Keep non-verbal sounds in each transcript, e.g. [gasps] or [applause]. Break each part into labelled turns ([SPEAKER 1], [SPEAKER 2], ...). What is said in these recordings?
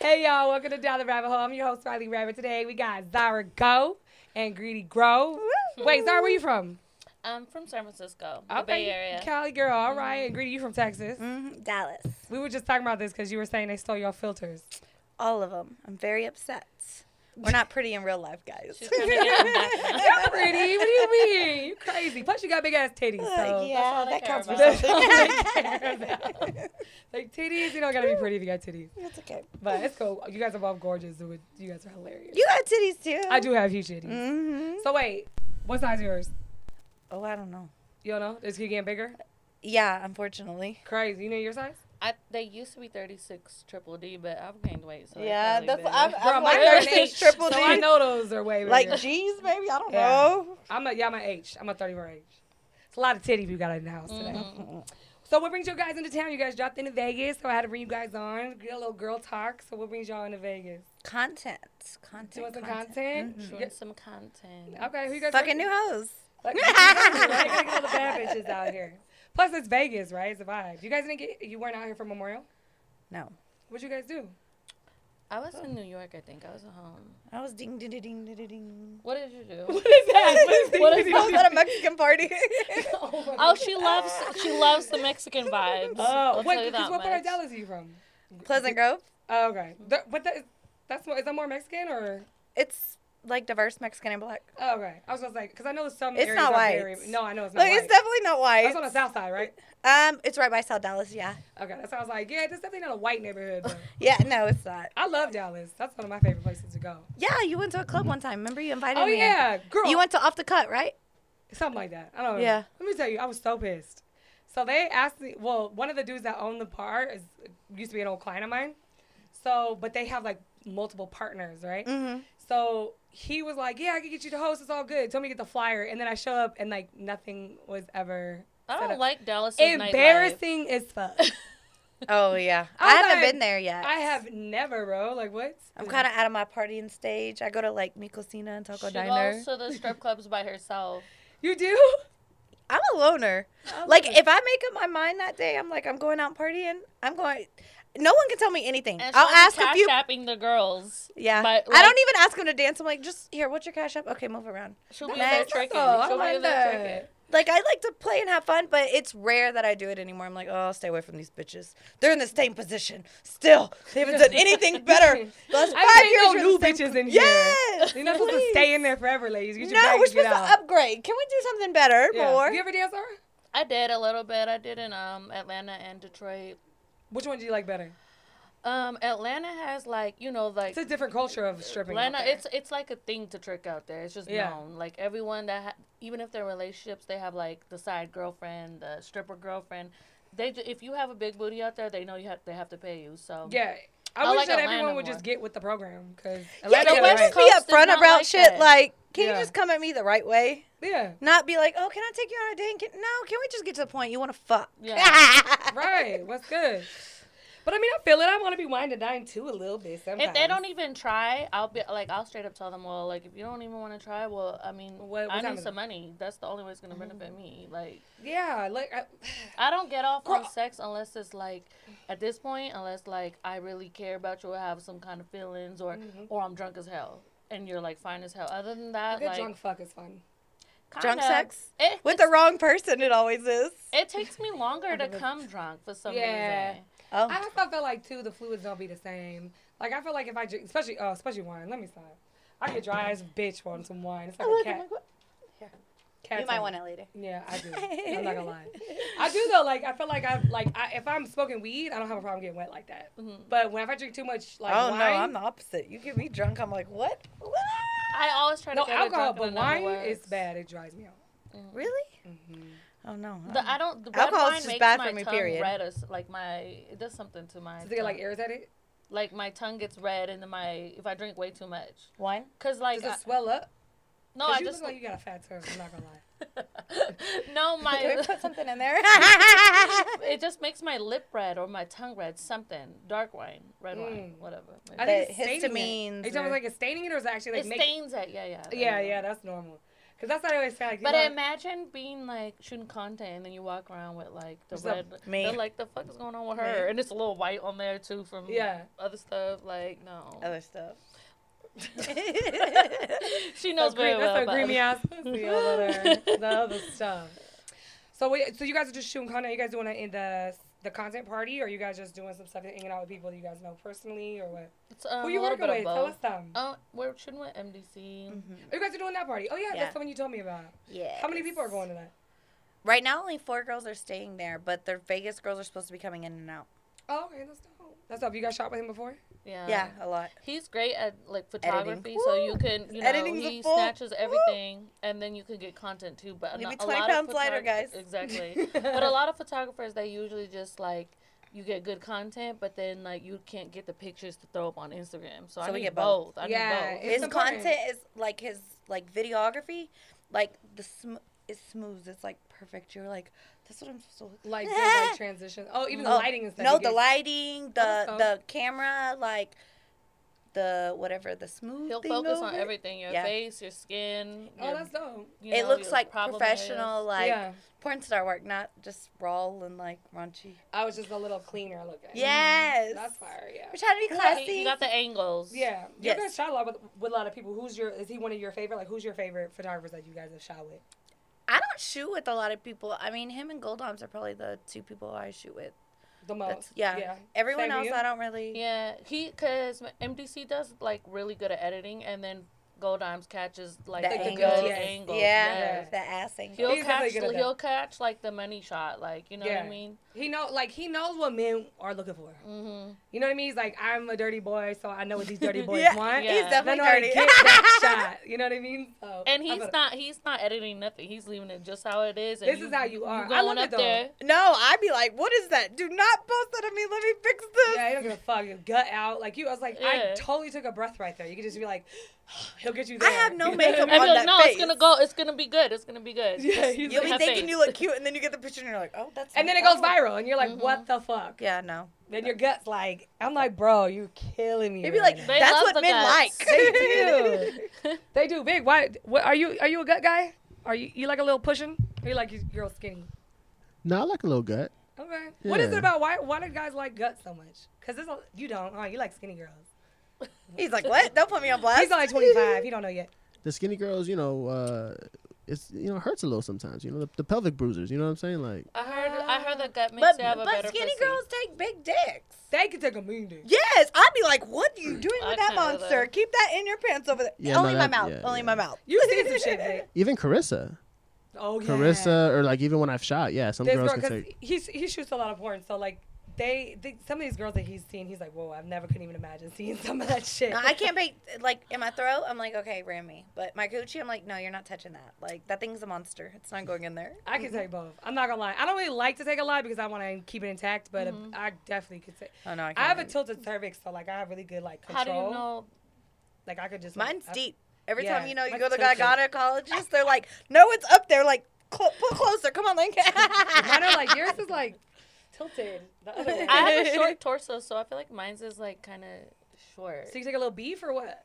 [SPEAKER 1] Hey y'all, welcome to Down the Rabbit Hole. I'm your host Riley Rabbit. Today we got Zara Go and Greedy Grow. Wait, Zara, where you from?
[SPEAKER 2] I'm from San Francisco, the Bay Area. Mm-hmm.
[SPEAKER 1] Cali girl. All right, and Greedy, you from Texas?
[SPEAKER 3] Mhm, Dallas.
[SPEAKER 1] We were just talking about this because you were saying they stole your
[SPEAKER 2] [laughs]
[SPEAKER 1] filters.
[SPEAKER 3] All of them. I'm very upset. We're not pretty in real life, guys.
[SPEAKER 2] She's
[SPEAKER 3] [laughs]
[SPEAKER 2] gonna get 'em back.
[SPEAKER 1] You're pretty. What do you mean? You crazy. Plus, you got big ass titties. So.
[SPEAKER 3] yeah,
[SPEAKER 2] they
[SPEAKER 3] that
[SPEAKER 2] care
[SPEAKER 3] counts for
[SPEAKER 1] That's
[SPEAKER 2] about.
[SPEAKER 3] something. [laughs]
[SPEAKER 1] all [laughs] they
[SPEAKER 2] [laughs]
[SPEAKER 1] care about. like titties, you don't gotta be pretty if you got titties.
[SPEAKER 3] That's
[SPEAKER 2] [laughs]
[SPEAKER 3] okay.
[SPEAKER 1] But it's cool. You guys are both gorgeous. dude. You guys are hilarious.
[SPEAKER 3] You got titties too.
[SPEAKER 1] I do have huge titties.
[SPEAKER 2] Mm-hmm.
[SPEAKER 3] hmm
[SPEAKER 1] So wait, what size yours?
[SPEAKER 3] Oh, I don't know.
[SPEAKER 1] You don't know? Does it keep getting bigger?
[SPEAKER 3] Yeah, unfortunately.
[SPEAKER 1] Crazy. You know your size?
[SPEAKER 2] I, they used to be 36 triple D, but I've gained weight. So they
[SPEAKER 3] yeah,
[SPEAKER 2] probably
[SPEAKER 3] that's
[SPEAKER 2] better.
[SPEAKER 3] I'm,
[SPEAKER 1] Girl,
[SPEAKER 3] I'm
[SPEAKER 1] my
[SPEAKER 3] like
[SPEAKER 1] hair is
[SPEAKER 3] 36
[SPEAKER 1] H,
[SPEAKER 3] triple D.
[SPEAKER 1] So I know those are way bigger.
[SPEAKER 3] Like G's, maybe. I don't
[SPEAKER 1] Yeah.
[SPEAKER 3] know.
[SPEAKER 1] I'm a yeah, I'm an H. I'm a 31 H. It's a lot of titty if you got in the house today. [laughs] So what brings you guys into town? You guys dropped into Vegas, so I had to bring you guys on. Get a little girl talk. So what brings y'all into Vegas?
[SPEAKER 3] Content.
[SPEAKER 1] Do you
[SPEAKER 3] Content.
[SPEAKER 1] want some content? You
[SPEAKER 2] Showing
[SPEAKER 1] guys-
[SPEAKER 2] some content.
[SPEAKER 1] Okay, who you guys?
[SPEAKER 3] Fucking new hoes.
[SPEAKER 1] Fuck- you guys gotta get all the bad bitches out here. Plus it's Vegas, right? It's a vibe. You guys didn't get you weren't out here for Memorial.
[SPEAKER 3] No.
[SPEAKER 1] What'd you guys do? [laughs]
[SPEAKER 2] I was in New York, I think. I was at home.
[SPEAKER 3] I was ding, ding, ding, ding, ding, ding.
[SPEAKER 2] What did you do?
[SPEAKER 1] What is [laughs] that?
[SPEAKER 2] [laughs]
[SPEAKER 1] What is,
[SPEAKER 2] What is
[SPEAKER 3] I was at a Mexican party. [laughs]
[SPEAKER 1] Oh, my
[SPEAKER 2] oh,
[SPEAKER 1] God.
[SPEAKER 2] she loves she loves the Mexican vibes.
[SPEAKER 1] Oh,
[SPEAKER 2] I'll
[SPEAKER 1] what,
[SPEAKER 2] tell you
[SPEAKER 1] 'cause
[SPEAKER 2] that
[SPEAKER 1] what part of
[SPEAKER 2] much.
[SPEAKER 1] Dallas are you from? [laughs]
[SPEAKER 3] Pleasant Grove.
[SPEAKER 1] Oh, okay. The, but that, that's more, is that more Mexican or?
[SPEAKER 3] It's like diverse Mexican and black.
[SPEAKER 1] Oh, okay. I was just like, because I know some
[SPEAKER 3] It's
[SPEAKER 1] areas
[SPEAKER 3] not
[SPEAKER 1] are
[SPEAKER 3] white.
[SPEAKER 1] very- no, I know it's not
[SPEAKER 3] Like,
[SPEAKER 1] white.
[SPEAKER 3] it's definitely not white.
[SPEAKER 1] that's on the south side, right?
[SPEAKER 3] Um, it's right by South Dallas. Yeah,
[SPEAKER 1] Okay, that's how I was like, yeah, that's definitely not a white neighborhood. But
[SPEAKER 3] yeah. No, it's not.
[SPEAKER 1] I love Dallas. That's one of my favorite places to go.
[SPEAKER 3] Yeah, you went to a club one time. Remember you invited
[SPEAKER 1] Oh,
[SPEAKER 3] me? in?
[SPEAKER 1] yeah. Girl.
[SPEAKER 3] You went to Off the Cut, right?
[SPEAKER 1] Something like that. I don't know.
[SPEAKER 3] Yeah.
[SPEAKER 1] Let me tell you, I was so pissed. So they asked me, well, one of the dudes that owned the bar is used to be an old client of mine. So, but they have like multiple partners, right?
[SPEAKER 3] Mm-hmm.
[SPEAKER 1] So he was like, "Yeah, I can get you the host. It's all good." Told me to get the flyer, and then I show up, and like nothing was ever
[SPEAKER 2] I
[SPEAKER 1] set
[SPEAKER 2] don't
[SPEAKER 1] up.
[SPEAKER 2] like Dallas.
[SPEAKER 1] embarrassing as fuck.
[SPEAKER 3] Oh yeah.
[SPEAKER 1] I
[SPEAKER 3] I,
[SPEAKER 1] was
[SPEAKER 3] haven't
[SPEAKER 1] like-
[SPEAKER 3] been there yet.
[SPEAKER 1] I have never, bro. Like what?
[SPEAKER 3] I'm kind of out of my partying stage. I go to like Micosina and Taco
[SPEAKER 2] She
[SPEAKER 3] Diner.
[SPEAKER 2] goes to the strip clubs by herself.
[SPEAKER 1] You do?
[SPEAKER 3] I'm a loner.
[SPEAKER 1] I love
[SPEAKER 3] Like
[SPEAKER 1] it.
[SPEAKER 3] if I make up my mind that day, I'm like I'm going out partying. I'm going. No one can tell me anything.
[SPEAKER 2] And
[SPEAKER 3] I'll
[SPEAKER 2] she'll be
[SPEAKER 3] ask a
[SPEAKER 2] cash
[SPEAKER 3] few.
[SPEAKER 2] apping the girls.
[SPEAKER 3] Yeah.
[SPEAKER 2] But,
[SPEAKER 3] I
[SPEAKER 2] like-
[SPEAKER 3] don't even ask them to dance. I'm like, just here. What's your cash up? Okay, move around.
[SPEAKER 2] She'll be
[SPEAKER 3] That's
[SPEAKER 2] there
[SPEAKER 3] awesome.
[SPEAKER 2] tricking.
[SPEAKER 1] I
[SPEAKER 2] She'll be
[SPEAKER 1] like
[SPEAKER 2] there
[SPEAKER 1] that.
[SPEAKER 2] tricking.
[SPEAKER 3] Like I like to play and have fun, but it's rare that I do it anymore. I'm like, oh, I'll stay away from these bitches. They're in the same position. Still, they haven't done
[SPEAKER 1] [laughs]
[SPEAKER 3] anything better. Last
[SPEAKER 1] [laughs] I
[SPEAKER 3] five
[SPEAKER 1] ain't
[SPEAKER 3] years.
[SPEAKER 1] no
[SPEAKER 3] we're
[SPEAKER 1] new
[SPEAKER 3] the same-
[SPEAKER 1] bitches in here.
[SPEAKER 3] Yes.
[SPEAKER 1] You're not supposed to
[SPEAKER 3] please.
[SPEAKER 1] stay in there forever, ladies. Get your
[SPEAKER 3] No,
[SPEAKER 1] bag
[SPEAKER 3] we're
[SPEAKER 1] and get
[SPEAKER 3] supposed
[SPEAKER 1] out.
[SPEAKER 3] to upgrade. Can we do something better?
[SPEAKER 1] Yeah.
[SPEAKER 3] More.
[SPEAKER 1] You ever dance, Zara?
[SPEAKER 2] I did a little bit. I did in um Atlanta and Detroit.
[SPEAKER 1] Which one do you like better?
[SPEAKER 2] Um, Atlanta has like you know like
[SPEAKER 1] It's a different culture of stripping. out
[SPEAKER 2] Atlanta.
[SPEAKER 1] there.
[SPEAKER 2] It's it's like a thing to trick out there. It's just
[SPEAKER 1] Yeah.
[SPEAKER 2] known. Like everyone that ha- even if they're in relationships, they have like the side girlfriend, the stripper girlfriend. They ju- if you have a big booty out there, they know you have they have to pay you. So
[SPEAKER 1] yeah. I,
[SPEAKER 2] I
[SPEAKER 1] wish
[SPEAKER 2] like
[SPEAKER 1] that
[SPEAKER 2] Atlanta
[SPEAKER 1] everyone would
[SPEAKER 2] more.
[SPEAKER 1] just get with the program because
[SPEAKER 3] yeah,
[SPEAKER 2] Atlanta
[SPEAKER 3] can we
[SPEAKER 2] West
[SPEAKER 3] just
[SPEAKER 2] Coast
[SPEAKER 3] be
[SPEAKER 2] is
[SPEAKER 3] upfront
[SPEAKER 2] not
[SPEAKER 3] about
[SPEAKER 2] like
[SPEAKER 3] shit?
[SPEAKER 2] that.
[SPEAKER 3] Like, can
[SPEAKER 1] Yeah.
[SPEAKER 3] you just come at me the right way?
[SPEAKER 1] yeah.
[SPEAKER 3] Not be like, oh, can I take you on a date? Can- no, can we just get to the point? You want to fuck? [laughs]
[SPEAKER 2] Yeah.
[SPEAKER 1] Right. What's good? [laughs] But I mean, I feel it. I want to be wine to dine too a little bit sometimes.
[SPEAKER 2] If they don't even try, I'll be like I'll straight up tell them, well, like if you don't even want to try, well, I mean,
[SPEAKER 1] What- Mm-hmm. what
[SPEAKER 2] I
[SPEAKER 1] time
[SPEAKER 2] need
[SPEAKER 1] is
[SPEAKER 2] some money. That's the only way it's gonna benefit me. Like
[SPEAKER 3] e-
[SPEAKER 1] yeah, like I,
[SPEAKER 2] I don't get off on
[SPEAKER 1] Girl.
[SPEAKER 2] sex unless it's like at this point, unless like I really care about you or have some kind of feelings or or I'm drunk as hell and you're like fine as hell. Other than
[SPEAKER 1] a
[SPEAKER 2] that,
[SPEAKER 1] good
[SPEAKER 2] like
[SPEAKER 1] drunk fuck is fun.
[SPEAKER 3] Drunk
[SPEAKER 2] kinda-
[SPEAKER 3] sex?
[SPEAKER 2] It,
[SPEAKER 3] With
[SPEAKER 2] With
[SPEAKER 3] the wrong person, it always is.
[SPEAKER 2] [laughs] it takes me longer to come drunk for some
[SPEAKER 1] Yeah.
[SPEAKER 2] reason.
[SPEAKER 3] Oh,
[SPEAKER 1] I also feel like too the fluids don't be the same. Like I feel like if I drink, especially oh, especially wine. Let me stop. I get dry as a bitch on some wine. It's like a cat. cat
[SPEAKER 3] Oh, you might want it later.
[SPEAKER 1] Yeah, I do. I'm not gonna
[SPEAKER 3] [laughs]
[SPEAKER 1] lie. I do though. Like I feel like I like I, if I'm smoking weed, I don't have a problem getting wet like that. But whenever I drink too much like
[SPEAKER 3] oh
[SPEAKER 1] wine,
[SPEAKER 3] no, I'm the opposite. You get me drunk, I'm like, what? What?
[SPEAKER 2] I always try to
[SPEAKER 1] no
[SPEAKER 2] get
[SPEAKER 1] alcohol,
[SPEAKER 2] it drunk
[SPEAKER 1] but
[SPEAKER 2] and it never
[SPEAKER 1] wine is
[SPEAKER 2] works.
[SPEAKER 1] bad. It dries me out.
[SPEAKER 3] Really? Oh no.
[SPEAKER 2] The, I don't. The
[SPEAKER 3] Alcohol is
[SPEAKER 2] red wine
[SPEAKER 3] just
[SPEAKER 2] makes
[SPEAKER 3] bad
[SPEAKER 2] my
[SPEAKER 3] for me,
[SPEAKER 2] tongue
[SPEAKER 3] period.
[SPEAKER 2] Red as, like my it does something to my.
[SPEAKER 1] Does it get like
[SPEAKER 2] tongue.
[SPEAKER 1] airs at it?
[SPEAKER 2] Like my tongue gets red, and then my if I drink way too much,
[SPEAKER 3] [laughs] Wine?
[SPEAKER 2] cause like
[SPEAKER 1] Does it
[SPEAKER 2] I-
[SPEAKER 1] swell up?
[SPEAKER 2] no,
[SPEAKER 1] 'Cause
[SPEAKER 2] I
[SPEAKER 1] you
[SPEAKER 2] just
[SPEAKER 1] look like you got a fat tongue. I'm not gonna lie.
[SPEAKER 2] [laughs] no
[SPEAKER 3] [laughs] Can
[SPEAKER 2] [laughs]
[SPEAKER 3] we
[SPEAKER 2] my
[SPEAKER 3] put something in there?
[SPEAKER 2] it just makes my lip red or my tongue red, something dark wine, red wine, whatever.
[SPEAKER 1] Mm. I
[SPEAKER 2] It
[SPEAKER 1] think
[SPEAKER 3] The
[SPEAKER 1] it's staining it.
[SPEAKER 3] histamines
[SPEAKER 1] Are you talking about,
[SPEAKER 3] or-
[SPEAKER 1] like it's staining it or is it actually like make-
[SPEAKER 2] stains it, yeah, yeah.
[SPEAKER 1] Yeah, yeah, that's normal. Because that's what I always say. Like, you
[SPEAKER 2] But
[SPEAKER 1] know,
[SPEAKER 2] imagine being like shooting content and then you walk around with like the
[SPEAKER 1] What's up,
[SPEAKER 2] red.
[SPEAKER 3] me?
[SPEAKER 2] They're like, the fuck is going on with
[SPEAKER 3] Me?
[SPEAKER 2] her? And it's a little white on there too from
[SPEAKER 1] Yeah.
[SPEAKER 2] other stuff. Like
[SPEAKER 1] [laughs]
[SPEAKER 2] no, [laughs]
[SPEAKER 3] Other stuff. [laughs]
[SPEAKER 2] she knows
[SPEAKER 1] agree,
[SPEAKER 2] very well.
[SPEAKER 1] that's
[SPEAKER 2] about
[SPEAKER 1] a green
[SPEAKER 2] it.
[SPEAKER 1] me ass pussy all
[SPEAKER 2] [laughs]
[SPEAKER 1] over the other stuff. So wait, so you guys are just shooting content. You guys doing it in the the content party, or you guys just doing some stuff, and hanging out with people that you guys know personally, or what?
[SPEAKER 2] It's, um,
[SPEAKER 1] Who you
[SPEAKER 2] a little
[SPEAKER 1] working
[SPEAKER 2] bit
[SPEAKER 1] with?
[SPEAKER 2] of
[SPEAKER 1] Tell us
[SPEAKER 2] both.
[SPEAKER 1] them.
[SPEAKER 2] Oh, we're shooting with MDC.
[SPEAKER 1] Oh, you guys are doing that party? Oh yeah,
[SPEAKER 3] Yeah.
[SPEAKER 1] that's the one you told me about.
[SPEAKER 3] Yeah.
[SPEAKER 1] How many people are going to that?
[SPEAKER 3] Right now, only four girls are staying there, but the Vegas girls are supposed to be coming in and out.
[SPEAKER 1] Oh, okay, that's dope. That's dope. You guys shot with him before?
[SPEAKER 2] Yeah.
[SPEAKER 3] yeah, a lot.
[SPEAKER 2] He's great at like photography,
[SPEAKER 3] Editing.
[SPEAKER 2] so you can you know
[SPEAKER 3] Editing's a
[SPEAKER 2] he
[SPEAKER 3] full-
[SPEAKER 2] snatches
[SPEAKER 3] woo!
[SPEAKER 2] everything, and then you can get content too. But
[SPEAKER 3] Maybe
[SPEAKER 2] a, a
[SPEAKER 3] 20
[SPEAKER 2] lot
[SPEAKER 3] pounds
[SPEAKER 2] of
[SPEAKER 3] lighter,
[SPEAKER 2] photog-
[SPEAKER 3] guys.
[SPEAKER 2] Exactly.
[SPEAKER 1] [laughs]
[SPEAKER 3] [laughs]
[SPEAKER 2] but a lot of photographers they usually just like you get good content, but then like you can't get the pictures to throw up on Instagram. So, I
[SPEAKER 3] So we
[SPEAKER 2] need
[SPEAKER 3] get both.
[SPEAKER 2] both. I
[SPEAKER 1] Yeah,
[SPEAKER 2] need both.
[SPEAKER 1] it's
[SPEAKER 3] His
[SPEAKER 1] important.
[SPEAKER 3] content is like his like videography, like the sm- is smooth. It's like perfect. You're like, that's what I'm supposed to look
[SPEAKER 1] Like,
[SPEAKER 3] [laughs]
[SPEAKER 1] there's, like transition. Oh, even the
[SPEAKER 3] Oh,
[SPEAKER 1] lighting and stuff.
[SPEAKER 3] No,
[SPEAKER 1] you
[SPEAKER 3] the
[SPEAKER 1] get-
[SPEAKER 3] lighting, the
[SPEAKER 1] that's
[SPEAKER 3] the camera, like the whatever the smooth.
[SPEAKER 2] He'll
[SPEAKER 3] thing
[SPEAKER 2] focus
[SPEAKER 3] over
[SPEAKER 2] on
[SPEAKER 3] it.
[SPEAKER 2] everything: your
[SPEAKER 3] Yeah.
[SPEAKER 2] face, your skin.
[SPEAKER 1] Oh,
[SPEAKER 2] your-
[SPEAKER 1] that's dope.
[SPEAKER 2] you
[SPEAKER 3] it
[SPEAKER 2] know,
[SPEAKER 3] looks
[SPEAKER 2] your
[SPEAKER 3] like
[SPEAKER 2] problem
[SPEAKER 3] professional,
[SPEAKER 2] areas.
[SPEAKER 3] like
[SPEAKER 1] yeah,
[SPEAKER 3] porn star work, not just raw and like raunchy.
[SPEAKER 1] I was just a little cleaner looking.
[SPEAKER 3] Yes,
[SPEAKER 1] Mm, that's fire. Yeah.
[SPEAKER 3] We're trying to be
[SPEAKER 2] Yeah,
[SPEAKER 3] classy.
[SPEAKER 2] You got the angles.
[SPEAKER 1] Yeah, you
[SPEAKER 3] Yes.
[SPEAKER 1] guys shot a lot with, with a lot of people. Who's your? Is he one of your favorite? Like, who's your favorite photographers that you guys have shot with?
[SPEAKER 3] I don't shoot with a lot of people. I mean, him and Goldoms are probably the two people I shoot with.
[SPEAKER 1] The most.
[SPEAKER 3] That's, yeah. Everyone
[SPEAKER 1] Same
[SPEAKER 3] else,
[SPEAKER 1] with you?
[SPEAKER 3] I don't really.
[SPEAKER 2] Yeah, he because MDC does like really good at editing, and then Gold Dimes catches like
[SPEAKER 3] The
[SPEAKER 2] the, good
[SPEAKER 3] angles,
[SPEAKER 1] yes.
[SPEAKER 2] angle.
[SPEAKER 3] Yeah,
[SPEAKER 2] yes.
[SPEAKER 3] the ass angle.
[SPEAKER 2] He'll
[SPEAKER 1] He's definitely
[SPEAKER 2] catch.
[SPEAKER 1] good at that.
[SPEAKER 2] He'll catch like the money shot. Like you know what
[SPEAKER 1] Yeah.
[SPEAKER 2] I mean.
[SPEAKER 1] He know, like, he knows what men are looking for.
[SPEAKER 2] Mm-hmm.
[SPEAKER 1] You know what I mean? He's like, I'm a dirty boy, so I know what these
[SPEAKER 3] [laughs]
[SPEAKER 1] dirty boys
[SPEAKER 3] yeah,
[SPEAKER 1] want.
[SPEAKER 2] yeah.
[SPEAKER 3] he's
[SPEAKER 2] Then
[SPEAKER 1] Then I
[SPEAKER 3] definitely dirty.
[SPEAKER 1] get
[SPEAKER 3] [laughs]
[SPEAKER 1] that shot. You know what I mean? So,
[SPEAKER 2] And
[SPEAKER 1] I
[SPEAKER 2] he's
[SPEAKER 1] thought-
[SPEAKER 2] not. He's not editing nothing. He's leaving it just how it is. And
[SPEAKER 1] This is how you are. I
[SPEAKER 2] going
[SPEAKER 1] love it,
[SPEAKER 2] up
[SPEAKER 1] though.
[SPEAKER 2] there.
[SPEAKER 3] no, I'd be like, what is that? Do not post that on me. Let me fix this.
[SPEAKER 1] Yeah, he don't give a fuck. Your gut out, like you. I was like, I
[SPEAKER 2] Yeah.
[SPEAKER 1] totally took a breath right there. You could just be like, [gasps] he'll get you
[SPEAKER 3] I
[SPEAKER 1] there. [laughs]
[SPEAKER 3] have no makeup on
[SPEAKER 2] I'd be like,
[SPEAKER 3] that
[SPEAKER 2] no, it's
[SPEAKER 3] face.
[SPEAKER 2] gonna go. It's gonna be good. It's gonna be good.
[SPEAKER 1] yeah,
[SPEAKER 2] Just-
[SPEAKER 1] he's
[SPEAKER 3] You'll
[SPEAKER 1] like,
[SPEAKER 3] be
[SPEAKER 2] Have
[SPEAKER 3] thinking
[SPEAKER 2] faith.
[SPEAKER 3] you look cute, and then you get the picture, and you're like, oh, Mm-hmm. that's.
[SPEAKER 1] and then it
[SPEAKER 3] not-
[SPEAKER 1] goes viral, and you're like, what the fuck?
[SPEAKER 3] Yeah, no.
[SPEAKER 1] Then your gut's like, I'm like, bro, you killing me.
[SPEAKER 3] You'd be
[SPEAKER 1] right
[SPEAKER 3] like,
[SPEAKER 1] now."
[SPEAKER 2] They
[SPEAKER 3] that's
[SPEAKER 2] love
[SPEAKER 3] what
[SPEAKER 2] the
[SPEAKER 3] men
[SPEAKER 2] guts.
[SPEAKER 1] They
[SPEAKER 3] like.
[SPEAKER 1] do. they do. Big. Why? What are you? Are you a gut guy? Are you? You like a little pushing? Or you like your girl skinny?
[SPEAKER 4] No, I like a little gut.
[SPEAKER 1] Okay. What is it
[SPEAKER 4] Yeah.
[SPEAKER 1] about? Why? Why do guys like gut so much? Cause it's a, you don't. Oh, you like skinny girls.
[SPEAKER 3] [laughs] He's like, what? Don't put me on blast.
[SPEAKER 1] He's only 25. He don't know yet.
[SPEAKER 4] The skinny girls, you know, uh, it's you know hurts a little sometimes. You know, the, the pelvic bruisers. You know what I'm saying? Like,
[SPEAKER 2] I heard. I heard the gut makes
[SPEAKER 3] [laughs] But,
[SPEAKER 2] you have a
[SPEAKER 3] but
[SPEAKER 2] better
[SPEAKER 3] skinny
[SPEAKER 2] pussy.
[SPEAKER 3] girls take big dicks.
[SPEAKER 1] They could take a mean dude.
[SPEAKER 3] Yes, I'd be like, what are you
[SPEAKER 1] Mm.
[SPEAKER 3] doing
[SPEAKER 2] I
[SPEAKER 3] with that
[SPEAKER 2] kinda
[SPEAKER 3] monster?
[SPEAKER 2] like-
[SPEAKER 3] Keep that in your pants over there.
[SPEAKER 4] Yeah,
[SPEAKER 3] only
[SPEAKER 4] no,
[SPEAKER 3] my
[SPEAKER 4] that-
[SPEAKER 3] mouth.
[SPEAKER 4] yeah,
[SPEAKER 3] only
[SPEAKER 4] yeah.
[SPEAKER 3] my mouth.
[SPEAKER 1] You've seen some shit,
[SPEAKER 4] [laughs]
[SPEAKER 1] Vic.
[SPEAKER 4] even Carissa,
[SPEAKER 1] Oh yeah.
[SPEAKER 4] Carissa, or like even when I've shot, yeah, some
[SPEAKER 1] This
[SPEAKER 4] girls
[SPEAKER 1] girl,
[SPEAKER 4] can
[SPEAKER 1] because
[SPEAKER 4] take.
[SPEAKER 1] he he shoots a lot of porn, so like. They, they, some of these girls that he's seen, he's like, whoa, I've never could even imagine seeing [laughs] some of that shit.
[SPEAKER 3] No, I can't make like in my throat. I'm like, okay, ram me. But my coochie, I'm like, no, you're not touching that. Like that thing's a monster. It's not going in there.
[SPEAKER 1] I can take both. I'm not gonna lie. I don't really like to take a lot because I want to keep it intact, but uh,
[SPEAKER 2] Mm-hmm.
[SPEAKER 1] I definitely could take.
[SPEAKER 3] Oh no, I can't.
[SPEAKER 1] I have a
[SPEAKER 3] make it.
[SPEAKER 1] tilted cervix, so like I have really good like
[SPEAKER 2] How
[SPEAKER 1] control.
[SPEAKER 2] do you know?
[SPEAKER 1] Like I could just.
[SPEAKER 3] Mine's
[SPEAKER 1] like, I-
[SPEAKER 3] deep. Every
[SPEAKER 1] yeah,
[SPEAKER 3] time you know you
[SPEAKER 1] mine's
[SPEAKER 3] go to
[SPEAKER 1] tilted.
[SPEAKER 3] gynecologist, they're like, no, it's up there. Like, cl- pull closer. Come on, like.
[SPEAKER 1] Mine are
[SPEAKER 3] [laughs]
[SPEAKER 1] like
[SPEAKER 2] [laughs]
[SPEAKER 1] yours is like tilted the other way.
[SPEAKER 2] I have
[SPEAKER 1] [laughs]
[SPEAKER 3] [laughs]
[SPEAKER 2] a short torso, so I feel like mine's is like kind of short.
[SPEAKER 1] so you take a little beef or what?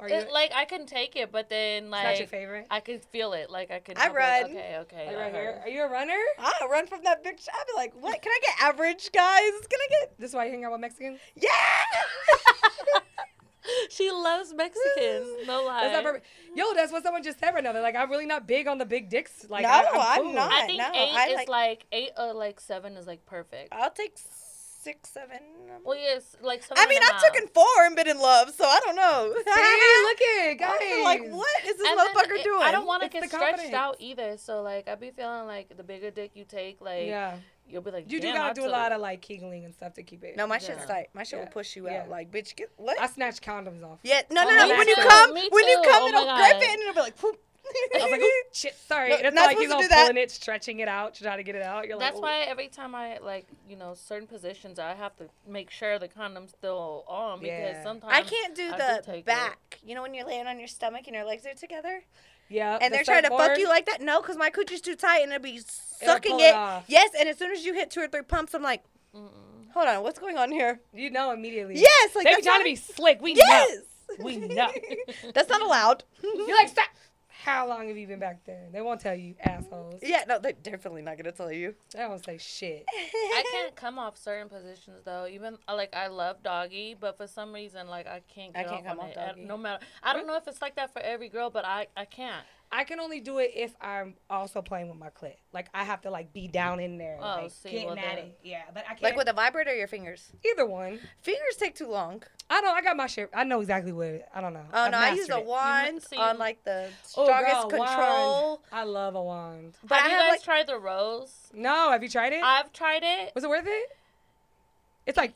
[SPEAKER 1] Are you?
[SPEAKER 2] It, like I can take it, but then
[SPEAKER 1] it's
[SPEAKER 2] like
[SPEAKER 1] not your favorite.
[SPEAKER 2] I can feel it. Like I can.
[SPEAKER 3] I
[SPEAKER 2] I'll be like,
[SPEAKER 3] run.
[SPEAKER 2] okay, okay.
[SPEAKER 1] Like
[SPEAKER 2] that
[SPEAKER 1] right here.
[SPEAKER 2] hurts.
[SPEAKER 1] Are you a runner?
[SPEAKER 3] I'll Ah, run from that bitch. I'd be like, what? Can I get average, guys? Can I get? [laughs]
[SPEAKER 1] This is why you hang out with Mexicans.
[SPEAKER 3] Yeah.
[SPEAKER 2] [laughs] She loves Mexicans. No lie.
[SPEAKER 1] That's not perfect. Yo, that's what someone just said right now. They're like, I'm really not big on the big dicks. Like,
[SPEAKER 3] No,
[SPEAKER 1] I,
[SPEAKER 3] I'm
[SPEAKER 1] cool.
[SPEAKER 3] not.
[SPEAKER 2] I think
[SPEAKER 3] No,
[SPEAKER 2] eight
[SPEAKER 3] I
[SPEAKER 2] is
[SPEAKER 3] like-
[SPEAKER 2] like, eight or like seven is like
[SPEAKER 1] Uh,
[SPEAKER 2] perfect.
[SPEAKER 3] I'll take six, seven.
[SPEAKER 2] Well, yes, like seven.
[SPEAKER 3] I mean, I've taken four and been in love, so I don't know. [laughs]
[SPEAKER 1] See, look at guys.
[SPEAKER 3] I'm like, what is this
[SPEAKER 2] and then
[SPEAKER 3] motherfucker
[SPEAKER 2] it-
[SPEAKER 3] doing?
[SPEAKER 2] I don't want to
[SPEAKER 1] It's the
[SPEAKER 2] get stretched
[SPEAKER 1] confidence.
[SPEAKER 2] out either. So like, I be feeling like the bigger dick you take, like
[SPEAKER 1] Yeah,
[SPEAKER 2] you'll be like,
[SPEAKER 1] you do
[SPEAKER 2] Damn,
[SPEAKER 1] gotta
[SPEAKER 2] I
[SPEAKER 1] do a
[SPEAKER 2] took-
[SPEAKER 1] lot of like kegling and stuff to keep it.
[SPEAKER 3] [laughs] No, my
[SPEAKER 2] Yeah.
[SPEAKER 3] shit's tight. My shit
[SPEAKER 1] Yeah.
[SPEAKER 3] will push you
[SPEAKER 1] Yeah.
[SPEAKER 3] out. Like, bitch, get what?
[SPEAKER 1] I snatch condoms off.
[SPEAKER 3] yeah, no,
[SPEAKER 2] Oh,
[SPEAKER 3] no,
[SPEAKER 1] my
[SPEAKER 3] no. When you
[SPEAKER 1] God.
[SPEAKER 3] come,
[SPEAKER 2] Me
[SPEAKER 3] when you
[SPEAKER 2] too.
[SPEAKER 3] come,
[SPEAKER 2] Oh my
[SPEAKER 3] it'll grip
[SPEAKER 2] God.
[SPEAKER 3] it and it'll be like, [laughs] poop.
[SPEAKER 1] I was like, oh, shit, sorry.
[SPEAKER 3] No,
[SPEAKER 1] and it's
[SPEAKER 3] not
[SPEAKER 1] like he's all
[SPEAKER 3] supposed to
[SPEAKER 1] pulling
[SPEAKER 3] do that.
[SPEAKER 1] it, stretching it out, trying to get it out. You're
[SPEAKER 2] That's
[SPEAKER 1] like,
[SPEAKER 2] why every time I like, you know, certain positions, I have to make sure the condom's still on because
[SPEAKER 1] Yeah.
[SPEAKER 2] sometimes
[SPEAKER 3] I can't do
[SPEAKER 2] I do
[SPEAKER 3] the
[SPEAKER 2] take it.
[SPEAKER 3] back. You know when you're laying on your stomach and your legs are together,
[SPEAKER 1] yeah.
[SPEAKER 3] and
[SPEAKER 1] the
[SPEAKER 3] they're trying to fuck
[SPEAKER 1] surfboard.
[SPEAKER 3] you like that. No, because my coochie's too tight and it'll be sucking
[SPEAKER 1] pull it
[SPEAKER 3] it.
[SPEAKER 1] off.
[SPEAKER 3] yes, and as soon as you hit two or three pumps, I'm like, hold on, what's going on here?
[SPEAKER 1] You know immediately.
[SPEAKER 3] Yes, like
[SPEAKER 1] they be
[SPEAKER 3] that's
[SPEAKER 1] trying to
[SPEAKER 3] not- [laughs]
[SPEAKER 1] be slick. We
[SPEAKER 3] Yes.
[SPEAKER 1] know. We know. [laughs]
[SPEAKER 3] That's not allowed.
[SPEAKER 1] You're like, stop. How long have you been back there? They won't tell you, assholes.
[SPEAKER 3] Yeah, no, they're definitely not gonna tell you.
[SPEAKER 1] They won't say shit.
[SPEAKER 2] I can't come off certain positions though. Even uh, like I love doggy, but for some reason like I can't
[SPEAKER 3] I
[SPEAKER 2] get
[SPEAKER 3] can't
[SPEAKER 2] off
[SPEAKER 3] come
[SPEAKER 2] on
[SPEAKER 3] off
[SPEAKER 2] it. I-
[SPEAKER 3] doggy.
[SPEAKER 2] no matter. I don't know if it's like that for every girl, but I I can't.
[SPEAKER 1] I can only do it if I'm also playing with my clit. Like I have to like be down in there,
[SPEAKER 2] Oh,
[SPEAKER 1] like
[SPEAKER 2] see,
[SPEAKER 1] getting
[SPEAKER 2] well,
[SPEAKER 1] at
[SPEAKER 2] then-
[SPEAKER 1] it. Yeah, but I can't.
[SPEAKER 3] [laughs] Like with a vibrator or your fingers?
[SPEAKER 1] either one.
[SPEAKER 3] Fingers take too long.
[SPEAKER 1] I know. I got my shit. I know exactly what. It, I don't know.
[SPEAKER 3] Oh
[SPEAKER 1] I've
[SPEAKER 3] no, I use
[SPEAKER 1] mastered
[SPEAKER 3] a
[SPEAKER 1] it.
[SPEAKER 3] wand
[SPEAKER 2] see-
[SPEAKER 3] on like the
[SPEAKER 1] Oh,
[SPEAKER 3] strongest
[SPEAKER 1] girl, wand.
[SPEAKER 3] control.
[SPEAKER 1] I love a wand.
[SPEAKER 3] But
[SPEAKER 2] have
[SPEAKER 3] I
[SPEAKER 2] you
[SPEAKER 3] have
[SPEAKER 2] guys
[SPEAKER 3] like
[SPEAKER 2] tried the rose?
[SPEAKER 1] No, have you tried it?
[SPEAKER 2] I've tried it.
[SPEAKER 1] Was it worth it? It's like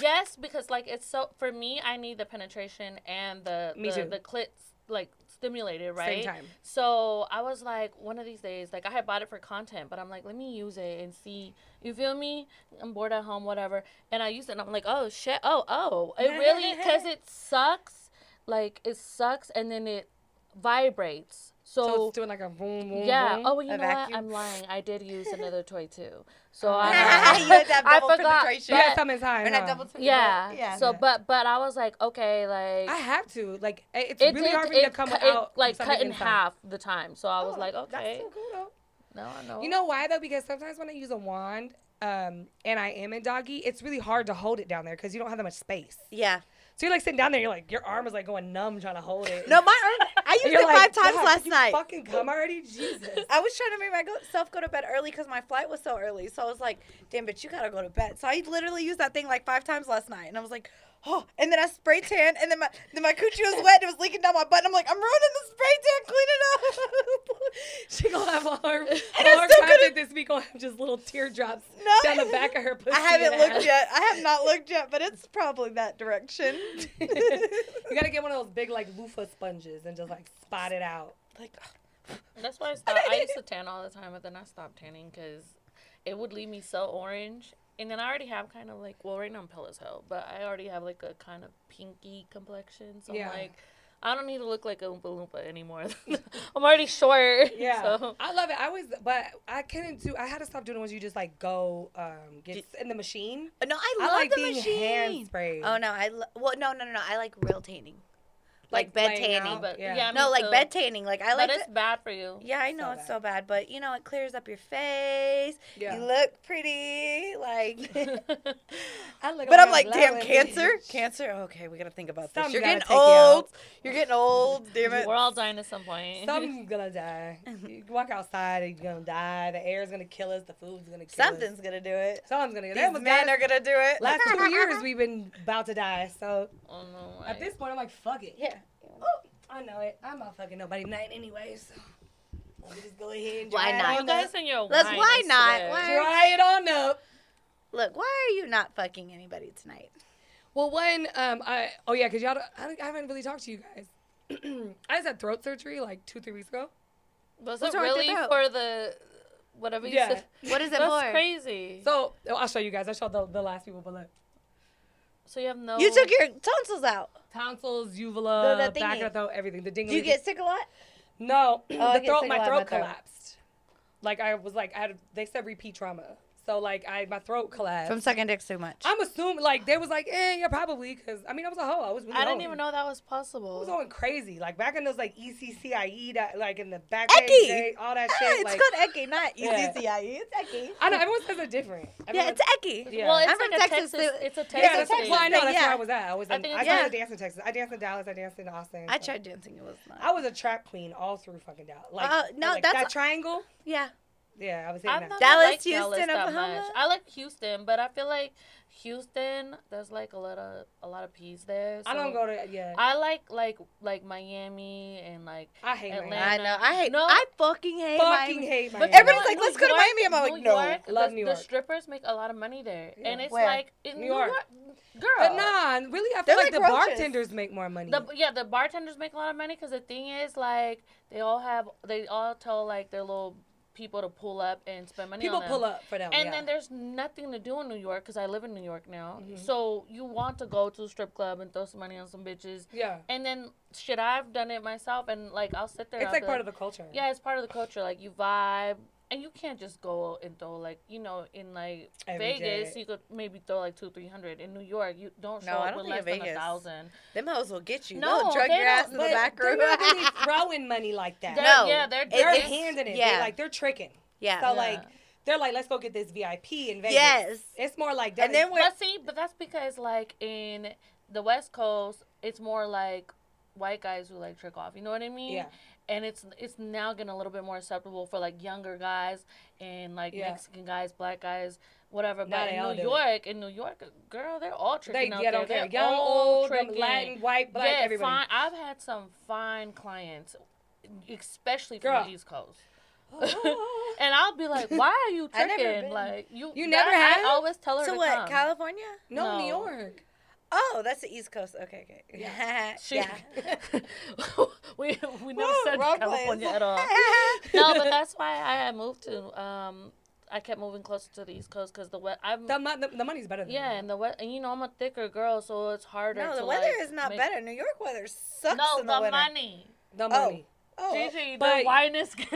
[SPEAKER 2] Yes, because like it's so for me, I need the penetration and the
[SPEAKER 1] Me
[SPEAKER 2] the,
[SPEAKER 1] too.
[SPEAKER 2] the clit like stimulated, right?
[SPEAKER 1] time.
[SPEAKER 2] So I was like, one of these days, like I had bought it for content, but I'm like, let me use it and see. You feel me? I'm bored at home, whatever. And I used it, and I'm like, oh shit, oh oh, it really because it sucks, like it sucks, and then it vibrates.
[SPEAKER 1] so
[SPEAKER 2] So.
[SPEAKER 1] it's doing like a boom boom.
[SPEAKER 2] yeah.
[SPEAKER 1] boom.
[SPEAKER 2] Oh, well, you
[SPEAKER 3] A
[SPEAKER 2] know
[SPEAKER 3] vacuum.
[SPEAKER 2] what? I'm lying. I did use another toy too. So
[SPEAKER 1] Oh. [laughs]
[SPEAKER 2] I,
[SPEAKER 3] you have to have
[SPEAKER 2] I
[SPEAKER 3] double
[SPEAKER 2] forgot.
[SPEAKER 3] penetration.
[SPEAKER 1] you
[SPEAKER 2] but-
[SPEAKER 1] got something high.
[SPEAKER 3] And I
[SPEAKER 1] huh?
[SPEAKER 3] double t-
[SPEAKER 2] yeah.
[SPEAKER 3] yeah.
[SPEAKER 2] So,
[SPEAKER 1] Yeah.
[SPEAKER 2] but but I was like, okay, like
[SPEAKER 1] I have to. Like it- it's
[SPEAKER 2] it
[SPEAKER 1] really
[SPEAKER 2] did
[SPEAKER 1] hard for me to
[SPEAKER 2] it
[SPEAKER 1] come
[SPEAKER 2] cut- it,
[SPEAKER 1] out
[SPEAKER 2] like
[SPEAKER 1] something
[SPEAKER 2] cut in
[SPEAKER 1] inside.
[SPEAKER 2] half the time. So I was
[SPEAKER 1] Oh,
[SPEAKER 2] like,
[SPEAKER 1] That's
[SPEAKER 2] okay,
[SPEAKER 1] so cool though.
[SPEAKER 2] no, I know.
[SPEAKER 1] You know why though? Because sometimes when I use a wand um, and I am in doggy, it's really hard to hold it down there because you don't have that much space.
[SPEAKER 3] Yeah.
[SPEAKER 1] So you're like sitting down there, you're like your arm is like going numb trying to hold it.
[SPEAKER 3] No, my arm.
[SPEAKER 1] And
[SPEAKER 3] I used
[SPEAKER 1] you're
[SPEAKER 3] it
[SPEAKER 1] like,
[SPEAKER 3] five times
[SPEAKER 1] "God,
[SPEAKER 3] last
[SPEAKER 1] can you
[SPEAKER 3] night.
[SPEAKER 1] Fucking [laughs] come already, Jesus.
[SPEAKER 3] I was trying to make myself go to bed early because my flight was so early. So I was like, damn, bitch, you gotta go to bed. So I literally used that thing like five times last night. And I was like, oh. And then I spray tan, and then my then my coochie was wet. It was leaking down my butt. And I'm like, I'm ruining the spray
[SPEAKER 1] [laughs]
[SPEAKER 3] tan. Clean
[SPEAKER 1] [laughs] She gonna have all [laughs] her,
[SPEAKER 3] And I
[SPEAKER 1] all her
[SPEAKER 3] still
[SPEAKER 1] content
[SPEAKER 3] couldn't-
[SPEAKER 1] this week gonna have just little teardrops
[SPEAKER 3] No.
[SPEAKER 1] down the back of [laughs] her pussy.
[SPEAKER 3] it up. I haven't
[SPEAKER 1] and
[SPEAKER 3] looked
[SPEAKER 1] ass.
[SPEAKER 3] yet. I have not looked yet, but it's probably
[SPEAKER 1] [laughs]
[SPEAKER 3] that direction.
[SPEAKER 1] You gotta get one of those big like loofah sponges and just like spot it out.
[SPEAKER 3] [laughs] like, oh.
[SPEAKER 2] That's
[SPEAKER 1] [laughs]
[SPEAKER 2] why I stopped. I used to tan all the time, but then I stopped tanning because it would leave me so orange. And then I already have kind of like, well, right now I'm pale as hell, but I already have like a kind of pinky complexion. So
[SPEAKER 1] Yeah.
[SPEAKER 2] I'm like, I don't need to look like a Oompa Loompa anymore. [laughs] I'm already short. [laughs]
[SPEAKER 1] Yeah,
[SPEAKER 2] So.
[SPEAKER 1] I love it. I was, but I couldn't do. I had to stop doing ones you just like go um get in the machine.
[SPEAKER 3] no, I
[SPEAKER 1] I
[SPEAKER 3] love
[SPEAKER 1] like
[SPEAKER 3] the
[SPEAKER 1] being
[SPEAKER 3] machine.
[SPEAKER 1] hand sprayed.
[SPEAKER 3] Oh no, I lo- well no no no no. I like real tanning, like, bed
[SPEAKER 1] laying
[SPEAKER 3] tanning.
[SPEAKER 1] out.
[SPEAKER 2] But
[SPEAKER 1] Yeah.
[SPEAKER 2] yeah, me
[SPEAKER 3] no, like
[SPEAKER 2] too.
[SPEAKER 3] bed tanning. Like I
[SPEAKER 2] But
[SPEAKER 3] like.
[SPEAKER 2] it's
[SPEAKER 3] to-
[SPEAKER 2] bad
[SPEAKER 3] [laughs]
[SPEAKER 2] for you. [laughs]
[SPEAKER 3] yeah, I
[SPEAKER 1] So
[SPEAKER 3] know it's
[SPEAKER 1] bad.
[SPEAKER 3] so bad, but you know it clears up your face.
[SPEAKER 1] Yeah.
[SPEAKER 3] You look pretty.
[SPEAKER 1] [laughs]
[SPEAKER 3] Like, [laughs]
[SPEAKER 1] I look
[SPEAKER 3] but I'm
[SPEAKER 1] around
[SPEAKER 3] like, damn,
[SPEAKER 1] glowing.
[SPEAKER 3] cancer,
[SPEAKER 1] [laughs]
[SPEAKER 3] cancer. Okay, we gotta think about this.
[SPEAKER 1] Something
[SPEAKER 3] You're
[SPEAKER 1] gotta
[SPEAKER 3] getting
[SPEAKER 1] take you out.
[SPEAKER 3] old. You're
[SPEAKER 1] [laughs]
[SPEAKER 3] getting old. Damn it.
[SPEAKER 2] We're all dying at some point.
[SPEAKER 1] Something's gonna die. You walk outside and you're gonna die. The air's gonna kill us. The food's gonna kill us.
[SPEAKER 3] Something's gonna do it.
[SPEAKER 1] Something's gonna. That
[SPEAKER 3] These
[SPEAKER 1] was
[SPEAKER 3] men are gonna do it. [laughs]
[SPEAKER 1] last two years we've been about to die. So
[SPEAKER 2] oh, no,
[SPEAKER 1] at
[SPEAKER 2] [laughs] I-
[SPEAKER 1] this point, I'm like, fuck it.
[SPEAKER 3] Yeah.
[SPEAKER 1] Oh, I know it. I'm not fucking nobody tonight anyways. Let me just go ahead and
[SPEAKER 3] Why
[SPEAKER 1] dry
[SPEAKER 3] not?
[SPEAKER 1] It
[SPEAKER 2] you
[SPEAKER 1] on up.
[SPEAKER 2] guys and your
[SPEAKER 3] Let's-
[SPEAKER 2] wine,
[SPEAKER 3] why
[SPEAKER 2] I
[SPEAKER 3] not?
[SPEAKER 2] swear.
[SPEAKER 3] Why-
[SPEAKER 1] Dry it on up.
[SPEAKER 3] Look, why are you not fucking anybody tonight?
[SPEAKER 1] Well, one, um, I oh yeah, cause y'all, don't, I, don't, I haven't really talked to you guys. [clears throat] I just had throat surgery like two, three weeks ago.
[SPEAKER 2] Was
[SPEAKER 3] What's
[SPEAKER 2] it
[SPEAKER 3] wrong with your
[SPEAKER 2] really
[SPEAKER 3] throat?
[SPEAKER 2] for the whatever you
[SPEAKER 1] Yeah.
[SPEAKER 2] said?
[SPEAKER 3] What is it
[SPEAKER 2] That's
[SPEAKER 3] for?
[SPEAKER 2] crazy. So,
[SPEAKER 1] So oh, I'll show you guys. I showed the, the last people below.
[SPEAKER 2] you have no.
[SPEAKER 3] You took your tonsils out.
[SPEAKER 1] Tonsils, uvula,
[SPEAKER 3] The- the
[SPEAKER 1] back of
[SPEAKER 3] thingy.
[SPEAKER 1] the throat, everything. The dingling.
[SPEAKER 3] Do you get sick a lot?
[SPEAKER 1] no? [clears throat]
[SPEAKER 3] I
[SPEAKER 1] the
[SPEAKER 3] get
[SPEAKER 1] throat,
[SPEAKER 3] sick a
[SPEAKER 1] my
[SPEAKER 3] lot,
[SPEAKER 1] throat
[SPEAKER 3] my throat.
[SPEAKER 1] collapsed. Like I was like I had. They said repeat trauma. So like I my throat collapsed.
[SPEAKER 3] From sucking dicks too much.
[SPEAKER 1] I'm assuming like they was like eh yeah probably because I mean I was a hoe I was really
[SPEAKER 2] I didn't
[SPEAKER 1] hoeing.
[SPEAKER 2] even know that was
[SPEAKER 1] I was
[SPEAKER 2] possible.
[SPEAKER 1] going crazy like back in those like E ECCIE that like in the back
[SPEAKER 3] Ecky!
[SPEAKER 1] days, they- all that
[SPEAKER 3] Yeah,
[SPEAKER 1] shit
[SPEAKER 3] [laughs] it's
[SPEAKER 1] like
[SPEAKER 3] called Eki, not E
[SPEAKER 1] Yeah.
[SPEAKER 3] ECCIE. It's Eki.
[SPEAKER 1] I know everyone says they're different.
[SPEAKER 3] Yeah,
[SPEAKER 1] Everyone-
[SPEAKER 3] it's Eki.
[SPEAKER 1] Yeah.
[SPEAKER 2] Well, it's
[SPEAKER 3] I'm
[SPEAKER 2] like
[SPEAKER 3] from
[SPEAKER 2] a
[SPEAKER 3] Texas,
[SPEAKER 2] Texas.
[SPEAKER 3] so-
[SPEAKER 2] It's a Texas.
[SPEAKER 1] Yeah,
[SPEAKER 3] Texas
[SPEAKER 1] that's
[SPEAKER 2] thing.
[SPEAKER 1] why I know.
[SPEAKER 3] thing,
[SPEAKER 1] That's
[SPEAKER 3] yeah.
[SPEAKER 1] where I was at. I was in,
[SPEAKER 2] I
[SPEAKER 1] I,
[SPEAKER 2] think-
[SPEAKER 1] started
[SPEAKER 3] yeah.
[SPEAKER 1] dancing in Texas. I danced in Dallas. I danced in Austin.
[SPEAKER 3] I
[SPEAKER 1] so.
[SPEAKER 3] tried dancing. It was not.
[SPEAKER 1] I was a trap queen all through fucking Dallas. Like,
[SPEAKER 3] Uh, no,
[SPEAKER 1] like,
[SPEAKER 3] that's-
[SPEAKER 1] that triangle.
[SPEAKER 3] yeah.
[SPEAKER 1] Yeah, I was
[SPEAKER 2] I've
[SPEAKER 1] hitting that.
[SPEAKER 2] never
[SPEAKER 3] Dallas,
[SPEAKER 2] liked
[SPEAKER 3] Houston,
[SPEAKER 2] that
[SPEAKER 3] Oklahoma.
[SPEAKER 2] much. I like Houston, but I feel like Houston, there's like a lot of a lot of peas there.
[SPEAKER 1] I don't
[SPEAKER 2] so-
[SPEAKER 1] go to. Yeah, I,
[SPEAKER 2] I like like like Miami and like
[SPEAKER 1] hate
[SPEAKER 2] Atlanta.
[SPEAKER 1] Miami.
[SPEAKER 3] I know. I hate.
[SPEAKER 2] No.
[SPEAKER 3] I fucking hate.
[SPEAKER 1] Fucking
[SPEAKER 3] Miami.
[SPEAKER 1] hate
[SPEAKER 2] But
[SPEAKER 1] Miami.
[SPEAKER 2] you know
[SPEAKER 3] Everybody's
[SPEAKER 2] what?
[SPEAKER 3] like, "Let's go to Miami." I'm like,
[SPEAKER 2] New
[SPEAKER 3] "No."
[SPEAKER 2] York,
[SPEAKER 1] Love
[SPEAKER 2] the,
[SPEAKER 1] New
[SPEAKER 2] The
[SPEAKER 1] York.
[SPEAKER 2] strippers make a lot of money there,
[SPEAKER 1] Yeah.
[SPEAKER 2] and it's
[SPEAKER 3] Where?
[SPEAKER 2] like
[SPEAKER 1] New
[SPEAKER 2] in New,
[SPEAKER 1] York.
[SPEAKER 2] York. girl.
[SPEAKER 1] but nah, really, I
[SPEAKER 3] They're
[SPEAKER 1] feel like,
[SPEAKER 3] like
[SPEAKER 1] the
[SPEAKER 3] roaches.
[SPEAKER 1] bartenders make more money.
[SPEAKER 2] The, yeah, the bartenders make a lot of money because the thing is, like, they all have, they all tell like their little people to pull up and spend money.
[SPEAKER 1] People
[SPEAKER 2] on them.
[SPEAKER 1] pull up for them. yeah.
[SPEAKER 2] And
[SPEAKER 1] Mm-hmm.
[SPEAKER 2] then there's nothing to do in New York because I live in New York now. So you want to go to a strip club and throw some money on some bitches.
[SPEAKER 1] yeah,
[SPEAKER 2] And then shit, I've done it myself, and like I'll sit there.
[SPEAKER 1] it's
[SPEAKER 2] I'll
[SPEAKER 1] like
[SPEAKER 2] be
[SPEAKER 1] part of the culture.
[SPEAKER 2] Yeah, it's part of the culture. Like you vibe, and you can't just go and throw like you know in like
[SPEAKER 1] Every
[SPEAKER 2] Vegas
[SPEAKER 1] jet.
[SPEAKER 2] you could maybe throw like two three hundred in New York you don't show
[SPEAKER 3] No, I
[SPEAKER 2] up
[SPEAKER 3] don't
[SPEAKER 2] with
[SPEAKER 3] think in
[SPEAKER 2] less than a
[SPEAKER 3] Vegas.
[SPEAKER 2] thousand.
[SPEAKER 3] Them hoes will get you.
[SPEAKER 2] No,
[SPEAKER 3] They'll drug
[SPEAKER 2] they
[SPEAKER 3] your ass
[SPEAKER 2] don't-
[SPEAKER 3] in the
[SPEAKER 1] But
[SPEAKER 3] back
[SPEAKER 1] they're
[SPEAKER 3] room.
[SPEAKER 1] not
[SPEAKER 3] [laughs]
[SPEAKER 1] really throwing money like that.
[SPEAKER 2] They're-
[SPEAKER 3] No,
[SPEAKER 2] yeah, they're
[SPEAKER 1] they're
[SPEAKER 3] it's-
[SPEAKER 1] handing it.
[SPEAKER 3] Yeah,
[SPEAKER 1] They're like they're tricking.
[SPEAKER 3] yeah.
[SPEAKER 1] So
[SPEAKER 2] Yeah.
[SPEAKER 1] like they're like, let's go get this VIP in Vegas.
[SPEAKER 3] yes.
[SPEAKER 1] It's more like that.
[SPEAKER 3] And then we're
[SPEAKER 2] But see, but that's because like in the West Coast, it's more like white guys who like trick off. You know what I mean?
[SPEAKER 1] Yeah.
[SPEAKER 2] And it's it's now getting a little bit more acceptable for like younger guys and like
[SPEAKER 1] Yeah.
[SPEAKER 2] Mexican guys, black guys, whatever.
[SPEAKER 1] Now
[SPEAKER 2] But
[SPEAKER 1] they all
[SPEAKER 2] in
[SPEAKER 1] do it.
[SPEAKER 2] New York, in New York, girl, they're all
[SPEAKER 1] they
[SPEAKER 2] tricking out
[SPEAKER 1] yeah,
[SPEAKER 2] there.
[SPEAKER 1] don't care.
[SPEAKER 2] They're
[SPEAKER 1] Young,
[SPEAKER 2] all
[SPEAKER 1] old,
[SPEAKER 2] tricking.
[SPEAKER 1] Latin, white, black,
[SPEAKER 2] yeah,
[SPEAKER 1] everybody.
[SPEAKER 2] fine. I've had some fine clients, especially from
[SPEAKER 1] Girl.
[SPEAKER 2] the East Coast.
[SPEAKER 1] [laughs]
[SPEAKER 3] [laughs]
[SPEAKER 2] and I'll be like, "Why are you
[SPEAKER 3] I've never
[SPEAKER 2] tricking?
[SPEAKER 3] been.
[SPEAKER 2] Like you,
[SPEAKER 1] You
[SPEAKER 2] that-
[SPEAKER 1] never have?
[SPEAKER 2] I always tell her
[SPEAKER 3] so
[SPEAKER 2] to
[SPEAKER 3] what?
[SPEAKER 2] come.
[SPEAKER 3] California?
[SPEAKER 1] no, New
[SPEAKER 2] No.
[SPEAKER 1] York.
[SPEAKER 3] Oh, that's the East Coast. Okay, okay. [laughs] Yeah.
[SPEAKER 2] She, [laughs] we we never
[SPEAKER 3] Woo,
[SPEAKER 2] said
[SPEAKER 3] wrong
[SPEAKER 2] California
[SPEAKER 3] place. [laughs]
[SPEAKER 2] at all. No, but
[SPEAKER 1] [laughs]
[SPEAKER 2] that's why I had moved to. Um, I kept moving closer to the East Coast because the wet. I'm
[SPEAKER 1] The, mo- the, the money's better than
[SPEAKER 2] yeah,
[SPEAKER 1] that.
[SPEAKER 2] and the wet, and you know I'm a thicker girl, so it's harder.
[SPEAKER 3] no, the
[SPEAKER 2] to,
[SPEAKER 3] weather
[SPEAKER 2] like,
[SPEAKER 3] is not
[SPEAKER 2] make-
[SPEAKER 3] better. New York weather sucks
[SPEAKER 2] No,
[SPEAKER 3] in the,
[SPEAKER 2] the
[SPEAKER 3] winter.
[SPEAKER 2] money.
[SPEAKER 1] The money.
[SPEAKER 3] Oh.
[SPEAKER 2] Gigi, the
[SPEAKER 1] But-
[SPEAKER 2] wine is.
[SPEAKER 3] [laughs] it's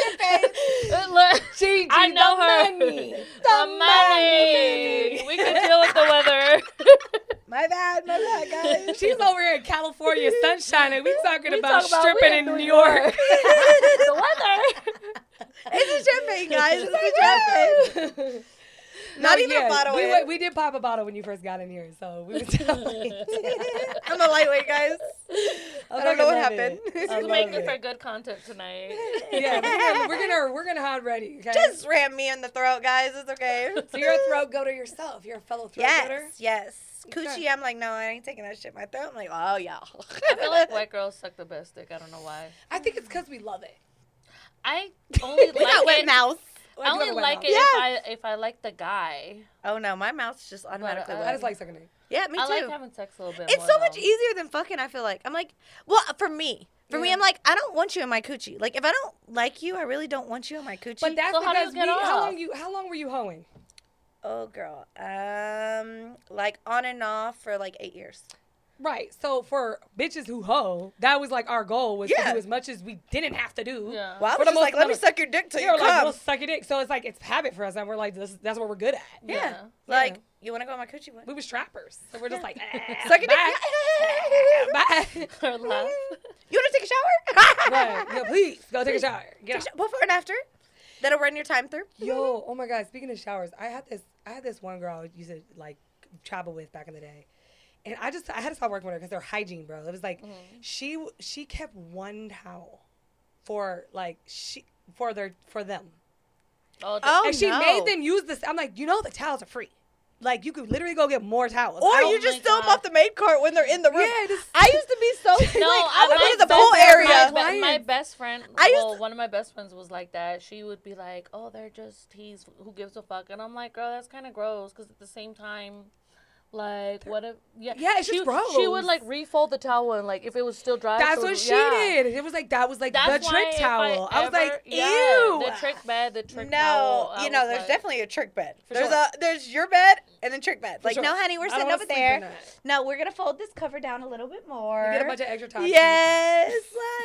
[SPEAKER 3] your face.
[SPEAKER 2] [laughs] Look,
[SPEAKER 1] Gigi,
[SPEAKER 2] I
[SPEAKER 1] the
[SPEAKER 2] know her.
[SPEAKER 1] money.
[SPEAKER 2] [laughs] the money. We can deal with the weather.
[SPEAKER 3] [laughs] My bad, my bad,
[SPEAKER 1] [laughs]
[SPEAKER 3] guys.
[SPEAKER 1] She's over here in California, sunshine, and we talking
[SPEAKER 2] [laughs] We
[SPEAKER 1] about
[SPEAKER 2] talk about- we
[SPEAKER 1] stripping
[SPEAKER 2] in
[SPEAKER 1] in
[SPEAKER 2] New
[SPEAKER 1] New [laughs] York.
[SPEAKER 2] [laughs] the weather.
[SPEAKER 3] [laughs] It's a champagne, guys. It's a champagne. Not even a bottle
[SPEAKER 1] We,
[SPEAKER 3] in.
[SPEAKER 1] went- we did pop a bottle when you first got in here, so we were [laughs]
[SPEAKER 2] [laughs]
[SPEAKER 1] telling.
[SPEAKER 3] I'm a lightweight, guys. I don't know what happened.
[SPEAKER 2] This is
[SPEAKER 1] love
[SPEAKER 2] making
[SPEAKER 1] it.
[SPEAKER 2] for good content
[SPEAKER 3] [laughs]
[SPEAKER 2] tonight.
[SPEAKER 1] yeah, we're gonna we're gonna, we're gonna hide ready. Okay?
[SPEAKER 3] [laughs] Just ram me in the throat, guys. It's okay.
[SPEAKER 1] so you're a throat goater yourself. You're a fellow throat goater.
[SPEAKER 3] [laughs] yes, yes.
[SPEAKER 1] Okay.
[SPEAKER 3] Coochie, I'm like, no, I ain't taking that shit in my throat. I'm like, oh, yeah. [laughs]
[SPEAKER 2] I feel like white girls suck the best dick. I don't know why.
[SPEAKER 1] I think it's because we love it.
[SPEAKER 3] [laughs]
[SPEAKER 2] I only like
[SPEAKER 3] we got wet
[SPEAKER 2] it.
[SPEAKER 3] mouths.
[SPEAKER 2] I only like it
[SPEAKER 3] Yes.
[SPEAKER 2] if I if I like the guy.
[SPEAKER 3] Oh, no, my mouth's just automatically
[SPEAKER 2] uh,
[SPEAKER 1] I
[SPEAKER 3] wet.
[SPEAKER 1] just like sucking it.
[SPEAKER 3] yeah, me
[SPEAKER 2] I
[SPEAKER 3] too.
[SPEAKER 2] like having sex a little bit.
[SPEAKER 3] it's
[SPEAKER 2] more,
[SPEAKER 3] so much
[SPEAKER 2] though.
[SPEAKER 3] easier than fucking, I feel like. I'm like, well, for me. For me,
[SPEAKER 1] Yeah.
[SPEAKER 3] I'm like, I don't want you in my coochie. Like, if I don't like you, I really don't want you in my coochie.
[SPEAKER 1] But that's
[SPEAKER 2] So how do you
[SPEAKER 1] because
[SPEAKER 2] get
[SPEAKER 1] we, how
[SPEAKER 2] off?
[SPEAKER 1] long you how long were you hoeing?
[SPEAKER 3] Oh girl. Um like on and off for like 8 years.
[SPEAKER 1] Right. So for bitches who hoe, that was like our goal was
[SPEAKER 3] Yeah.
[SPEAKER 1] to do as much as we didn't have to do.
[SPEAKER 2] Yeah.
[SPEAKER 3] Well, I
[SPEAKER 1] Uh, For
[SPEAKER 3] was
[SPEAKER 1] the
[SPEAKER 3] just
[SPEAKER 1] most
[SPEAKER 3] like, let me
[SPEAKER 1] amount of-
[SPEAKER 3] suck your dick till
[SPEAKER 1] They
[SPEAKER 3] you
[SPEAKER 1] were like,
[SPEAKER 3] come.
[SPEAKER 1] we'll suck your dick. So it's like it's habit for us, and we're like, this, that's what we're good at.
[SPEAKER 3] yeah.
[SPEAKER 2] Yeah.
[SPEAKER 3] Like,
[SPEAKER 1] Yeah.
[SPEAKER 3] you want to go on my coochie one?
[SPEAKER 1] We was trappers, so we're
[SPEAKER 3] [laughs]
[SPEAKER 1] just like, "Ah,
[SPEAKER 3] Suck your dick.
[SPEAKER 1] bye, bye.
[SPEAKER 2] [laughs]
[SPEAKER 1] [laughs]
[SPEAKER 2] Or laugh.
[SPEAKER 3] [laughs] you want to take a shower?
[SPEAKER 1] right.
[SPEAKER 3] [laughs]
[SPEAKER 1] Yeah, please go take a shower. Get
[SPEAKER 3] Take a
[SPEAKER 1] out.
[SPEAKER 3] sho- Before and after? That'll run your time through.
[SPEAKER 1] Yo, oh my god! Speaking of showers, I had this. I had this one girl I used to like travel with back in the day, and I just I had to stop working with her because her hygiene, bro. It was like she w- she kept one towel for like she for their for them,
[SPEAKER 2] All day.
[SPEAKER 3] Oh,
[SPEAKER 1] and she
[SPEAKER 3] no.
[SPEAKER 1] made them use this. I'm like, you know, the towels are free. Like you could literally go get more towels.
[SPEAKER 3] Or
[SPEAKER 1] I don't-
[SPEAKER 3] you just
[SPEAKER 2] my
[SPEAKER 3] throw them
[SPEAKER 2] God.
[SPEAKER 3] off the maid cart when they're in the room.
[SPEAKER 1] Yeah, just-
[SPEAKER 3] I used to be so
[SPEAKER 1] [laughs]
[SPEAKER 3] [laughs] like,
[SPEAKER 2] No,
[SPEAKER 3] I
[SPEAKER 2] I
[SPEAKER 3] would
[SPEAKER 2] like
[SPEAKER 3] go to the
[SPEAKER 2] so
[SPEAKER 3] pool
[SPEAKER 2] bad.
[SPEAKER 3] area.
[SPEAKER 2] My, be- my
[SPEAKER 1] Clients.
[SPEAKER 2] best friend,
[SPEAKER 3] I used
[SPEAKER 2] well,
[SPEAKER 3] to-
[SPEAKER 2] one of my best friends was like that. She would be like, "Oh, they're just teased. Who gives a fuck?" And I'm like, "Girl, that's kind of gross." Because at the same time, like, what if? Yeah,
[SPEAKER 1] Yeah, it's
[SPEAKER 2] she,
[SPEAKER 1] just gross.
[SPEAKER 2] She would like refold the towel and like if it was still dry.
[SPEAKER 1] That's
[SPEAKER 2] so-
[SPEAKER 1] what she
[SPEAKER 2] yeah.
[SPEAKER 1] did. It was like that was like
[SPEAKER 2] That's
[SPEAKER 1] the trick
[SPEAKER 2] why if
[SPEAKER 1] towel. I, was
[SPEAKER 2] ever-
[SPEAKER 1] like,
[SPEAKER 2] yeah,
[SPEAKER 1] ew.
[SPEAKER 2] the trick bed, the trick
[SPEAKER 3] no,
[SPEAKER 2] towel. I
[SPEAKER 3] you know,
[SPEAKER 2] was
[SPEAKER 3] there's
[SPEAKER 2] like-
[SPEAKER 3] definitely a trick bed.
[SPEAKER 1] For
[SPEAKER 3] There's
[SPEAKER 1] sure.
[SPEAKER 3] a there's your bed and then trick bed. Like,
[SPEAKER 1] sure.
[SPEAKER 3] no, honey,
[SPEAKER 1] I
[SPEAKER 3] we're
[SPEAKER 1] don't
[SPEAKER 3] sitting
[SPEAKER 1] wanna
[SPEAKER 3] over
[SPEAKER 1] sleep in
[SPEAKER 3] there.
[SPEAKER 1] that.
[SPEAKER 3] No, we're gonna fold this cover down a little bit more.
[SPEAKER 1] You get a bunch of extra time.
[SPEAKER 3] Yes,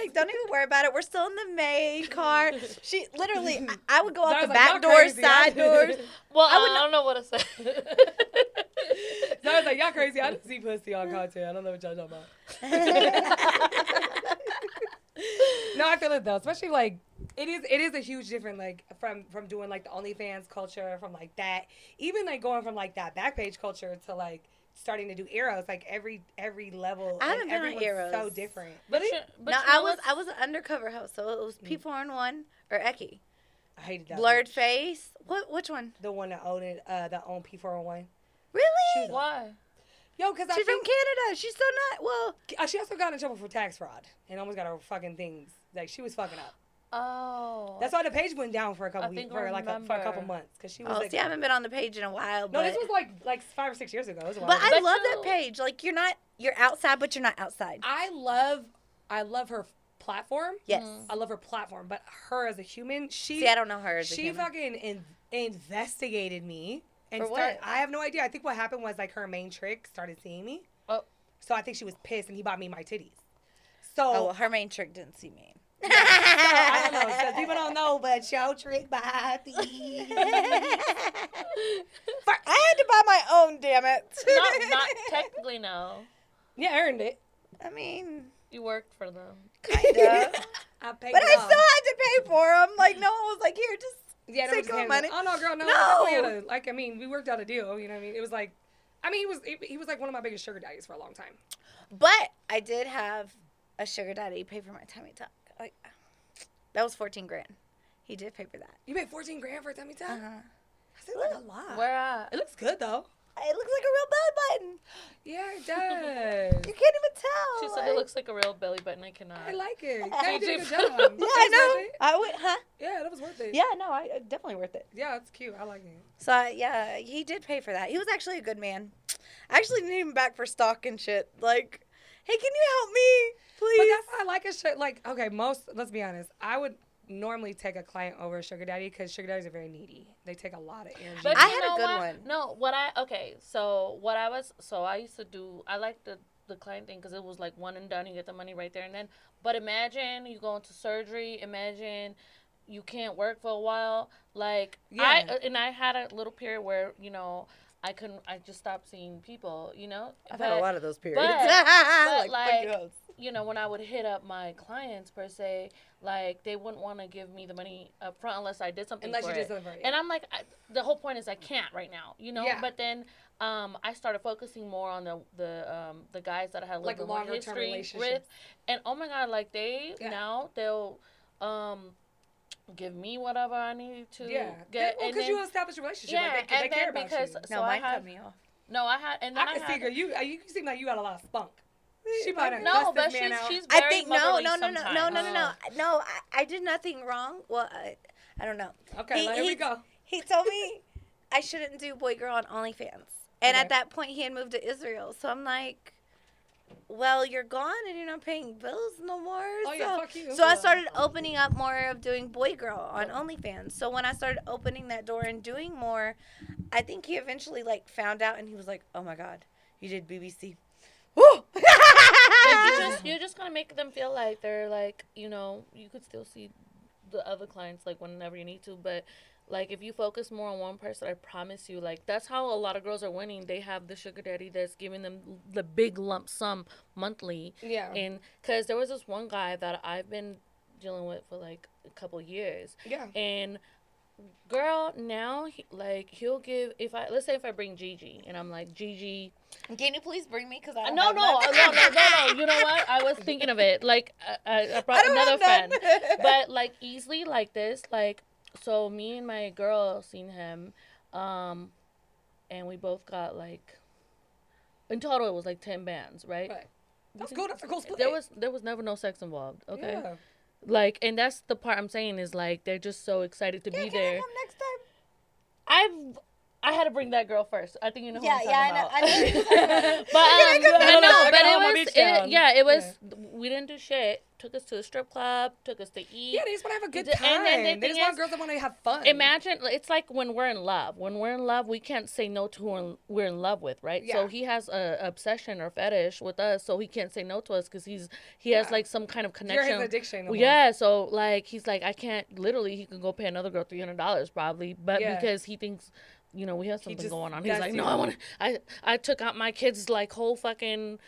[SPEAKER 3] like don't
[SPEAKER 1] [laughs]
[SPEAKER 3] even worry about it. We're still in the maid car. She literally, I, I would go out
[SPEAKER 1] Zara's
[SPEAKER 3] the
[SPEAKER 1] like,
[SPEAKER 3] back
[SPEAKER 1] "Y'all
[SPEAKER 3] doors,
[SPEAKER 1] crazy.
[SPEAKER 3] side doors.
[SPEAKER 2] Well, I,
[SPEAKER 3] would not-
[SPEAKER 2] don't know what to say.
[SPEAKER 1] So I was like, y'all crazy. I didn't see pussy on content. I don't know what y'all talking about. [laughs] No, I feel it though. Especially like it is it is a huge difference like from from doing like the OnlyFans culture from like that. Even like going from like that backpage culture to like starting to do arrows, like every every level.
[SPEAKER 3] I haven't
[SPEAKER 1] and
[SPEAKER 3] been on
[SPEAKER 1] everyone's so
[SPEAKER 3] Eros.
[SPEAKER 1] different.
[SPEAKER 2] but you-
[SPEAKER 3] [laughs]
[SPEAKER 2] but
[SPEAKER 3] no,
[SPEAKER 2] you
[SPEAKER 3] I
[SPEAKER 2] know
[SPEAKER 3] was
[SPEAKER 2] what's-
[SPEAKER 3] I was an undercover host, so it was
[SPEAKER 1] Hmm.
[SPEAKER 3] P four and one or Eki.
[SPEAKER 1] I hated that.
[SPEAKER 3] Blurred
[SPEAKER 1] bitch.
[SPEAKER 3] face. What? Which one?
[SPEAKER 1] The one that owned it, uh that owned P four oh one.
[SPEAKER 3] Really?
[SPEAKER 1] She's
[SPEAKER 2] why?
[SPEAKER 1] Yo, cause I
[SPEAKER 3] She's from
[SPEAKER 1] think
[SPEAKER 3] Canada. She's so not well.
[SPEAKER 1] uh, she also got in trouble for tax fraud and almost got her fucking things. Like she was fucking up.
[SPEAKER 2] Oh,
[SPEAKER 1] That's why the page went down for a couple
[SPEAKER 2] I
[SPEAKER 1] weeks,
[SPEAKER 2] think I
[SPEAKER 1] for like a, for a couple
[SPEAKER 2] remember.
[SPEAKER 1] months, cause she was
[SPEAKER 3] Oh,
[SPEAKER 1] like,
[SPEAKER 3] see, I haven't been on the page in a while.
[SPEAKER 1] no,
[SPEAKER 3] but,
[SPEAKER 1] this was like like five or six years ago. It was a while
[SPEAKER 3] But
[SPEAKER 1] ago.
[SPEAKER 3] I
[SPEAKER 2] But
[SPEAKER 3] love that
[SPEAKER 2] you-
[SPEAKER 3] page. Like you're not you're outside, but you're not outside.
[SPEAKER 1] I love I love her platform. Mm.
[SPEAKER 3] Yes.
[SPEAKER 1] I love her platform, but her as a human, she
[SPEAKER 3] See, I don't know her as a
[SPEAKER 1] she
[SPEAKER 3] human.
[SPEAKER 1] fucking in, investigated me and
[SPEAKER 3] For
[SPEAKER 1] start-
[SPEAKER 3] what?
[SPEAKER 1] I have no idea. I think what happened was like her main trick started seeing me.
[SPEAKER 2] Oh.
[SPEAKER 1] So I think she was pissed and he bought me my titties. So
[SPEAKER 3] [laughs] oh, well, her main Oh, trick didn't see me.
[SPEAKER 1] I don't know. So people
[SPEAKER 3] [laughs]
[SPEAKER 1] don't know, but y'all trick by thieves.
[SPEAKER 2] [laughs]
[SPEAKER 3] For- I had to buy my own, damn it.
[SPEAKER 2] not, not technically, no.
[SPEAKER 1] [laughs] Yeah, I earned it.
[SPEAKER 3] [laughs] I mean,
[SPEAKER 2] You worked for them.
[SPEAKER 3] [laughs] yeah.
[SPEAKER 1] I paid
[SPEAKER 3] but
[SPEAKER 1] it
[SPEAKER 3] I still
[SPEAKER 1] off.
[SPEAKER 3] had to pay for them. Like, no one was like, here, just.
[SPEAKER 1] yeah,
[SPEAKER 3] take
[SPEAKER 1] no, just
[SPEAKER 3] my
[SPEAKER 1] handed-
[SPEAKER 3] money.
[SPEAKER 1] Oh no, girl, no.
[SPEAKER 3] No.
[SPEAKER 1] We had a, like I mean, we worked out a deal. You know what I mean? It was like, I mean, he was he, he was like one of my biggest sugar daddies for a long time.
[SPEAKER 3] [laughs] But I did have a sugar daddy pay for my tummy tuck. Like, that was fourteen grand. He did pay for that.
[SPEAKER 1] You paid fourteen grand for a tummy tuck.
[SPEAKER 3] Uh-huh.
[SPEAKER 1] I said like a lot.
[SPEAKER 2] Where at?
[SPEAKER 1] It looks good though.
[SPEAKER 3] It looks like a real belly button.
[SPEAKER 1] Yeah, it does.
[SPEAKER 3] [laughs] You can't even tell.
[SPEAKER 2] She said it looks like a real belly button. I cannot.
[SPEAKER 1] I like it. Yeah, you did a good
[SPEAKER 2] Gigi
[SPEAKER 1] job. It
[SPEAKER 3] Yeah,
[SPEAKER 1] was
[SPEAKER 3] I know.
[SPEAKER 1] worth it.
[SPEAKER 3] I would, huh?
[SPEAKER 1] Yeah, that was worth it.
[SPEAKER 3] Yeah, no, I uh, definitely worth it.
[SPEAKER 1] yeah, it's cute. I like it.
[SPEAKER 3] So I, yeah, he did pay for that. He was actually a good man. I actually need him back for stock and shit. Like, hey, can you help me,
[SPEAKER 1] But
[SPEAKER 3] please?
[SPEAKER 1] that's why I like a sugar. Like, okay, most. Let's be honest. I would normally take a client over a sugar daddy because sugar daddies are very needy. They take a lot of energy.
[SPEAKER 2] But
[SPEAKER 3] I
[SPEAKER 2] you
[SPEAKER 3] had a
[SPEAKER 2] know
[SPEAKER 3] good
[SPEAKER 2] what?
[SPEAKER 3] one.
[SPEAKER 2] No, what I okay. So what I was so I used to do. I like the the client thing because it was like one and done. You get the money right there and then. But imagine you go into surgery. Imagine you can't work for a while. Like
[SPEAKER 1] Yeah.
[SPEAKER 2] I uh, and I had a little period where you know I couldn't. I just stopped seeing people. You know. But-
[SPEAKER 3] of those
[SPEAKER 2] but,
[SPEAKER 3] [laughs] Like, fuck you
[SPEAKER 2] like,
[SPEAKER 3] hoes.
[SPEAKER 2] you know, when I would hit up my clients per se, like they wouldn't want to give me the money up front unless I did something.
[SPEAKER 1] Unless
[SPEAKER 2] for
[SPEAKER 1] you did
[SPEAKER 2] it.
[SPEAKER 1] something for it,
[SPEAKER 2] And
[SPEAKER 1] yeah.
[SPEAKER 2] I'm like, I, the whole point is I can't right now, you know.
[SPEAKER 1] Yeah.
[SPEAKER 2] But then um, I started focusing more on the the um, the guys that I had a little
[SPEAKER 1] Like
[SPEAKER 2] bit more
[SPEAKER 1] longer-term
[SPEAKER 2] history with,
[SPEAKER 1] relationships.
[SPEAKER 2] and oh my god, like they
[SPEAKER 1] Yeah.
[SPEAKER 2] now they'll. Um, give me whatever I need to
[SPEAKER 1] yeah,
[SPEAKER 2] get.
[SPEAKER 1] because
[SPEAKER 2] and then-
[SPEAKER 1] you establish a relationship.
[SPEAKER 2] yeah,
[SPEAKER 1] like they, they
[SPEAKER 2] and
[SPEAKER 1] care
[SPEAKER 2] then
[SPEAKER 1] about
[SPEAKER 2] because
[SPEAKER 1] you.
[SPEAKER 2] so
[SPEAKER 3] no,
[SPEAKER 2] I
[SPEAKER 3] mine
[SPEAKER 2] had
[SPEAKER 3] cut me off.
[SPEAKER 2] no, I had and then I,
[SPEAKER 1] I can
[SPEAKER 2] had,
[SPEAKER 1] see girl. You uh, you seem like you got a lot of spunk. She
[SPEAKER 3] Like,
[SPEAKER 1] probably done
[SPEAKER 2] No,
[SPEAKER 1] cussed
[SPEAKER 2] but
[SPEAKER 1] this
[SPEAKER 2] she's
[SPEAKER 1] man out.
[SPEAKER 2] she's very
[SPEAKER 3] I think no,
[SPEAKER 2] motherly
[SPEAKER 3] no, no, no, no, no, no, no,
[SPEAKER 2] sometimes.
[SPEAKER 3] no. I, I did nothing wrong. Well, I, I don't know.
[SPEAKER 1] Okay,
[SPEAKER 3] He-
[SPEAKER 1] well, here
[SPEAKER 3] he-
[SPEAKER 1] we go.
[SPEAKER 3] He told me I shouldn't do boy girl on OnlyFans, and
[SPEAKER 1] Okay.
[SPEAKER 3] at that point he had moved to Israel. So I'm like, well, you're gone and you're not paying bills no more.
[SPEAKER 1] Oh
[SPEAKER 3] so.
[SPEAKER 1] yeah, fuck you.
[SPEAKER 3] So I started opening up more of doing boy girl on OnlyFans. So when I started opening that door and doing more, I think he eventually like found out and he was like, "Oh my god, you did BBC."
[SPEAKER 2] [laughs]
[SPEAKER 3] Woo!
[SPEAKER 2] Like,
[SPEAKER 3] [laughs]
[SPEAKER 2] you just you're just gonna make them feel like they're like you know you could still see the other clients like whenever you need to, but like if you focus more on one person, I promise you like that's how a lot of girls are winning. They have the sugar daddy that's giving them the big lump sum monthly,
[SPEAKER 1] Yeah.
[SPEAKER 2] and because there was this one guy that I've been dealing with for like a couple years,
[SPEAKER 1] Yeah.
[SPEAKER 2] and girl now he, like he'll give if i let's say if i bring gigi and i'm like gigi
[SPEAKER 3] Can you please bring me? Cause I
[SPEAKER 2] Uh,
[SPEAKER 3] don't
[SPEAKER 2] no
[SPEAKER 3] have
[SPEAKER 2] no,
[SPEAKER 3] none.
[SPEAKER 2] no no no no you know what i was thinking of it like i, I-
[SPEAKER 3] [laughs] [laughs]
[SPEAKER 2] I
[SPEAKER 3] I
[SPEAKER 2] brought
[SPEAKER 3] don't
[SPEAKER 2] another
[SPEAKER 3] have
[SPEAKER 2] friend
[SPEAKER 3] none.
[SPEAKER 2] but like easily like this like so me and my girl seen him um and we both got like in total it was like 10 bands right,
[SPEAKER 1] Right. That's cool. That's a cool split.
[SPEAKER 2] there was there was never no sex involved okay
[SPEAKER 1] Yeah.
[SPEAKER 2] like and that's the part i'm saying is like they're just so excited to
[SPEAKER 3] Yeah,
[SPEAKER 2] be
[SPEAKER 3] can I
[SPEAKER 2] there
[SPEAKER 3] come next time?
[SPEAKER 2] I've I had to bring that girl first. I think you know who
[SPEAKER 3] Yeah,
[SPEAKER 2] I'm
[SPEAKER 3] yeah, I
[SPEAKER 2] talking
[SPEAKER 3] know. I
[SPEAKER 2] about.
[SPEAKER 3] know.
[SPEAKER 2] but um,
[SPEAKER 3] Can I come
[SPEAKER 2] I
[SPEAKER 1] down?
[SPEAKER 2] know,
[SPEAKER 1] I
[SPEAKER 2] but
[SPEAKER 1] gotta
[SPEAKER 2] it
[SPEAKER 1] hold my
[SPEAKER 2] was
[SPEAKER 1] bitch
[SPEAKER 2] it,
[SPEAKER 1] down.
[SPEAKER 2] yeah, it was. We didn't do shit. Took us to a strip club. Took us to eat.
[SPEAKER 1] Yeah, they just want to have a good
[SPEAKER 2] And then
[SPEAKER 1] time.
[SPEAKER 2] the
[SPEAKER 1] they
[SPEAKER 2] thing
[SPEAKER 1] just want
[SPEAKER 2] is,
[SPEAKER 1] girls that want to have fun.
[SPEAKER 2] Imagine it's like when we're in love. When we're in love, we can't say no to who we're- we're in love with, right? So
[SPEAKER 1] Yeah.
[SPEAKER 2] he has a obsession or fetish with us, so he can't say no to us because he's he has
[SPEAKER 1] Yeah.
[SPEAKER 2] like some kind of
[SPEAKER 1] You're
[SPEAKER 2] connection.
[SPEAKER 1] his addiction.
[SPEAKER 2] Well,
[SPEAKER 1] almost.
[SPEAKER 2] yeah, so like he's like I can't literally he can go pay another girl three hundred dollars probably, but
[SPEAKER 1] Yeah.
[SPEAKER 2] because he thinks you know we have something
[SPEAKER 1] just-
[SPEAKER 2] going on, he's
[SPEAKER 1] that's
[SPEAKER 2] like no
[SPEAKER 1] it.
[SPEAKER 2] I want to I I took out my kids like whole fucking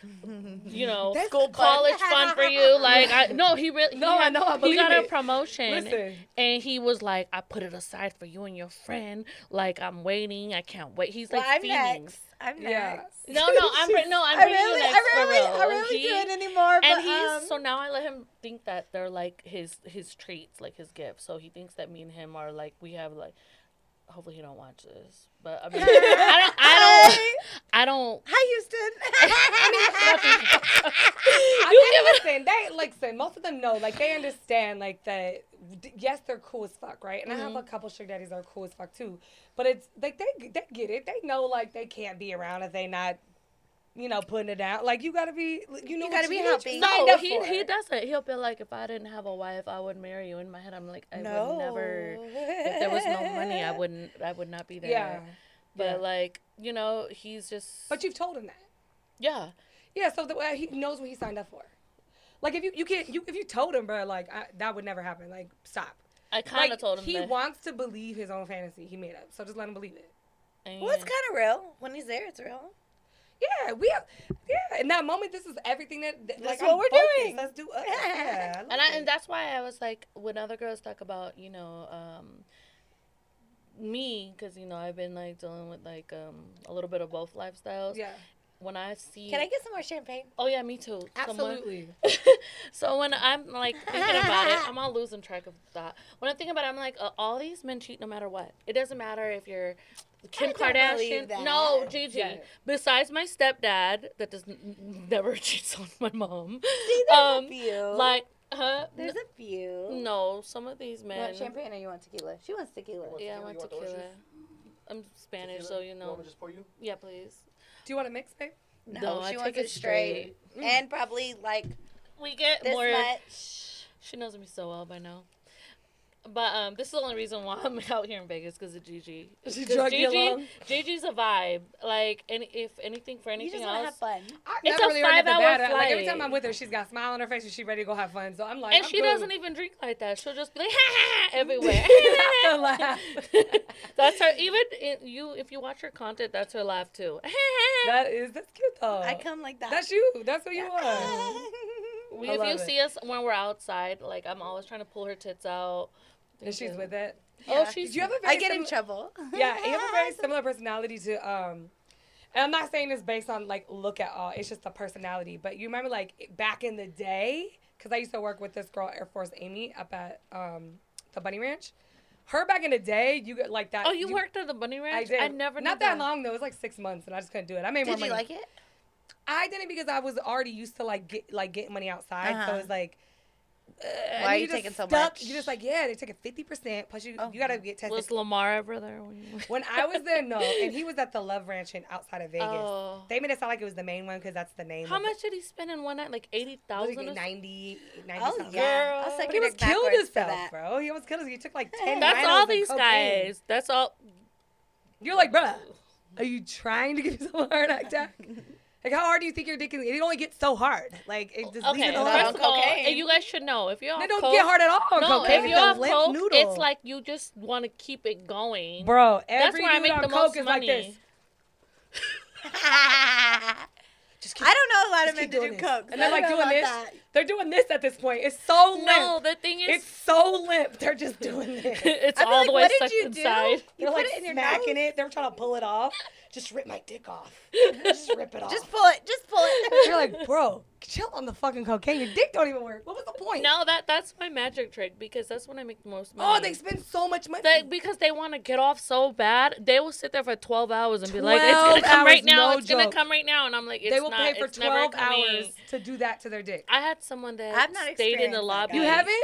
[SPEAKER 2] you know
[SPEAKER 1] That's
[SPEAKER 2] school
[SPEAKER 1] good.
[SPEAKER 2] college fund for you like I no he really
[SPEAKER 1] No, I know, I
[SPEAKER 2] he
[SPEAKER 1] believe
[SPEAKER 2] got a
[SPEAKER 1] it.
[SPEAKER 2] promotion
[SPEAKER 1] Listen.
[SPEAKER 2] and he was like I put it aside for you and your friend like I'm waiting I can't wait he's
[SPEAKER 3] Well,
[SPEAKER 2] like
[SPEAKER 3] I'm
[SPEAKER 2] feelings.
[SPEAKER 3] next. I'm
[SPEAKER 1] Yeah.
[SPEAKER 3] next.
[SPEAKER 2] No,
[SPEAKER 3] [laughs]
[SPEAKER 2] no, I'm br- no, I'm
[SPEAKER 3] I
[SPEAKER 2] bringing
[SPEAKER 3] really,
[SPEAKER 2] you next
[SPEAKER 3] I really,
[SPEAKER 2] for real.
[SPEAKER 3] I really
[SPEAKER 2] He-
[SPEAKER 3] do it anymore.
[SPEAKER 2] and
[SPEAKER 3] but,
[SPEAKER 2] he's
[SPEAKER 3] um,
[SPEAKER 2] so now I let him think that they're like his his treats, like his gifts. So he thinks that me and him are like we have like. Hopefully he don't watch this, but I mean I don't I [laughs]
[SPEAKER 3] Hi.
[SPEAKER 2] don't I don't.
[SPEAKER 3] Hi, [laughs]
[SPEAKER 2] [laughs]
[SPEAKER 3] Houston.
[SPEAKER 1] I think, listen, they listen. Most of them know, like they understand, like that. d- Yes, they're cool as fuck, right? And I
[SPEAKER 2] Mm-hmm.
[SPEAKER 1] have a couple sugar daddies that are cool as fuck too. But it's like they they get it. They know like they can't be around if they not, you know, putting it out. Like you gotta be, you know,
[SPEAKER 3] You
[SPEAKER 1] what
[SPEAKER 3] gotta be
[SPEAKER 1] need
[SPEAKER 3] happy.
[SPEAKER 1] signed
[SPEAKER 2] No,
[SPEAKER 1] up
[SPEAKER 2] he
[SPEAKER 1] for.
[SPEAKER 2] he doesn't. He'll be like, if I didn't have a wife, I would marry you. In my head, I'm like, I would never. If there was no money,
[SPEAKER 1] [laughs]
[SPEAKER 2] I wouldn't. I would not be there.
[SPEAKER 1] Yeah,
[SPEAKER 2] But
[SPEAKER 1] yeah.
[SPEAKER 2] like, you know, he's just.
[SPEAKER 1] but you've told him that.
[SPEAKER 2] yeah.
[SPEAKER 1] Yeah, so the, uh, he knows what he signed up for. Like if you you can't you if you told him, bro, like I, that would never happen. Like stop.
[SPEAKER 2] I kind of
[SPEAKER 1] Like,
[SPEAKER 2] told him
[SPEAKER 1] he
[SPEAKER 2] that.
[SPEAKER 1] wants to believe his own fantasy he made up. So just let him believe it.
[SPEAKER 2] And
[SPEAKER 3] Well, it's
[SPEAKER 2] yeah.
[SPEAKER 3] kind of real. When he's there, it's real.
[SPEAKER 1] Yeah, we have. Yeah, in that moment, this is everything that. that like,
[SPEAKER 3] That's what
[SPEAKER 1] I'm
[SPEAKER 3] we're
[SPEAKER 1] focused.
[SPEAKER 3] doing.
[SPEAKER 1] Let's [laughs] do. Us. Yeah, I love
[SPEAKER 2] and I,
[SPEAKER 1] it.
[SPEAKER 2] and that's why I was like, when other girls talk about, you know, um, me, because you know I've been like dealing with like um a little bit of both lifestyles.
[SPEAKER 1] yeah,
[SPEAKER 2] When I see,
[SPEAKER 3] Can I get some more champagne?
[SPEAKER 2] Oh yeah, me too. Someone-
[SPEAKER 1] absolutely.
[SPEAKER 2] [laughs] so when I'm like thinking about it, I'm all losing track of that. When I'm thinking about it, I'm like, uh, all these men cheat no matter what. It doesn't matter if you're Kim
[SPEAKER 3] don't believe
[SPEAKER 2] Kardashian.
[SPEAKER 3] that.
[SPEAKER 2] No, Gigi.
[SPEAKER 1] Yeah.
[SPEAKER 2] Besides my stepdad, that does n- n- never [laughs] cheats on my mom.
[SPEAKER 3] See, there's
[SPEAKER 2] um,
[SPEAKER 3] a few.
[SPEAKER 2] like, huh?
[SPEAKER 3] there's a few.
[SPEAKER 2] no, some of these
[SPEAKER 3] You
[SPEAKER 2] men.
[SPEAKER 3] want champagne or you want tequila? She wants tequila.
[SPEAKER 2] Yeah, I want
[SPEAKER 5] Tequila, you want
[SPEAKER 2] tequila.
[SPEAKER 5] oranges?
[SPEAKER 2] I'm Spanish,
[SPEAKER 5] Tequila?
[SPEAKER 2] so you
[SPEAKER 5] Want
[SPEAKER 2] know.
[SPEAKER 5] me to just pour you?
[SPEAKER 2] Yeah, please.
[SPEAKER 1] Do you want to mix, babe?
[SPEAKER 3] No,
[SPEAKER 2] No, I
[SPEAKER 3] she
[SPEAKER 2] take
[SPEAKER 3] wants
[SPEAKER 2] it
[SPEAKER 3] it straight. And probably like
[SPEAKER 2] We get
[SPEAKER 3] this
[SPEAKER 2] more.
[SPEAKER 3] much.
[SPEAKER 2] She knows me so well by now. But um, this is the only reason why [laughs] I'm out here in Vegas because of Gigi.
[SPEAKER 1] [laughs] She
[SPEAKER 2] 'Cause
[SPEAKER 1] drug you along?
[SPEAKER 2] Gigi's a vibe. Like, any if anything for
[SPEAKER 3] You
[SPEAKER 2] anything
[SPEAKER 3] just want to have
[SPEAKER 2] else,
[SPEAKER 3] fun.
[SPEAKER 1] I've
[SPEAKER 2] It's
[SPEAKER 1] never
[SPEAKER 2] a
[SPEAKER 1] really heard nothing
[SPEAKER 2] five-hour
[SPEAKER 1] bad. at- Like every
[SPEAKER 2] flight.
[SPEAKER 1] time I'm with her, she's got a smile on her face and she's ready to go have fun. So I'm like,
[SPEAKER 2] and
[SPEAKER 1] I'm
[SPEAKER 2] she
[SPEAKER 1] cool.
[SPEAKER 2] doesn't even drink like that. She'll just
[SPEAKER 1] [laughs]
[SPEAKER 2] be like, [laughs] ha ha, ha everywhere.
[SPEAKER 1] I laugh.
[SPEAKER 2] [laughs] that's her. Even in, you, if you watch her content, that's her laugh too. [laughs]
[SPEAKER 1] That is that's cute though.
[SPEAKER 3] I come like that.
[SPEAKER 1] Oh. That's you. That's who you
[SPEAKER 3] [laughs]
[SPEAKER 1] are.
[SPEAKER 3] are.
[SPEAKER 2] We,
[SPEAKER 1] I
[SPEAKER 2] if you
[SPEAKER 1] love it.
[SPEAKER 2] see us when we're outside, like I'm always trying to pull her tits out.
[SPEAKER 1] And she's with it.
[SPEAKER 2] Oh,
[SPEAKER 3] Yeah.
[SPEAKER 2] she's.
[SPEAKER 1] You have a very
[SPEAKER 3] I get
[SPEAKER 1] similar-
[SPEAKER 3] in trouble.
[SPEAKER 1] yeah, you have a
[SPEAKER 3] [laughs]
[SPEAKER 1] very similar personality to um and I'm not saying this based on like look at all. It's just the personality. But you remember like back in the day, because I used to work with this girl Air Force Amy up at um the Bunny Ranch. Her back in the day, you got like that.
[SPEAKER 2] oh, you, worked at the bunny
[SPEAKER 1] I
[SPEAKER 2] ranch.
[SPEAKER 1] did.
[SPEAKER 2] never. knew
[SPEAKER 1] Not that long though. It was like six months, and I just couldn't do it. I made more
[SPEAKER 3] Did
[SPEAKER 1] money.
[SPEAKER 3] you like it?
[SPEAKER 1] I didn't because I was already used to like get like getting money outside. So
[SPEAKER 3] Uh-huh.
[SPEAKER 1] it was like. uh, and
[SPEAKER 3] are
[SPEAKER 1] then
[SPEAKER 3] you
[SPEAKER 1] just
[SPEAKER 3] taking so much?
[SPEAKER 1] You're just like, yeah, they're taking fifty percent. Plus, you
[SPEAKER 3] Oh.
[SPEAKER 1] you gotta get tested.
[SPEAKER 2] Was Lamar ever there? When you-
[SPEAKER 1] When I was there,
[SPEAKER 2] [laughs]
[SPEAKER 1] no, and he was at the Love Ranch in outside of Vegas.
[SPEAKER 2] Oh.
[SPEAKER 1] They made it sound like it was the main one because that's the name.
[SPEAKER 2] How
[SPEAKER 1] of
[SPEAKER 2] much did he spend in one night? Like eighty
[SPEAKER 1] It. It was
[SPEAKER 2] thousand.
[SPEAKER 1] like 90, 90
[SPEAKER 3] Oh
[SPEAKER 1] something.
[SPEAKER 3] yeah. I'll
[SPEAKER 2] Girl.
[SPEAKER 3] suck
[SPEAKER 1] But he
[SPEAKER 3] your
[SPEAKER 1] was
[SPEAKER 3] dick
[SPEAKER 1] killed
[SPEAKER 3] backwards for
[SPEAKER 1] himself,
[SPEAKER 3] that.
[SPEAKER 1] bro. He almost killed himself. He took
[SPEAKER 2] [laughs]
[SPEAKER 1] like ten.
[SPEAKER 2] That's
[SPEAKER 1] Rhinos
[SPEAKER 2] all
[SPEAKER 1] and
[SPEAKER 2] these
[SPEAKER 1] cocaine.
[SPEAKER 2] guys. That's all.
[SPEAKER 1] You're like, bruh, are you trying to give yourself a heart
[SPEAKER 2] [laughs]
[SPEAKER 1] attack? like, how hard do you think your dick can? It only gets so hard. Like, it just leaves
[SPEAKER 2] Okay,
[SPEAKER 1] it
[SPEAKER 3] not on
[SPEAKER 2] first
[SPEAKER 1] alone.
[SPEAKER 2] of all,
[SPEAKER 3] cocaine.
[SPEAKER 2] and you guys should know if you're on
[SPEAKER 1] It don't
[SPEAKER 2] coke,
[SPEAKER 1] get hard at all. on
[SPEAKER 2] No,
[SPEAKER 1] cocaine.
[SPEAKER 2] if
[SPEAKER 1] It's
[SPEAKER 2] you're
[SPEAKER 1] a
[SPEAKER 2] on
[SPEAKER 1] limp
[SPEAKER 2] coke,
[SPEAKER 1] noodle.
[SPEAKER 2] it's like you just want to keep it going.
[SPEAKER 1] bro.
[SPEAKER 2] That's
[SPEAKER 1] Every
[SPEAKER 2] where I
[SPEAKER 1] dude
[SPEAKER 2] make
[SPEAKER 1] on
[SPEAKER 2] the
[SPEAKER 1] coke
[SPEAKER 2] most
[SPEAKER 1] is
[SPEAKER 2] money.
[SPEAKER 1] like this.
[SPEAKER 3] Just [laughs] I don't know a lot of
[SPEAKER 1] Just
[SPEAKER 3] men
[SPEAKER 1] keep
[SPEAKER 3] to do
[SPEAKER 1] doing this.
[SPEAKER 3] coke.
[SPEAKER 1] And they're
[SPEAKER 3] I don't
[SPEAKER 1] like
[SPEAKER 3] know
[SPEAKER 1] doing
[SPEAKER 3] about
[SPEAKER 1] this.
[SPEAKER 3] that.
[SPEAKER 1] They're doing this at this point. It's so limp.
[SPEAKER 2] No, the thing
[SPEAKER 1] It's
[SPEAKER 2] is,
[SPEAKER 1] so limp. They're [laughs] just doing
[SPEAKER 2] it's,
[SPEAKER 1] this.
[SPEAKER 3] I'd be
[SPEAKER 2] all the
[SPEAKER 3] like,
[SPEAKER 2] way
[SPEAKER 3] what did
[SPEAKER 2] sucked
[SPEAKER 3] you do?
[SPEAKER 2] inside.
[SPEAKER 3] You
[SPEAKER 1] They're
[SPEAKER 3] put
[SPEAKER 1] like
[SPEAKER 3] it in your
[SPEAKER 1] smacking
[SPEAKER 3] mouth.
[SPEAKER 1] it. They're trying to pull it off. Just rip my dick [laughs] off. Just rip it off. [laughs]
[SPEAKER 3] Just pull it. Just pull it.
[SPEAKER 1] You're like, bro, chill on the fucking cocaine. Your dick don't even work. What was the point?
[SPEAKER 2] No, that that's my magic trick because that's when I make the most money.
[SPEAKER 1] Oh, they spend so much money.
[SPEAKER 2] They- because they want to get off so bad, they will sit there for twelve hours and be like, "It's gonna
[SPEAKER 1] 12
[SPEAKER 2] come right
[SPEAKER 1] hours,
[SPEAKER 2] now.
[SPEAKER 1] no
[SPEAKER 2] it's gonna
[SPEAKER 1] joke.
[SPEAKER 2] come right now," and I'm like, "It's
[SPEAKER 1] they will
[SPEAKER 2] not.
[SPEAKER 1] pay for
[SPEAKER 2] it's never
[SPEAKER 1] 12
[SPEAKER 2] coming."
[SPEAKER 1] hours to do that to their dick.
[SPEAKER 2] I had someone that
[SPEAKER 3] I've not
[SPEAKER 2] stayed in
[SPEAKER 3] experienced
[SPEAKER 2] the
[SPEAKER 3] that,
[SPEAKER 2] lobby.
[SPEAKER 1] You
[SPEAKER 3] Guys.
[SPEAKER 1] haven't?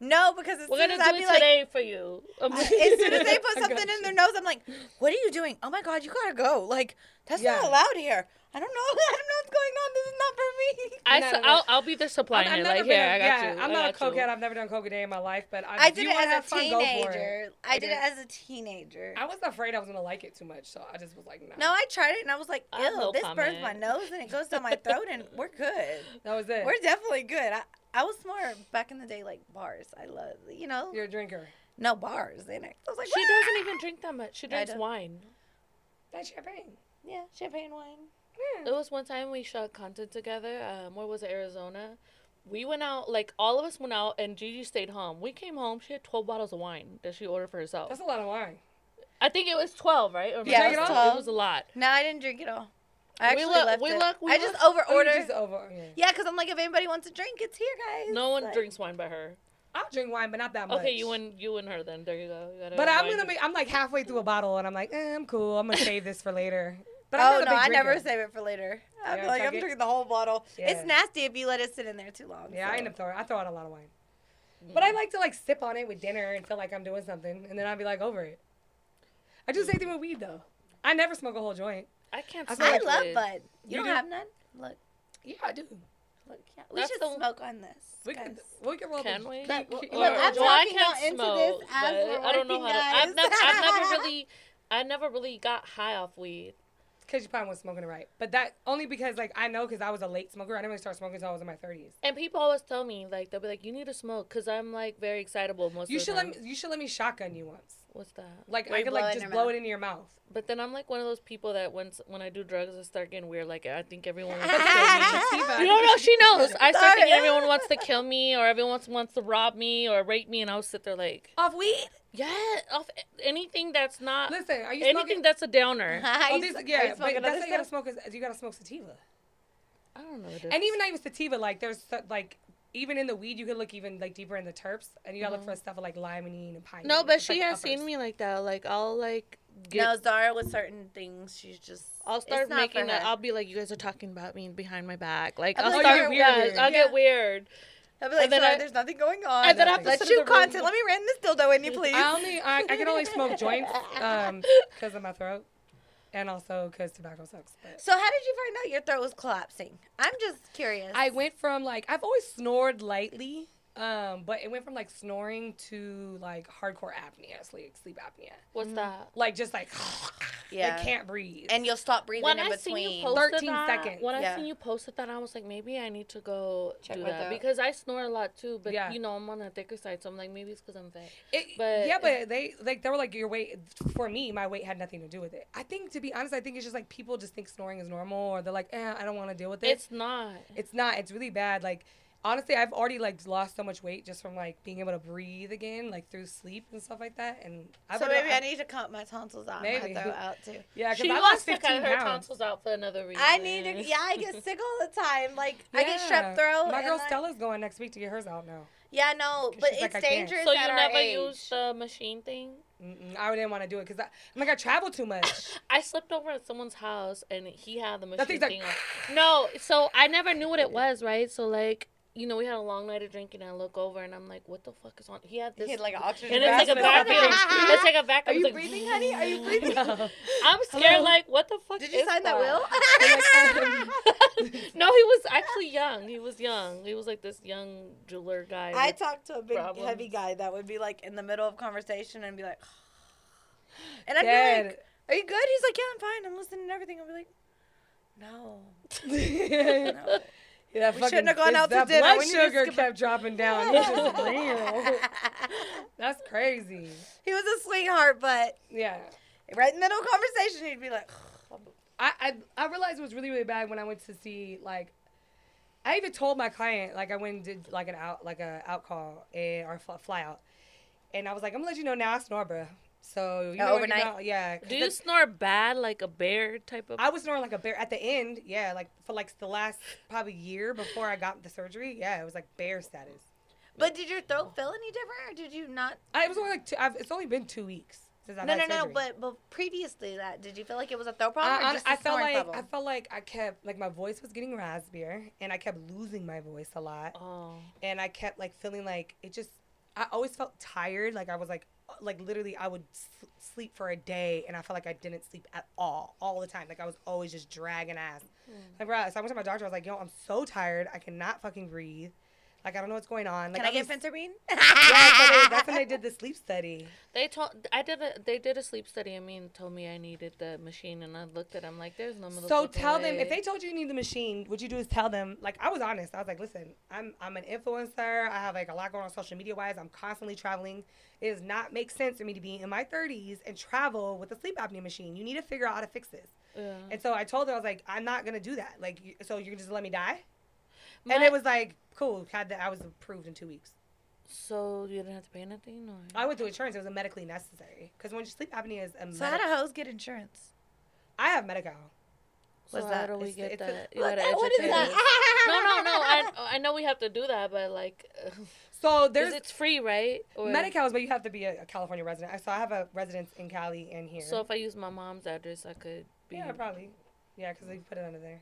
[SPEAKER 3] no, because as
[SPEAKER 2] We're
[SPEAKER 3] soon
[SPEAKER 2] gonna
[SPEAKER 3] as I'd
[SPEAKER 2] do
[SPEAKER 3] be
[SPEAKER 2] it
[SPEAKER 3] like,
[SPEAKER 2] today for you. [laughs]
[SPEAKER 3] [laughs]
[SPEAKER 2] I'm
[SPEAKER 3] as
[SPEAKER 2] like-
[SPEAKER 3] soon as they
[SPEAKER 1] [laughs]
[SPEAKER 3] put
[SPEAKER 1] I got
[SPEAKER 3] something in
[SPEAKER 1] you.
[SPEAKER 3] their nose, I'm like, what are you doing? Oh my God, you gotta go. Like, that's not
[SPEAKER 1] Yeah.
[SPEAKER 3] allowed here. I don't know. [laughs] I don't know what's going on. This is not for me.
[SPEAKER 2] I
[SPEAKER 1] No,
[SPEAKER 2] s-
[SPEAKER 1] no, no.
[SPEAKER 2] I'll, I'll be there supplying
[SPEAKER 1] I've
[SPEAKER 2] it.
[SPEAKER 1] never
[SPEAKER 2] Like,
[SPEAKER 1] been
[SPEAKER 2] here,
[SPEAKER 1] a-
[SPEAKER 2] I got
[SPEAKER 1] yeah,
[SPEAKER 2] you.
[SPEAKER 1] I'm not
[SPEAKER 2] I
[SPEAKER 1] a
[SPEAKER 2] got you."
[SPEAKER 1] cokehead. [laughs] I've never done coke a day in my life, but I,
[SPEAKER 3] I
[SPEAKER 1] if
[SPEAKER 3] did
[SPEAKER 1] you
[SPEAKER 3] it
[SPEAKER 1] wanna
[SPEAKER 3] as
[SPEAKER 1] have
[SPEAKER 3] a
[SPEAKER 1] fun, Go for it.
[SPEAKER 3] teenager. I did
[SPEAKER 1] did.
[SPEAKER 3] it as a teenager.
[SPEAKER 1] I was afraid I was gonna like it too much, so I just was like, nah.
[SPEAKER 3] No, I tried it and I was like,
[SPEAKER 2] I have
[SPEAKER 3] ew,
[SPEAKER 2] no
[SPEAKER 3] this burns
[SPEAKER 2] comment.
[SPEAKER 3] my nose and it goes
[SPEAKER 1] [laughs]
[SPEAKER 3] down my throat and we're good.
[SPEAKER 1] that was it.
[SPEAKER 3] We're definitely good. I, I was more back in the day like bars. I love you know
[SPEAKER 1] You're a drinker.
[SPEAKER 3] no bars in it. I was like,
[SPEAKER 2] She
[SPEAKER 3] "Wah!"
[SPEAKER 2] doesn't even drink that much. She drinks
[SPEAKER 3] don't.
[SPEAKER 2] wine.
[SPEAKER 1] That's champagne.
[SPEAKER 3] Yeah, champagne wine.
[SPEAKER 1] Yeah.
[SPEAKER 2] It was one time we shot content together. Um, where was it? Arizona. We went out, like all of us went out, and Gigi stayed home. We came home. She had twelve bottles of wine that she ordered for herself.
[SPEAKER 1] That's a lot of wine.
[SPEAKER 2] I think it was twelve, right? Or
[SPEAKER 3] Yeah,
[SPEAKER 1] it
[SPEAKER 2] maybe
[SPEAKER 1] was
[SPEAKER 2] 12.
[SPEAKER 3] 12.
[SPEAKER 2] It was a lot.
[SPEAKER 3] No, I didn't drink it all. I
[SPEAKER 2] We
[SPEAKER 3] actually
[SPEAKER 2] look-
[SPEAKER 3] left
[SPEAKER 2] we
[SPEAKER 3] it.
[SPEAKER 2] look- we
[SPEAKER 3] I just
[SPEAKER 2] look-
[SPEAKER 3] over
[SPEAKER 1] Oh, you
[SPEAKER 3] order.
[SPEAKER 1] just over. yeah.
[SPEAKER 3] Yeah, because I'm like, if anybody wants a drink, it's here, guys.
[SPEAKER 2] No one
[SPEAKER 3] Like,
[SPEAKER 2] drinks wine but her.
[SPEAKER 1] I'll drink wine, but not that much.
[SPEAKER 2] Okay, you and you and her then. There you go. You got a
[SPEAKER 1] But I'm
[SPEAKER 2] wine
[SPEAKER 1] gonna be. I'm like halfway through a bottle, and I'm like, eh, I'm cool. I'm gonna save this for later. But I'm
[SPEAKER 3] Oh
[SPEAKER 1] not a
[SPEAKER 3] no, I
[SPEAKER 1] big
[SPEAKER 3] never
[SPEAKER 1] drinker.
[SPEAKER 3] save it for later. I'm
[SPEAKER 1] Yeah,
[SPEAKER 3] like,
[SPEAKER 1] chuck
[SPEAKER 3] I'm
[SPEAKER 1] it.
[SPEAKER 3] drinking the whole bottle.
[SPEAKER 1] Yeah.
[SPEAKER 3] It's nasty if you let it sit in there too long.
[SPEAKER 1] Yeah, I
[SPEAKER 3] so.
[SPEAKER 1] end up throwing. I throw out a lot of wine. But I like to like sip on it with dinner and feel like I'm doing something, and then I'll be like over it. I do the same thing with weed though. I never smoke a whole joint.
[SPEAKER 2] I can't.
[SPEAKER 1] I
[SPEAKER 3] [laughs] I
[SPEAKER 2] smoke
[SPEAKER 3] love
[SPEAKER 2] it.
[SPEAKER 3] Bud. You,
[SPEAKER 1] You
[SPEAKER 3] don't
[SPEAKER 1] do?
[SPEAKER 3] have none? Look,
[SPEAKER 1] Yeah, I do.
[SPEAKER 3] look. Yeah. We
[SPEAKER 2] That's
[SPEAKER 3] should
[SPEAKER 2] the-
[SPEAKER 3] smoke on this.
[SPEAKER 1] We
[SPEAKER 3] guys.
[SPEAKER 1] could.
[SPEAKER 2] [laughs]
[SPEAKER 1] We could roll.
[SPEAKER 2] Can
[SPEAKER 1] the,
[SPEAKER 2] we?
[SPEAKER 1] Can,
[SPEAKER 3] Look,
[SPEAKER 1] can-
[SPEAKER 3] look,
[SPEAKER 1] or-
[SPEAKER 3] I'm
[SPEAKER 2] well, I
[SPEAKER 3] talking
[SPEAKER 2] can't
[SPEAKER 3] y'all into
[SPEAKER 2] smoke,
[SPEAKER 3] this as
[SPEAKER 2] but
[SPEAKER 3] we're
[SPEAKER 2] I don't know how.
[SPEAKER 3] working, [laughs]
[SPEAKER 2] To, I've
[SPEAKER 3] guys.
[SPEAKER 2] never, I've never really, I never really got high off weed.
[SPEAKER 1] because you probably wasn't smoking it right. But that only because like I know because I was a late smoker. I didn't really start smoking until I was in my thirties.
[SPEAKER 2] And people always tell me like they'll be like, "You need to smoke," because I'm like very excitable most
[SPEAKER 1] You
[SPEAKER 2] of the
[SPEAKER 1] should
[SPEAKER 2] time.
[SPEAKER 1] let me, you should let me shotgun you once.
[SPEAKER 2] What's that?
[SPEAKER 1] Like
[SPEAKER 3] Where
[SPEAKER 1] I
[SPEAKER 3] you
[SPEAKER 1] could
[SPEAKER 3] blow
[SPEAKER 1] like
[SPEAKER 3] it in
[SPEAKER 1] just
[SPEAKER 3] your
[SPEAKER 1] blow
[SPEAKER 3] mouth.
[SPEAKER 1] it into your mouth.
[SPEAKER 2] [laughs] But then I'm like one of those people that once when I do drugs, I start getting weird. Like I think everyone wants
[SPEAKER 1] But
[SPEAKER 2] to
[SPEAKER 1] that's
[SPEAKER 2] kill
[SPEAKER 1] what it is,
[SPEAKER 3] [laughs]
[SPEAKER 2] me.
[SPEAKER 1] Sativa.
[SPEAKER 2] You don't know. She knows. I start
[SPEAKER 3] Sorry.
[SPEAKER 2] thinking everyone wants to kill me, or everyone wants, wants to rob me, or rape me, and I'll sit there like,
[SPEAKER 1] Off weed?
[SPEAKER 2] yeah, off anything that's not
[SPEAKER 1] Listen, are you
[SPEAKER 2] anything
[SPEAKER 1] smoking?
[SPEAKER 2] that's
[SPEAKER 3] [laughs]
[SPEAKER 2] a downer.
[SPEAKER 1] Oh,
[SPEAKER 3] Are you
[SPEAKER 1] these-
[SPEAKER 3] s- are
[SPEAKER 1] yeah,
[SPEAKER 3] you
[SPEAKER 1] but
[SPEAKER 3] smoking
[SPEAKER 1] that's
[SPEAKER 3] other
[SPEAKER 1] what you gotta
[SPEAKER 3] stuff?
[SPEAKER 1] smoke is you gotta smoke sativa.
[SPEAKER 2] I don't know. What it is.
[SPEAKER 1] And even not even sativa, like there's so- like even in the weed you could look even like deeper in the terps and you gotta look for stuff like limonene and pine.
[SPEAKER 2] Mm-hmm. no, but she has seen me like that. Like I'll like get.
[SPEAKER 3] no, Zara with certain things, she's just.
[SPEAKER 2] I'll
[SPEAKER 3] it's
[SPEAKER 2] start
[SPEAKER 3] not for
[SPEAKER 2] making that.
[SPEAKER 3] her.
[SPEAKER 2] I'll be like, you guys are talking about me behind my back. Like
[SPEAKER 3] I'll
[SPEAKER 2] I'll
[SPEAKER 3] be like,
[SPEAKER 2] start
[SPEAKER 3] "You're
[SPEAKER 2] weird.
[SPEAKER 1] weird."
[SPEAKER 2] I'll
[SPEAKER 3] Yeah.
[SPEAKER 2] get weird.
[SPEAKER 3] I'll be like,
[SPEAKER 2] and then
[SPEAKER 3] Zara,
[SPEAKER 2] I-
[SPEAKER 3] there's nothing going on.
[SPEAKER 2] and then I have to
[SPEAKER 3] Let's
[SPEAKER 2] sit in
[SPEAKER 3] shoot
[SPEAKER 2] the room.
[SPEAKER 3] content. Let me ram this dildo in you, please.
[SPEAKER 1] I only I, I can only smoke joints
[SPEAKER 2] [laughs]
[SPEAKER 1] um because of my throat and also because tobacco sucks. But.
[SPEAKER 3] so how did you find out your throat was collapsing? I'm just curious.
[SPEAKER 1] I went from like I've always snored lightly, um, but it went from like snoring to like hardcore apnea, sleep sleep apnea,
[SPEAKER 2] What's
[SPEAKER 3] Mm.
[SPEAKER 2] that?
[SPEAKER 1] like just like [sighs]
[SPEAKER 3] Yeah.
[SPEAKER 1] like can't breathe.
[SPEAKER 3] and you'll stop breathing
[SPEAKER 2] when
[SPEAKER 3] in
[SPEAKER 2] I
[SPEAKER 3] between.
[SPEAKER 2] seen you posted
[SPEAKER 1] 13
[SPEAKER 2] that,
[SPEAKER 1] seconds.
[SPEAKER 2] When
[SPEAKER 3] Yeah.
[SPEAKER 2] I seen you posted that, I was like, maybe I need to go
[SPEAKER 3] Check
[SPEAKER 2] do
[SPEAKER 3] my
[SPEAKER 2] that
[SPEAKER 3] throat.
[SPEAKER 2] because I snore a lot too. But
[SPEAKER 1] Yeah.
[SPEAKER 2] you know, I'm on the thicker side, so I'm like, maybe it's because I'm fat.
[SPEAKER 1] It,
[SPEAKER 2] But-
[SPEAKER 1] yeah, but they like they were like your weight. For me, my weight had nothing to do with it. I think to be honest, I think it's just like people just think snoring is normal, or they're like, eh, I don't want to deal with it.
[SPEAKER 2] It's not.
[SPEAKER 1] it's not. It's really bad. Like honestly, I've already like lost so much weight just from like being able to breathe again, like through sleep and stuff like that. And I've
[SPEAKER 3] so
[SPEAKER 1] already-
[SPEAKER 3] maybe I need to cut my tonsils out.
[SPEAKER 1] Maybe.
[SPEAKER 3] Maybe. My throat out too.
[SPEAKER 1] [laughs] yeah, because
[SPEAKER 2] She
[SPEAKER 1] I
[SPEAKER 2] wants
[SPEAKER 1] lost
[SPEAKER 2] to
[SPEAKER 1] fifteen
[SPEAKER 2] cut her
[SPEAKER 1] pounds.
[SPEAKER 2] tonsils out for another reason.
[SPEAKER 3] I need to. Yeah, I get sick all the time. Like I get strep throat.
[SPEAKER 1] My
[SPEAKER 3] and,
[SPEAKER 1] girl
[SPEAKER 3] like-
[SPEAKER 1] Stella's going next week to get hers out now.
[SPEAKER 3] Yeah, no,
[SPEAKER 1] 'Cause
[SPEAKER 3] but
[SPEAKER 1] she's
[SPEAKER 3] it's
[SPEAKER 1] like, "I can't."
[SPEAKER 3] dangerous.
[SPEAKER 2] So you
[SPEAKER 3] at our
[SPEAKER 2] never
[SPEAKER 3] age.
[SPEAKER 2] use the machine thing?
[SPEAKER 1] Mm-mm, I didn't want to do it because I'm like I travel too much.
[SPEAKER 2] I slept over at someone's house and he had the machine
[SPEAKER 1] thing's like-
[SPEAKER 2] thing on. No, so I never knew what it was, right? So like, you know, we had a long night of drinking. and I look over and I'm like, what the fuck is on? He had this.
[SPEAKER 3] He had like an oxygen
[SPEAKER 2] and it's like a
[SPEAKER 1] mask.
[SPEAKER 2] vacuum.
[SPEAKER 3] [laughs]
[SPEAKER 2] it's like a
[SPEAKER 3] [laughs]
[SPEAKER 2] vacuum.
[SPEAKER 3] Are
[SPEAKER 2] It's
[SPEAKER 3] you
[SPEAKER 2] like-
[SPEAKER 3] breathing, honey? Are you breathing?
[SPEAKER 1] [laughs] No.
[SPEAKER 2] [laughs]
[SPEAKER 3] [laughs]
[SPEAKER 2] I'm scared.
[SPEAKER 1] Hello?
[SPEAKER 2] Like, what the fuck?
[SPEAKER 3] Did you
[SPEAKER 2] is
[SPEAKER 3] sign that
[SPEAKER 2] [laughs]
[SPEAKER 3] will?
[SPEAKER 2] no, he was actually young. He was young. He was like this young jeweler guy.
[SPEAKER 3] [laughs] I talked to a big heavy
[SPEAKER 2] Problems.
[SPEAKER 3] guy that would be like in the middle of conversation and be like, [sighs] and I'd be
[SPEAKER 1] Dead.
[SPEAKER 3] like, "Are you good?" He's like, "Yeah, I'm fine. I'm listening to everything." I'd be like, "No,
[SPEAKER 1] [laughs] [laughs] Yeah,
[SPEAKER 3] no."
[SPEAKER 1] that
[SPEAKER 3] We
[SPEAKER 1] fucking-
[SPEAKER 3] shouldn't have gone
[SPEAKER 1] it's-
[SPEAKER 3] out to
[SPEAKER 1] that
[SPEAKER 3] dinner.
[SPEAKER 1] blood
[SPEAKER 3] We need to
[SPEAKER 1] sugar
[SPEAKER 3] skip-
[SPEAKER 1] kept dropping
[SPEAKER 3] [laughs]
[SPEAKER 1] down. Oh, This is real. [laughs] That's crazy.
[SPEAKER 3] he was a sweetheart, but
[SPEAKER 1] Yeah.
[SPEAKER 3] right in the middle of conversation, he'd be like,
[SPEAKER 1] I, I I realized it was really really bad when I went to see like. I even told my client like I went and did like an out like a out call and, or fl- fly out, and I was like I'm gonna let you know now I snore, bruh. So you
[SPEAKER 3] Oh,
[SPEAKER 1] know,
[SPEAKER 3] overnight?
[SPEAKER 1] You know, yeah. 'cause
[SPEAKER 2] Do you
[SPEAKER 1] that's-
[SPEAKER 2] snore bad like a bear type of?
[SPEAKER 1] I was snoring like a bear at the end. Yeah, like for like the last probably year before I got the surgery. Yeah, it was like bear status.
[SPEAKER 3] "But did your throat feel any different, or did you not?"
[SPEAKER 1] I, it was only like two, I've, it's only been two weeks since I
[SPEAKER 3] No, no,
[SPEAKER 1] had
[SPEAKER 3] no.
[SPEAKER 1] surgery.
[SPEAKER 3] But but previously, that did you feel like it was a throat problem?
[SPEAKER 1] I,
[SPEAKER 3] or
[SPEAKER 1] I-
[SPEAKER 3] just a
[SPEAKER 1] I felt
[SPEAKER 3] snoring
[SPEAKER 1] like
[SPEAKER 3] problem?
[SPEAKER 1] I felt like I kept like my voice was getting raspier and I kept losing my voice a lot
[SPEAKER 2] oh,
[SPEAKER 1] and I kept like feeling like it just I always felt tired like I was like uh, like literally I would s- sleep for a day and I felt like I didn't sleep at all all the time like I was always just dragging ass
[SPEAKER 3] Hmm.
[SPEAKER 1] like bro so I went to my doctor I was like yo I'm so tired I cannot fucking breathe like I don't know what's going on like
[SPEAKER 3] Can I
[SPEAKER 1] at
[SPEAKER 3] get
[SPEAKER 1] least-
[SPEAKER 3] Phentermine?
[SPEAKER 1] yeah, so they, that's when they did the sleep study
[SPEAKER 2] they told I did a they did a sleep study. I mean, told me I needed the machine, and I looked at. I'm like, there's no.
[SPEAKER 1] So
[SPEAKER 2] motherfucking
[SPEAKER 1] tell them
[SPEAKER 2] way.
[SPEAKER 1] if they told you you need the machine, what you do is tell them. Like I was honest. I was like, listen, I'm I'm an influencer. I have like a lot going on social media wise. I'm constantly traveling. It does not make sense for me to be in my 30s and travel with a sleep apnea machine. You need to figure out how to fix this.
[SPEAKER 2] Yeah.
[SPEAKER 1] And so I told her I was like, I'm not gonna do that. Like, you- so you're just let me die? and
[SPEAKER 2] My-
[SPEAKER 1] it was like, cool. Had that I was approved in two weeks.
[SPEAKER 2] so you didn't have to pay anything, or
[SPEAKER 1] I went through insurance. It was a medically necessary because when sleep apnea is a
[SPEAKER 3] So how
[SPEAKER 1] medi-
[SPEAKER 3] do hoes get insurance?
[SPEAKER 1] I have medical.
[SPEAKER 2] so
[SPEAKER 3] was
[SPEAKER 2] how
[SPEAKER 3] that-
[SPEAKER 2] do we
[SPEAKER 1] it's-
[SPEAKER 2] get
[SPEAKER 1] it's a-
[SPEAKER 2] that? You
[SPEAKER 1] [laughs]
[SPEAKER 3] What
[SPEAKER 2] gotta
[SPEAKER 3] the- what is
[SPEAKER 2] educate
[SPEAKER 3] that?
[SPEAKER 2] us.
[SPEAKER 3] [laughs]
[SPEAKER 2] No, no, no. I I know we have to do that, but like, [laughs]
[SPEAKER 1] So
[SPEAKER 2] there's
[SPEAKER 1] there's
[SPEAKER 2] it's free, right? Or
[SPEAKER 1] Medi-Cal is, but you have to be a, a California resident. I- So I have a residence in Cali and here.
[SPEAKER 2] So if I use my mom's address, I could be.
[SPEAKER 1] yeah, probably. Yeah, because they put it under there.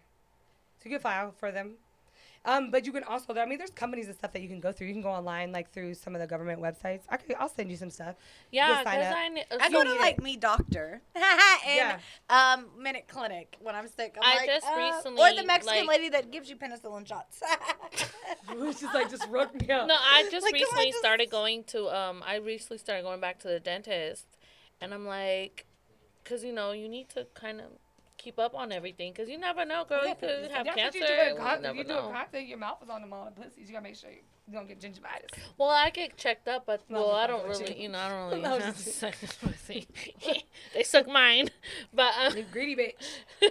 [SPEAKER 1] So you can file for them. Um, but you can also, I mean, there's companies and stuff that you can go through. You can go online, like through some of the government websites. I could, I'll send you some [laughs] stuff.
[SPEAKER 2] Yeah,
[SPEAKER 1] Just sign
[SPEAKER 2] because
[SPEAKER 1] up.
[SPEAKER 2] I need.
[SPEAKER 3] I go
[SPEAKER 1] need
[SPEAKER 3] to
[SPEAKER 1] it.
[SPEAKER 3] like me doctor [laughs] and
[SPEAKER 1] Yeah.
[SPEAKER 3] um minute clinic when I'm sick. I'm
[SPEAKER 2] I
[SPEAKER 3] like,
[SPEAKER 2] just
[SPEAKER 3] uh, or
[SPEAKER 2] recently,
[SPEAKER 3] the Mexican
[SPEAKER 2] like-
[SPEAKER 3] lady that gives you penicillin shots. [laughs]
[SPEAKER 1] Which is like just rook me up.
[SPEAKER 2] No,
[SPEAKER 1] [laughs]
[SPEAKER 2] I just
[SPEAKER 3] Like, come on,
[SPEAKER 2] recently
[SPEAKER 3] just-
[SPEAKER 2] started going to. Um, I recently started going back to the dentist, and I'm like, because you know you need to kind of keep up on everything because you never know, girl.
[SPEAKER 1] Yeah,
[SPEAKER 2] you
[SPEAKER 1] but
[SPEAKER 2] could
[SPEAKER 1] that's
[SPEAKER 2] have
[SPEAKER 1] what
[SPEAKER 2] cancer.
[SPEAKER 1] You do a
[SPEAKER 2] we
[SPEAKER 1] cock-
[SPEAKER 2] never
[SPEAKER 1] if you do
[SPEAKER 2] know.
[SPEAKER 1] a cocktail, your mouth is on the mall of pussies. You gotta make sure you you don't get gingivitis.
[SPEAKER 2] [laughs] Well, I get checked up, but
[SPEAKER 1] No,
[SPEAKER 2] well, I
[SPEAKER 1] I'm
[SPEAKER 2] don't
[SPEAKER 1] just
[SPEAKER 2] really,
[SPEAKER 1] joking.
[SPEAKER 2] you know, I
[SPEAKER 1] [laughs]
[SPEAKER 2] don't really.
[SPEAKER 6] No, I'm
[SPEAKER 2] have
[SPEAKER 6] just
[SPEAKER 2] sex with pussy. [laughs] they suck mine, [laughs] but um,
[SPEAKER 6] You greedy bitch.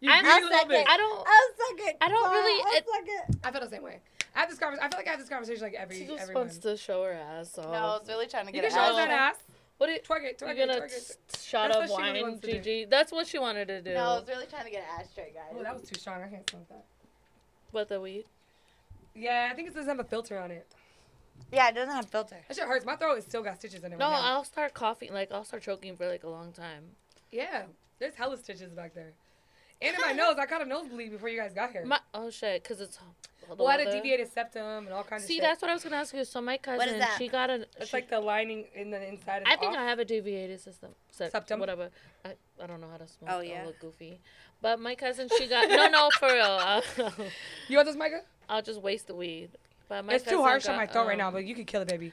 [SPEAKER 1] You
[SPEAKER 2] I-
[SPEAKER 1] greedy
[SPEAKER 2] I'll
[SPEAKER 1] little
[SPEAKER 3] suck
[SPEAKER 1] bitch.
[SPEAKER 3] it.
[SPEAKER 2] I don't.
[SPEAKER 3] I'll suck it.
[SPEAKER 2] I don't really-
[SPEAKER 3] I'll
[SPEAKER 2] it-
[SPEAKER 3] suck it.
[SPEAKER 1] I feel the same way. I have this conversation. I feel like I have this conversation like every
[SPEAKER 2] She just
[SPEAKER 1] every
[SPEAKER 2] wants
[SPEAKER 1] month.
[SPEAKER 2] to show her ass off.
[SPEAKER 3] No, I was really trying to
[SPEAKER 1] You
[SPEAKER 3] get
[SPEAKER 1] can
[SPEAKER 3] it
[SPEAKER 1] show
[SPEAKER 2] out.
[SPEAKER 1] us
[SPEAKER 3] out.
[SPEAKER 1] that ass.
[SPEAKER 2] What? Are,
[SPEAKER 1] Twerk it. Twerk
[SPEAKER 2] you're
[SPEAKER 1] it.
[SPEAKER 2] gonna
[SPEAKER 1] Twerk it.
[SPEAKER 2] t- shot
[SPEAKER 1] That's
[SPEAKER 2] up
[SPEAKER 1] what she really
[SPEAKER 2] wine,
[SPEAKER 1] wants to do.
[SPEAKER 2] Gigi. That's what she wanted to do.
[SPEAKER 3] No, I was really trying to get an ass straight, guys.
[SPEAKER 1] Oh, that was too strong. I can't smoke that.
[SPEAKER 2] What the weed?
[SPEAKER 1] Yeah, I think it doesn't have a filter on it.
[SPEAKER 3] Yeah, it doesn't have filter.
[SPEAKER 1] That shit hurts. My throat is still got stitches in it.
[SPEAKER 2] No,
[SPEAKER 1] right now.
[SPEAKER 2] I'll start coughing. Like I'll start choking for like a long time.
[SPEAKER 1] yeah, there's hella stitches back there, and in my nose. I caught a nosebleed before you guys got here.
[SPEAKER 2] My oh shit, cause it's. the
[SPEAKER 1] well, I had a
[SPEAKER 2] weather.
[SPEAKER 1] deviated septum and all kinds
[SPEAKER 2] See,
[SPEAKER 1] of shit.
[SPEAKER 2] that's what I was gonna ask you. So my cousin,
[SPEAKER 3] is that?
[SPEAKER 2] she got an.
[SPEAKER 1] It's
[SPEAKER 2] she-
[SPEAKER 1] like the lining in the inside. Is
[SPEAKER 2] I think
[SPEAKER 1] off.
[SPEAKER 2] I have a deviated system. Se-
[SPEAKER 1] Septum?
[SPEAKER 2] Whatever. I, I don't know how to smoke.
[SPEAKER 3] Oh,
[SPEAKER 2] Oh yeah.
[SPEAKER 3] yeah.
[SPEAKER 2] I look goofy. But my cousin, she got no no for real. [laughs] I'll,
[SPEAKER 1] You want this, Micah?
[SPEAKER 2] I'll just waste the weed. But my
[SPEAKER 1] It's too
[SPEAKER 2] cousin
[SPEAKER 1] harsh on
[SPEAKER 2] got,
[SPEAKER 1] my throat right now,
[SPEAKER 2] um,
[SPEAKER 1] but you could kill it, baby.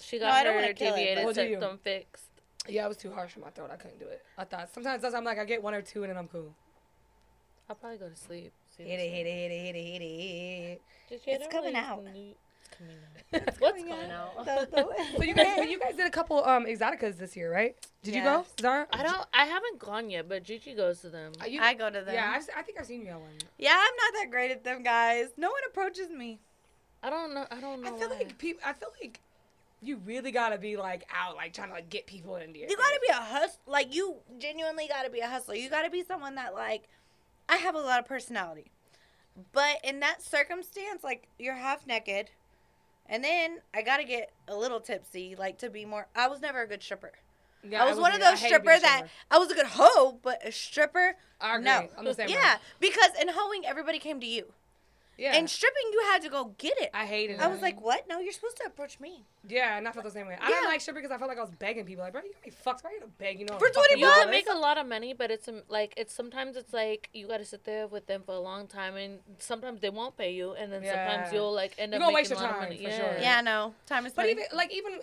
[SPEAKER 2] She
[SPEAKER 3] No, I
[SPEAKER 2] got
[SPEAKER 3] don't wanna
[SPEAKER 2] her
[SPEAKER 3] kill it,
[SPEAKER 2] deviated
[SPEAKER 1] but- Well, do you?
[SPEAKER 2] septum fixed.
[SPEAKER 1] Yeah, it was too harsh on my throat. I couldn't do it. I thought sometimes that's- I'm like I get one or two and then I'm cool.
[SPEAKER 2] I'll probably go to sleep.
[SPEAKER 6] Hit it, hit it, hit it, hit it, hit it, hit it.
[SPEAKER 2] It's
[SPEAKER 3] It's coming out.
[SPEAKER 2] It's coming out. What's coming out?
[SPEAKER 3] So, so,
[SPEAKER 1] [laughs] So you guys, Oh but
[SPEAKER 3] [laughs]
[SPEAKER 1] you guys did a couple um exoticas this year, right? Did you go,
[SPEAKER 3] Yes.
[SPEAKER 1] Zara?
[SPEAKER 2] I don't. I haven't gone yet, but Gigi goes to them.
[SPEAKER 1] Are you,
[SPEAKER 3] I go to them.
[SPEAKER 1] yeah, I've, s- I think I've seen you at one.
[SPEAKER 3] Yeah, I'm not that great at them, guys. No one approaches me.
[SPEAKER 2] I don't know. I don't
[SPEAKER 1] I
[SPEAKER 2] know.
[SPEAKER 1] feel
[SPEAKER 2] why.
[SPEAKER 1] like people. I feel like you really gotta be like out, like trying to like get people into your.
[SPEAKER 3] You
[SPEAKER 1] face.
[SPEAKER 3] gotta be a hustler. Like you genuinely gotta be a hustler. You gotta be someone that like I have a lot of personality, but in that circumstance, like you're half naked, and then I gotta get a little tipsy, like to be more. I was never a good stripper.
[SPEAKER 1] Yeah,
[SPEAKER 3] I was one of
[SPEAKER 1] yeah,
[SPEAKER 3] those
[SPEAKER 1] hated being a
[SPEAKER 3] strippers that I was a good hoe, but a stripper,
[SPEAKER 1] I agree.
[SPEAKER 3] no.
[SPEAKER 1] I'm the same. way.
[SPEAKER 3] yeah, because in hoeing everybody came to you,
[SPEAKER 1] yeah.
[SPEAKER 3] and stripping you had to go get it.
[SPEAKER 1] I hated it.
[SPEAKER 3] I was like, what? No, you're supposed to approach me
[SPEAKER 1] yeah, and I felt the same way. I didn't
[SPEAKER 3] Yeah.
[SPEAKER 1] like stripper because I felt like I was begging people. Like, bro, you got me fucked. Why you gonna beg? You know,
[SPEAKER 3] for
[SPEAKER 1] I'm fucking
[SPEAKER 3] twenty
[SPEAKER 2] you
[SPEAKER 3] bucks.
[SPEAKER 2] can make a lot of money, but it's um, like it's sometimes it's like you got to sit there with them for a long time, and sometimes they won't pay you, and then
[SPEAKER 1] Yeah.
[SPEAKER 2] sometimes you'll like end
[SPEAKER 1] You
[SPEAKER 2] up
[SPEAKER 1] gonna waste
[SPEAKER 2] making a
[SPEAKER 1] your
[SPEAKER 2] lot of
[SPEAKER 1] time,
[SPEAKER 2] money.
[SPEAKER 1] for
[SPEAKER 2] yeah.
[SPEAKER 1] sure.
[SPEAKER 3] yeah, no, time is
[SPEAKER 1] But
[SPEAKER 3] money.
[SPEAKER 1] even like even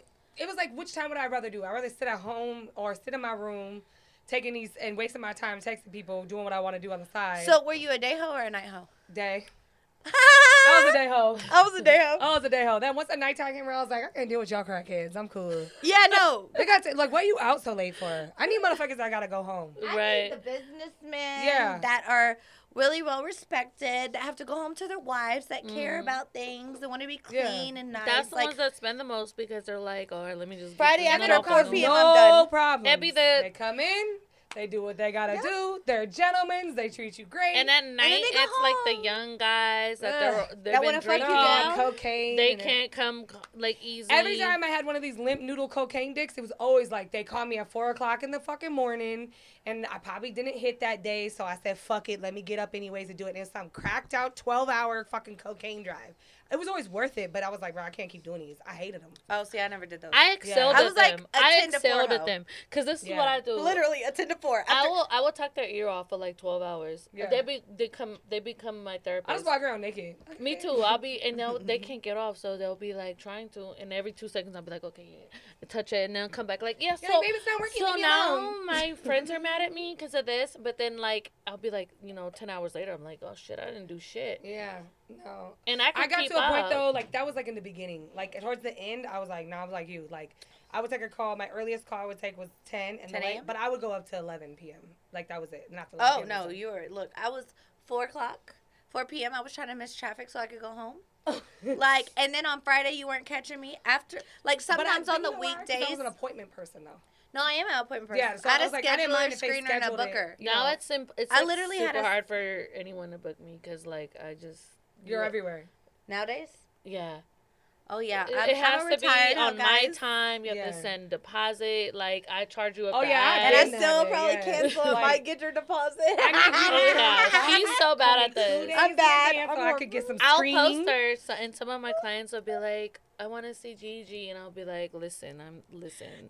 [SPEAKER 1] it was like which time would I rather do? I rather sit at home or sit in my room, taking these and wasting my time texting people, doing what I want to do on the side.
[SPEAKER 3] So were you a day hoe or a night hoe?
[SPEAKER 1] day, I was a
[SPEAKER 3] [laughs] I
[SPEAKER 1] day hoe.
[SPEAKER 3] was a day hoe. Oh.
[SPEAKER 1] I was a day hoe. Then once the nighttime came around, I was like, I can't deal with y'all crackheads. I'm cool.
[SPEAKER 3] Yeah, [laughs] no.
[SPEAKER 1] They got to, like, what you out so late for? I need motherfuckers that gotta go home.
[SPEAKER 2] Right.
[SPEAKER 3] I think the businessmen
[SPEAKER 1] Yeah.
[SPEAKER 3] that are really well respected, that have to go home to their wives, that care about things, that want to be
[SPEAKER 1] Yeah.
[SPEAKER 3] clean and nice.
[SPEAKER 2] That's the
[SPEAKER 3] like,
[SPEAKER 2] ones that spend the most because they're like, all right, let me just get
[SPEAKER 3] Friday
[SPEAKER 2] this
[SPEAKER 3] after
[SPEAKER 2] money off
[SPEAKER 3] four
[SPEAKER 2] them."
[SPEAKER 3] PM.
[SPEAKER 1] no
[SPEAKER 3] I'm done.
[SPEAKER 1] problem.
[SPEAKER 2] That'd be the-
[SPEAKER 1] They come in, they do what they gotta
[SPEAKER 3] Yeah.
[SPEAKER 1] do. They're gentlemen. They treat you great.
[SPEAKER 2] And at night,
[SPEAKER 3] they go
[SPEAKER 2] it's like
[SPEAKER 3] home.
[SPEAKER 2] the young guys that
[SPEAKER 1] Ugh,
[SPEAKER 2] they're they've
[SPEAKER 3] that
[SPEAKER 2] been
[SPEAKER 3] wanna fuck you
[SPEAKER 1] they're
[SPEAKER 2] drinking.
[SPEAKER 1] on
[SPEAKER 3] down.
[SPEAKER 1] cocaine.
[SPEAKER 2] They
[SPEAKER 1] and-
[SPEAKER 2] can't come c- like easily.
[SPEAKER 1] Every time I had one of these limp noodle cocaine dicks, it was always like they called me at four o'clock in the fucking morning, and I probably didn't hit that day, so I said fuck it, let me get up anyways and do it. And it's some cracked out twelve hour fucking cocaine drive. It was always worth it, but I was like, bro, I can't keep doing these. I hated them.
[SPEAKER 3] oh, see, I never did those.
[SPEAKER 2] I excelled
[SPEAKER 1] I
[SPEAKER 2] at
[SPEAKER 3] was like
[SPEAKER 2] them.
[SPEAKER 3] a
[SPEAKER 2] I
[SPEAKER 3] 10 to 4
[SPEAKER 2] excelled
[SPEAKER 3] hoe.
[SPEAKER 2] at them because this is
[SPEAKER 1] Yeah.
[SPEAKER 2] what I do.
[SPEAKER 3] [laughs] Literally, a 10 to 4.
[SPEAKER 2] I
[SPEAKER 3] After-
[SPEAKER 2] will I will talk their ear off for like twelve hours.
[SPEAKER 1] Yeah.
[SPEAKER 2] They be they come they become my therapist.
[SPEAKER 1] I just walk around naked.
[SPEAKER 2] Me too. I'll be and they'll they can't get off, so they'll be like trying to, and every two seconds I'll be like, okay, yeah, touch it, and then come back like, yeah,
[SPEAKER 1] Yeah,
[SPEAKER 2] so
[SPEAKER 1] babe, it's not working.
[SPEAKER 2] so
[SPEAKER 1] Leave me
[SPEAKER 2] now
[SPEAKER 1] alone. [laughs]
[SPEAKER 2] my friends are mad at me because of this, but then like I'll be like, you know, ten hours later, I'm like, oh shit, I didn't do shit,
[SPEAKER 1] Yeah, no.
[SPEAKER 2] and I can
[SPEAKER 1] I got
[SPEAKER 2] keep
[SPEAKER 1] to a
[SPEAKER 2] up.
[SPEAKER 1] point though, like that was like in the beginning. Like towards the end, I was like, nah, I was like you. Like I would take a call. My earliest call I would take was ten, and the
[SPEAKER 3] 10
[SPEAKER 1] late-
[SPEAKER 3] a.m.?
[SPEAKER 1] but I would go up to eleven p.m. Like that was it. Not the. 11
[SPEAKER 3] oh,
[SPEAKER 1] p.m.
[SPEAKER 3] no, you were. Look, I was 4 o'clock, 4 p.m. I was trying to miss traffic so I could go home. [laughs] like, and then on Friday, you weren't catching me after. Like,
[SPEAKER 1] But I-
[SPEAKER 3] sometimes
[SPEAKER 1] but
[SPEAKER 3] on the
[SPEAKER 1] you know why? 'Cause I
[SPEAKER 3] weekdays.
[SPEAKER 1] was an appointment person though.
[SPEAKER 3] No, I am an appointment person.
[SPEAKER 1] Yeah, so I
[SPEAKER 3] I had a
[SPEAKER 1] was like, I didn't
[SPEAKER 3] scheduler,
[SPEAKER 1] mind if they
[SPEAKER 3] screener, and a
[SPEAKER 1] scheduled it.
[SPEAKER 3] booker.
[SPEAKER 1] You
[SPEAKER 2] Now
[SPEAKER 1] know,
[SPEAKER 2] it's simp- it's
[SPEAKER 3] I
[SPEAKER 2] like,
[SPEAKER 3] literally
[SPEAKER 2] super
[SPEAKER 3] had a-
[SPEAKER 2] hard for anyone to book me because like I just
[SPEAKER 1] You're everywhere.
[SPEAKER 3] Nowadays?
[SPEAKER 2] yeah.
[SPEAKER 3] Oh, yeah.
[SPEAKER 2] It,
[SPEAKER 3] I'm,
[SPEAKER 2] it has
[SPEAKER 3] I'm a
[SPEAKER 2] to be
[SPEAKER 3] retired hoe,
[SPEAKER 1] Oh,
[SPEAKER 2] on my
[SPEAKER 3] guys.
[SPEAKER 2] time. You have
[SPEAKER 1] Yeah.
[SPEAKER 2] to send deposit. Like I charge you. A
[SPEAKER 1] Oh, yeah, I
[SPEAKER 2] fee.
[SPEAKER 3] And I
[SPEAKER 1] didn't have
[SPEAKER 3] still
[SPEAKER 1] it,
[SPEAKER 3] probably
[SPEAKER 1] yeah.
[SPEAKER 3] cancel if I
[SPEAKER 1] Like-
[SPEAKER 3] get your deposit. [laughs]
[SPEAKER 2] Oh yeah,
[SPEAKER 1] I-
[SPEAKER 2] she's so bad at
[SPEAKER 1] Two
[SPEAKER 2] this.
[SPEAKER 1] days
[SPEAKER 3] I'm
[SPEAKER 1] in
[SPEAKER 3] bad.
[SPEAKER 1] advance
[SPEAKER 3] I'm
[SPEAKER 1] So I could get some
[SPEAKER 2] I'll
[SPEAKER 1] screening.
[SPEAKER 2] post her, so, and some of my clients will be like, I want to see Gigi, and I'll be like, listen, I'm
[SPEAKER 3] Um,
[SPEAKER 2] listen.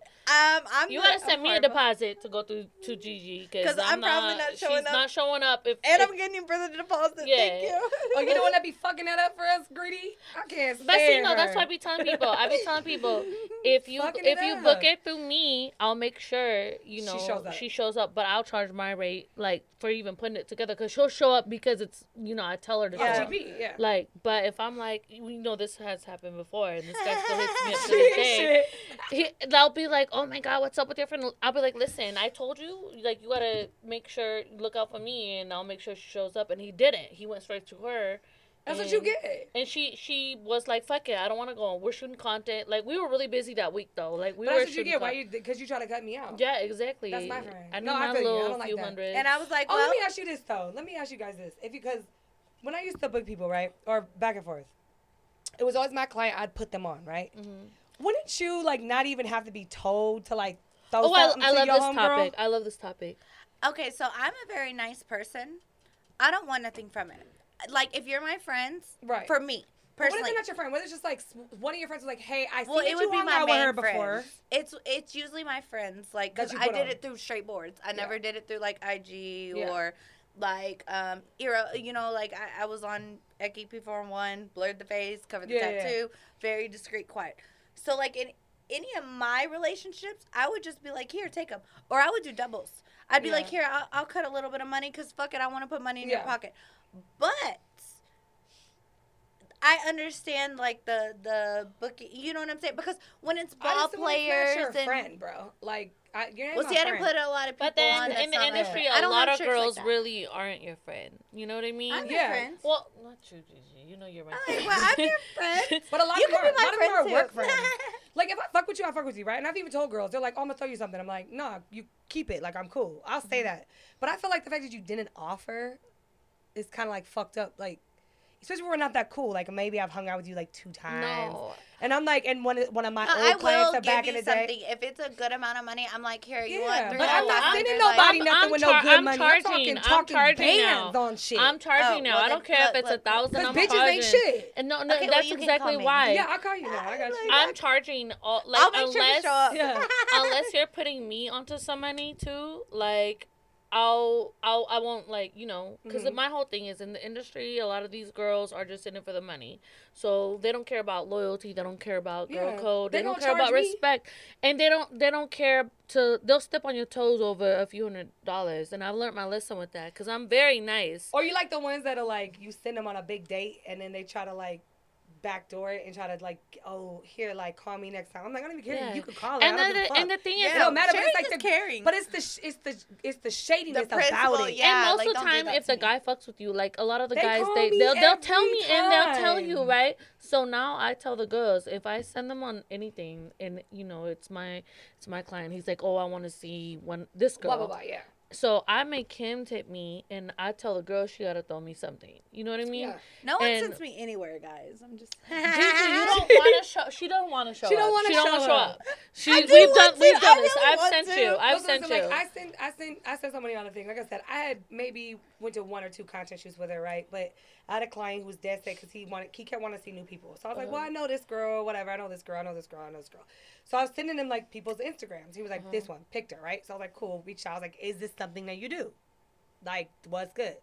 [SPEAKER 3] I'm
[SPEAKER 2] You
[SPEAKER 3] not-
[SPEAKER 2] gotta send
[SPEAKER 3] I'm
[SPEAKER 2] me a
[SPEAKER 3] horrible.
[SPEAKER 2] deposit to go through to Gigi because
[SPEAKER 3] 'Cause I'm
[SPEAKER 2] I'm,
[SPEAKER 3] probably
[SPEAKER 2] not.
[SPEAKER 3] not showing
[SPEAKER 2] she's
[SPEAKER 3] up.
[SPEAKER 2] not showing up. If,
[SPEAKER 3] And
[SPEAKER 2] if-
[SPEAKER 3] I'm getting your brother deposit. Thank
[SPEAKER 2] Yeah.
[SPEAKER 3] you.
[SPEAKER 1] Oh, you the one that be fucking that up for us, greedy. I can't stand
[SPEAKER 2] but see, no,
[SPEAKER 1] her.
[SPEAKER 2] that's why I be telling people. I be telling people if you
[SPEAKER 1] Fucking
[SPEAKER 2] if
[SPEAKER 1] it
[SPEAKER 2] you
[SPEAKER 1] up.
[SPEAKER 2] book it through me, I'll make sure you know she
[SPEAKER 1] shows
[SPEAKER 2] shows
[SPEAKER 1] up.
[SPEAKER 2] up. But I'll charge my rate like for even putting it together because she'll show up because it's you know I tell her to show
[SPEAKER 3] Yeah.
[SPEAKER 2] up.
[SPEAKER 1] GP, yeah.
[SPEAKER 2] Like, but if I'm like, you know, this has happened before, and this guy still hits
[SPEAKER 1] [laughs]
[SPEAKER 2] me up to this day, he, they'll be like, "Oh my god, what's up with your friend?" I'll be like, "Listen, I told you, like, you gotta make sure look out for me, and I'll make sure she shows up." And he didn't. He went straight to her.
[SPEAKER 1] That's what you
[SPEAKER 2] and-
[SPEAKER 1] get.
[SPEAKER 2] And she she was like, "Fuck it, I don't want to go." We're shooting content. Like, we were really busy that week though. Like, we
[SPEAKER 1] But
[SPEAKER 2] were
[SPEAKER 1] that's what you
[SPEAKER 2] shooting
[SPEAKER 1] get. Why
[SPEAKER 2] con-
[SPEAKER 1] you? Because you try to cut me out.
[SPEAKER 2] Yeah, exactly.
[SPEAKER 1] That's my friend.
[SPEAKER 2] I need
[SPEAKER 1] No, I
[SPEAKER 2] my
[SPEAKER 1] feel you. I
[SPEAKER 2] little
[SPEAKER 1] don't like
[SPEAKER 2] few
[SPEAKER 1] that.
[SPEAKER 3] [laughs]
[SPEAKER 2] hundred.
[SPEAKER 3] And I was like,
[SPEAKER 1] Oh,
[SPEAKER 3] well,
[SPEAKER 1] let me ask you this though. Let me ask you guys this. If because when I used to book people, right, or back and forth, it was always my client. I'd put them on, right.
[SPEAKER 3] Mm-hmm.
[SPEAKER 1] Wouldn't you like not even have to be told to like throw
[SPEAKER 2] oh, I,
[SPEAKER 1] something
[SPEAKER 2] I
[SPEAKER 1] to
[SPEAKER 2] love
[SPEAKER 1] your
[SPEAKER 2] this
[SPEAKER 1] homegirl?
[SPEAKER 2] topic. I love this topic.
[SPEAKER 3] Okay, so I'm a very nice person. I don't want nothing from it. Like if you're my friends,
[SPEAKER 1] Right.
[SPEAKER 3] for me
[SPEAKER 1] What if
[SPEAKER 3] personally.
[SPEAKER 1] they're not your friend? What if it's just like s- one of your friends was like, "Hey, I see
[SPEAKER 3] well, it
[SPEAKER 1] you
[SPEAKER 3] would be
[SPEAKER 1] hung
[SPEAKER 3] my
[SPEAKER 1] out with her
[SPEAKER 3] main
[SPEAKER 1] before."
[SPEAKER 3] friends. It's it's usually my friends, like
[SPEAKER 1] That
[SPEAKER 3] because
[SPEAKER 1] you
[SPEAKER 3] I
[SPEAKER 1] put
[SPEAKER 3] did
[SPEAKER 1] on.
[SPEAKER 3] it through straight boards. I never did it through like IG
[SPEAKER 1] Yeah.
[SPEAKER 3] or like um era. You know, like I, I was on Eki four oh one, blurred the face, covered the
[SPEAKER 1] Yeah, yeah, yeah.
[SPEAKER 3] tattoo, very discreet, quiet. So like in any of my relationships, I would just be like, here, take them, or I would do doubles. I'd be like, here, I'll, I'll cut a little bit of money because fuck it, I want to put money in
[SPEAKER 1] Yeah.
[SPEAKER 3] your pocket. But I understand like the the book. You know what I'm saying? Because when it's
[SPEAKER 1] I
[SPEAKER 3] ball
[SPEAKER 1] just don't want to smash
[SPEAKER 3] players
[SPEAKER 1] your
[SPEAKER 3] and
[SPEAKER 1] friend, bro. Like, I, you're not
[SPEAKER 3] well,
[SPEAKER 1] my
[SPEAKER 3] see, I didn't
[SPEAKER 1] friend.
[SPEAKER 3] put a lot of people
[SPEAKER 2] But then
[SPEAKER 3] on. that's
[SPEAKER 2] in the
[SPEAKER 3] not my
[SPEAKER 2] industry,
[SPEAKER 3] friend. I
[SPEAKER 2] a
[SPEAKER 3] don't
[SPEAKER 2] lot
[SPEAKER 3] have
[SPEAKER 2] of
[SPEAKER 3] chicks like
[SPEAKER 2] girls
[SPEAKER 3] that.
[SPEAKER 2] really aren't your friend. You know what I mean?
[SPEAKER 3] I'm your
[SPEAKER 1] Yeah.
[SPEAKER 3] friend.
[SPEAKER 2] Well, not you, Gigi. You know you're my
[SPEAKER 3] I'm [laughs] like, well, I'm
[SPEAKER 2] [laughs]
[SPEAKER 3] your friend.
[SPEAKER 1] But a lot
[SPEAKER 3] [laughs] you
[SPEAKER 1] of them
[SPEAKER 3] can
[SPEAKER 1] are,
[SPEAKER 3] be
[SPEAKER 1] a lot
[SPEAKER 3] my
[SPEAKER 1] of them
[SPEAKER 3] friend
[SPEAKER 1] are
[SPEAKER 3] too. [laughs]
[SPEAKER 1] work friends. like if I fuck with you, I fuck with you, right? And I've even told girls, they're like, "Oh, I'm gonna throw you something." I'm like, "Nah, you keep it. Like I'm cool. I'll say that." But I feel like the fact that you didn't offer is kind of like fucked up. Like, especially when we're not that cool. Like maybe I've hung out with you like two times,
[SPEAKER 2] No.
[SPEAKER 1] and I'm like, and one of- one of my
[SPEAKER 3] No,
[SPEAKER 1] old
[SPEAKER 3] I
[SPEAKER 1] clients
[SPEAKER 3] will
[SPEAKER 1] are
[SPEAKER 3] give
[SPEAKER 1] back
[SPEAKER 3] you
[SPEAKER 1] in the
[SPEAKER 3] something
[SPEAKER 1] day.
[SPEAKER 3] if it's a good amount of money. I'm like, here, you
[SPEAKER 1] Yeah,
[SPEAKER 3] want three?
[SPEAKER 1] but I'm
[SPEAKER 3] dollars?
[SPEAKER 1] not
[SPEAKER 2] I'm-
[SPEAKER 1] sending
[SPEAKER 3] They're like-
[SPEAKER 1] nobody
[SPEAKER 2] I'm-
[SPEAKER 1] nothing
[SPEAKER 2] I'm
[SPEAKER 1] with
[SPEAKER 2] char-
[SPEAKER 1] no good
[SPEAKER 2] I'm
[SPEAKER 1] money.
[SPEAKER 2] charging-
[SPEAKER 1] I'm
[SPEAKER 2] I'm
[SPEAKER 1] talking, talking
[SPEAKER 2] charging
[SPEAKER 1] bands
[SPEAKER 2] now.
[SPEAKER 1] on shit.
[SPEAKER 2] I'm charging
[SPEAKER 3] Oh,
[SPEAKER 2] now.
[SPEAKER 3] well,
[SPEAKER 2] I don't
[SPEAKER 3] then
[SPEAKER 2] care
[SPEAKER 3] look,
[SPEAKER 2] if it's
[SPEAKER 3] look,
[SPEAKER 2] a
[SPEAKER 3] look.
[SPEAKER 2] thousand.
[SPEAKER 1] 'Cause
[SPEAKER 2] I'm
[SPEAKER 1] bitches ain't
[SPEAKER 2] charging.
[SPEAKER 1] shit.
[SPEAKER 2] And no, no,
[SPEAKER 3] Okay, well,
[SPEAKER 2] that's
[SPEAKER 3] you can
[SPEAKER 2] exactly
[SPEAKER 3] call me.
[SPEAKER 2] why.
[SPEAKER 1] yeah, I'll call you now. I got you.
[SPEAKER 2] I'm charging all like
[SPEAKER 3] I'll make sure to
[SPEAKER 2] unless
[SPEAKER 3] show up. [laughs]
[SPEAKER 1] Yeah.
[SPEAKER 2] unless you're putting me onto somebody too, like I'll I'll I won't like you know because
[SPEAKER 1] Mm-hmm.
[SPEAKER 2] my whole thing is in the industry. A lot of these girls are just in it for the money, so they don't care about loyalty. They don't care about girl
[SPEAKER 1] Yeah.
[SPEAKER 2] code. They,
[SPEAKER 1] They
[SPEAKER 2] don't
[SPEAKER 1] gonna
[SPEAKER 2] care about
[SPEAKER 1] charge me.
[SPEAKER 2] respect, and they don't they don't care to. They'll step on your toes over a few hundred dollars, and I've learned my lesson with that because I'm very nice.
[SPEAKER 1] Or you like the ones that are like you send them on a big date and then they try to like backdoor it and try to like oh here like call me next time. I'm like I don't even care.
[SPEAKER 2] Yeah.
[SPEAKER 1] You could call it.
[SPEAKER 2] And
[SPEAKER 1] I don't
[SPEAKER 2] then
[SPEAKER 1] give a
[SPEAKER 2] the, and the
[SPEAKER 1] fuck.
[SPEAKER 2] thing is,
[SPEAKER 3] Yeah.
[SPEAKER 1] it don't matter. But
[SPEAKER 3] Sharing
[SPEAKER 1] it's like
[SPEAKER 3] is
[SPEAKER 1] the
[SPEAKER 3] caring.
[SPEAKER 1] But it's the sh- it's the it's the shadiness about
[SPEAKER 3] principle,
[SPEAKER 1] it.
[SPEAKER 3] yeah.
[SPEAKER 2] and most
[SPEAKER 3] like,
[SPEAKER 2] of the
[SPEAKER 3] don't do
[SPEAKER 2] time,
[SPEAKER 3] that
[SPEAKER 2] if the
[SPEAKER 3] to me.
[SPEAKER 2] guy fucks with you, like a lot of the
[SPEAKER 1] They
[SPEAKER 2] guys,
[SPEAKER 1] call
[SPEAKER 2] they
[SPEAKER 1] me
[SPEAKER 2] they'll they'll tell
[SPEAKER 1] every
[SPEAKER 2] me and they'll tell you,
[SPEAKER 1] time.
[SPEAKER 2] right? So now I tell the girls if I send them on anything, and you know it's my it's my client. He's like, oh, I want to see one this girl.
[SPEAKER 1] Blah blah blah. Yeah.
[SPEAKER 2] So I make him tip me, and I tell the girl she gotta throw me something. You know what I mean?
[SPEAKER 1] Yeah.
[SPEAKER 3] No one
[SPEAKER 2] And-
[SPEAKER 3] sends me anywhere, guys. I'm [laughs] just.
[SPEAKER 1] [laughs]
[SPEAKER 2] Gigi, you don't want to show. She don't want to show.
[SPEAKER 1] She don't
[SPEAKER 2] up.
[SPEAKER 1] wanna
[SPEAKER 2] she don't
[SPEAKER 1] show
[SPEAKER 2] wanna show
[SPEAKER 1] up.
[SPEAKER 2] up.
[SPEAKER 1] [laughs]
[SPEAKER 2] She, we've
[SPEAKER 3] want
[SPEAKER 2] done.
[SPEAKER 3] to.
[SPEAKER 2] We've
[SPEAKER 3] I
[SPEAKER 2] done this.
[SPEAKER 3] really
[SPEAKER 2] I've
[SPEAKER 3] want
[SPEAKER 2] sent
[SPEAKER 3] to.
[SPEAKER 2] you. I've
[SPEAKER 1] Those ones
[SPEAKER 2] sent
[SPEAKER 1] are
[SPEAKER 2] you.
[SPEAKER 1] Like, I sent I sent I sent somebody on a thing. Like I said, I had maybe went to one or two content shoots with her, right? But I had a client who was dead set because he wanted he kept wanting to see new people. So I was like,
[SPEAKER 2] Uh-huh.
[SPEAKER 1] well, I know this girl, whatever. I know this girl. I know this girl. I know this girl. So I was sending him like people's Instagrams. He was like,
[SPEAKER 2] Uh-huh.
[SPEAKER 1] this one picked her, right? So I was like, cool. Reached out. I was like, is this something that you do? Like, what's good?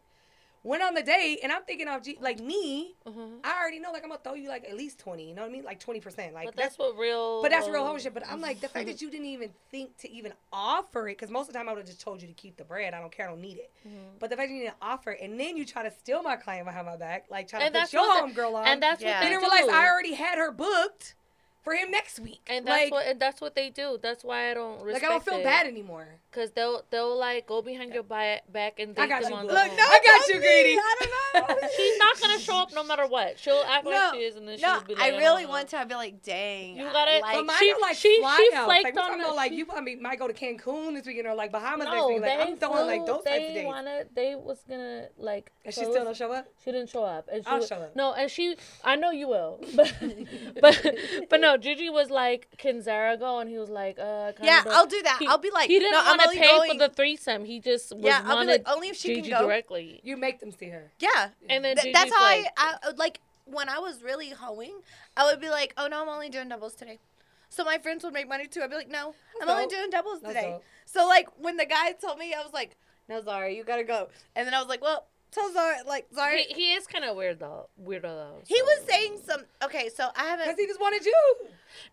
[SPEAKER 1] Went on the date, and I'm thinking of G- like me.
[SPEAKER 2] Mm-hmm.
[SPEAKER 1] I already know, like I'm gonna throw you like at least twenty. You know what I mean? Like twenty percent. Like
[SPEAKER 2] but that's what real.
[SPEAKER 1] but that's real
[SPEAKER 2] um,
[SPEAKER 1] home shit. But I'm like, the fact that you didn't even think to even offer it, because most of the time I would have just told you to keep the bread. I don't care. I don't need it. But the fact that you didn't offer it, and then you try to steal my client behind my back, like trying
[SPEAKER 2] And
[SPEAKER 1] to
[SPEAKER 2] that's
[SPEAKER 1] put your
[SPEAKER 2] what the-
[SPEAKER 1] homegirl on.
[SPEAKER 2] And that's
[SPEAKER 3] Yeah.
[SPEAKER 1] You
[SPEAKER 2] what they
[SPEAKER 1] didn't
[SPEAKER 2] do.
[SPEAKER 1] realize I already had her booked for him next week.
[SPEAKER 2] and that's
[SPEAKER 1] like,
[SPEAKER 2] what and that's what they do. That's why I don't
[SPEAKER 1] like
[SPEAKER 2] respect
[SPEAKER 1] I don't feel bad anymore.
[SPEAKER 2] because they'll they'll like go behind your bi- back and date
[SPEAKER 1] I got
[SPEAKER 2] them
[SPEAKER 1] you.
[SPEAKER 2] on
[SPEAKER 1] boo.
[SPEAKER 2] the
[SPEAKER 3] Look,
[SPEAKER 2] phone.
[SPEAKER 3] no,
[SPEAKER 1] I got
[SPEAKER 3] don't
[SPEAKER 1] you,
[SPEAKER 3] be.
[SPEAKER 1] greedy.
[SPEAKER 3] I
[SPEAKER 1] [laughs]
[SPEAKER 3] don't know.
[SPEAKER 2] she's not gonna show up no matter what. She'll act like she is, and then
[SPEAKER 3] no,
[SPEAKER 2] she'll be
[SPEAKER 3] I
[SPEAKER 2] like, "Uh,
[SPEAKER 3] really
[SPEAKER 2] don't
[SPEAKER 3] want
[SPEAKER 2] know.
[SPEAKER 3] to. I'd be like, dang.
[SPEAKER 2] You
[SPEAKER 3] I
[SPEAKER 2] gotta-
[SPEAKER 1] But
[SPEAKER 3] Like,
[SPEAKER 1] mine
[SPEAKER 2] she-
[SPEAKER 1] are like
[SPEAKER 2] she- she
[SPEAKER 1] fly outs. Like,
[SPEAKER 2] flaked
[SPEAKER 1] we're
[SPEAKER 2] on
[SPEAKER 1] talking
[SPEAKER 2] the-
[SPEAKER 1] about like
[SPEAKER 2] she-
[SPEAKER 1] you probably might go to Cancun this weekend or like Bahamas next
[SPEAKER 2] No,
[SPEAKER 1] weekend. Like
[SPEAKER 2] they
[SPEAKER 1] I'm throwing like
[SPEAKER 2] flew-
[SPEAKER 1] those
[SPEAKER 2] they
[SPEAKER 1] types of days.
[SPEAKER 2] Wanted, they was gonna like.
[SPEAKER 1] and she
[SPEAKER 2] so
[SPEAKER 1] still
[SPEAKER 2] it's-
[SPEAKER 1] don't show up.
[SPEAKER 2] She didn't show up. And she
[SPEAKER 1] I'll
[SPEAKER 2] was,
[SPEAKER 1] show up.
[SPEAKER 2] No, and she. I know you will, [laughs] but but but no. Gigi was like, "Can Zara go?" And he was like, "Uh, kinda
[SPEAKER 3] Yeah,
[SPEAKER 2] don't-"
[SPEAKER 3] I'll do that. I'll be like,
[SPEAKER 2] he didn't
[SPEAKER 3] "No, I'm
[SPEAKER 2] want to
[SPEAKER 3] only
[SPEAKER 2] pay
[SPEAKER 3] going-
[SPEAKER 2] for the threesome. He just was
[SPEAKER 3] Yeah, I'll be like,
[SPEAKER 2] wanted
[SPEAKER 3] "Only if she can
[SPEAKER 2] Gigi
[SPEAKER 3] go."
[SPEAKER 2] directly.
[SPEAKER 1] You make them see her.
[SPEAKER 3] yeah.
[SPEAKER 2] And then
[SPEAKER 3] Th-
[SPEAKER 2] Gigi's
[SPEAKER 3] that's how
[SPEAKER 2] like,
[SPEAKER 3] I, I like when I was really hoeing, I would be like, oh no, I'm only doing doubles today. So my friends would make money too. I'd be like, no, I'm only
[SPEAKER 1] dope.
[SPEAKER 3] doing doubles
[SPEAKER 1] That's
[SPEAKER 3] today.
[SPEAKER 1] dope.
[SPEAKER 3] So like when the guy told me, I was like, no, Zara, you gotta go. And then I was like, well, tell Zara, like Zara.
[SPEAKER 2] He,
[SPEAKER 3] He,
[SPEAKER 2] he is kind of weird though. Weirdo though. so-
[SPEAKER 3] was saying some. Okay, so I haven't.
[SPEAKER 1] Because he just wanted you.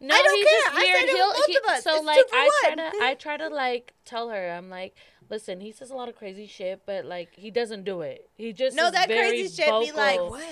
[SPEAKER 2] No,
[SPEAKER 3] I don't
[SPEAKER 2] he's
[SPEAKER 3] care.
[SPEAKER 2] just
[SPEAKER 3] I said
[SPEAKER 2] weird.
[SPEAKER 3] it with
[SPEAKER 2] He'll-
[SPEAKER 3] both
[SPEAKER 2] he-
[SPEAKER 3] of us.
[SPEAKER 2] So
[SPEAKER 3] It's two
[SPEAKER 2] like
[SPEAKER 3] for
[SPEAKER 2] I try
[SPEAKER 3] one.
[SPEAKER 2] to I try to like tell her I'm like, listen, he says a lot of crazy shit, but like he doesn't do it. He just
[SPEAKER 3] No,
[SPEAKER 2] is
[SPEAKER 3] that
[SPEAKER 2] very
[SPEAKER 3] crazy shit be like,
[SPEAKER 2] vocal.
[SPEAKER 3] what?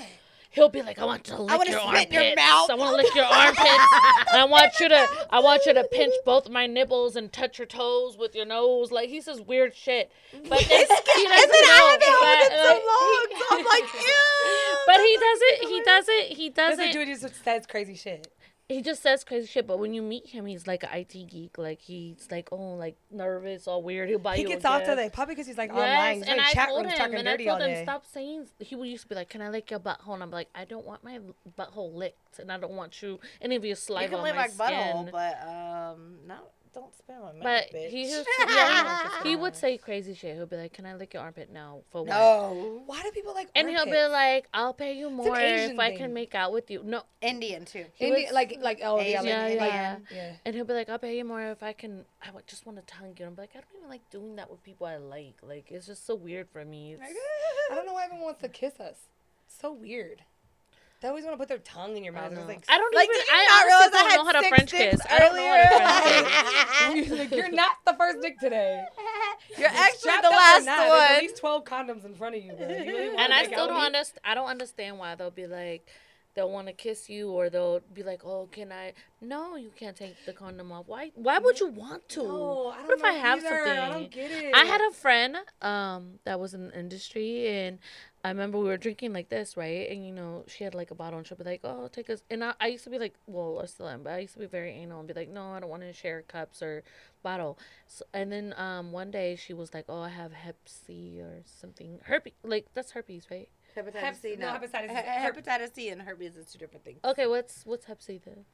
[SPEAKER 2] He'll be like, I want you to lick
[SPEAKER 3] wanna
[SPEAKER 2] your
[SPEAKER 3] spit
[SPEAKER 2] armpits.
[SPEAKER 3] in your mouth."
[SPEAKER 2] I want to lick your armpits. And I want you to I want you to pinch both my nipples and touch your toes with your nose. Like he says weird shit,
[SPEAKER 3] [laughs]
[SPEAKER 2] but then [laughs] he doesn't
[SPEAKER 3] And then
[SPEAKER 2] know.
[SPEAKER 3] I haven't held it so
[SPEAKER 2] but, like,
[SPEAKER 3] long. So I'm
[SPEAKER 2] he-
[SPEAKER 3] like, ew.
[SPEAKER 2] [laughs] But he doesn't. He doesn't. He doesn't.
[SPEAKER 1] Doesn't do it. He just says crazy shit.
[SPEAKER 2] he just says crazy shit, but when you meet him, he's like an IT geek. Like he's like oh, like nervous, all weird. He'll buy
[SPEAKER 1] He
[SPEAKER 2] you.
[SPEAKER 1] gets
[SPEAKER 2] a
[SPEAKER 1] off
[SPEAKER 2] gift.
[SPEAKER 1] to that probably because he's like online.
[SPEAKER 2] Yes,
[SPEAKER 1] He's
[SPEAKER 2] and
[SPEAKER 1] like
[SPEAKER 2] I
[SPEAKER 1] chat
[SPEAKER 2] told
[SPEAKER 1] rooms
[SPEAKER 2] him,
[SPEAKER 1] talking
[SPEAKER 2] and I
[SPEAKER 1] dirty
[SPEAKER 2] told
[SPEAKER 1] all
[SPEAKER 2] him
[SPEAKER 1] day.
[SPEAKER 2] stop saying. He would used to be like, "Can I lick your butthole?" And I'm like, "I don't want my butthole licked, and I don't want you any of your saliva
[SPEAKER 3] You can
[SPEAKER 2] on
[SPEAKER 3] lick
[SPEAKER 2] my
[SPEAKER 3] my butthole,
[SPEAKER 2] skin."
[SPEAKER 3] but um, no, don't spit on my mouth,
[SPEAKER 2] but
[SPEAKER 3] bitch.
[SPEAKER 2] he
[SPEAKER 1] [laughs]
[SPEAKER 2] just, [laughs] yeah,
[SPEAKER 3] [laughs]
[SPEAKER 2] he would say crazy shit. He'll be like, "Can I lick your armpit now?" For what?
[SPEAKER 3] no
[SPEAKER 1] Why do people like?
[SPEAKER 2] And he'll be
[SPEAKER 1] armpits?
[SPEAKER 2] like, "I'll pay you more if
[SPEAKER 1] Asian
[SPEAKER 2] I
[SPEAKER 1] thing.
[SPEAKER 2] can make out with you." No,
[SPEAKER 3] Indian too.
[SPEAKER 2] he
[SPEAKER 1] Indi-
[SPEAKER 2] was-
[SPEAKER 1] like like oh yeah,
[SPEAKER 3] Asian,
[SPEAKER 1] like,
[SPEAKER 2] yeah,
[SPEAKER 1] like,
[SPEAKER 2] yeah.
[SPEAKER 1] yeah.
[SPEAKER 2] And he'll be like, I'll pay you more if I can. I would just want to tongue you. And I'm like, I don't even like doing that with people I like. Like, it's just so weird for me.
[SPEAKER 3] "Ah,
[SPEAKER 2] It's-
[SPEAKER 1] I don't know why everyone wants to kiss us. It's so weird. They always want to put their tongue in your
[SPEAKER 2] I
[SPEAKER 1] mouth.
[SPEAKER 2] don't, know.
[SPEAKER 1] It's like,
[SPEAKER 2] I don't
[SPEAKER 3] Like,
[SPEAKER 2] even.
[SPEAKER 3] did you
[SPEAKER 2] I
[SPEAKER 3] not realize I
[SPEAKER 2] honestly don't
[SPEAKER 3] had
[SPEAKER 2] know how to
[SPEAKER 3] six
[SPEAKER 2] French
[SPEAKER 3] dicks
[SPEAKER 2] kiss. I don't know how to
[SPEAKER 1] [laughs]
[SPEAKER 3] [laughs]
[SPEAKER 2] French kiss.
[SPEAKER 1] You're like, you're not the first dick
[SPEAKER 2] [laughs]
[SPEAKER 1] today.
[SPEAKER 3] You're actually
[SPEAKER 1] Strapped
[SPEAKER 3] the
[SPEAKER 1] up or
[SPEAKER 3] last
[SPEAKER 1] not, there's At
[SPEAKER 3] one.
[SPEAKER 1] least twelve condoms in front of you. Bro. You
[SPEAKER 2] [laughs]
[SPEAKER 1] really wanna
[SPEAKER 2] And I
[SPEAKER 1] make
[SPEAKER 2] still
[SPEAKER 1] out
[SPEAKER 2] don't
[SPEAKER 1] with me?
[SPEAKER 2] understand. I don't understand why they'll be like, they'll want to kiss you, or they'll be like, oh, can I? No, you can't take the condom off. Why? Why would you want to?
[SPEAKER 1] No, I don't
[SPEAKER 2] what if
[SPEAKER 1] know
[SPEAKER 2] I have
[SPEAKER 1] either.
[SPEAKER 2] something?
[SPEAKER 1] I don't get it.
[SPEAKER 2] I had a friend um that was in the industry and I remember we were drinking like this, right? And you know, she had like a bottle and she'd be like, Oh, take us and I, I used to be like well, I still am, but I used to be very anal and be like, No, I don't want to share cups or bottle. So, and then um one day she was like, Oh, I have hep C or something. Herpes like that's herpes, right?
[SPEAKER 3] Hepatitis C,
[SPEAKER 1] Hep- no,
[SPEAKER 3] no.
[SPEAKER 1] hepatitis
[SPEAKER 3] He-
[SPEAKER 1] is herp-
[SPEAKER 3] Hepatitis C and herpes is two different things.
[SPEAKER 2] Okay, what's what's hep C then?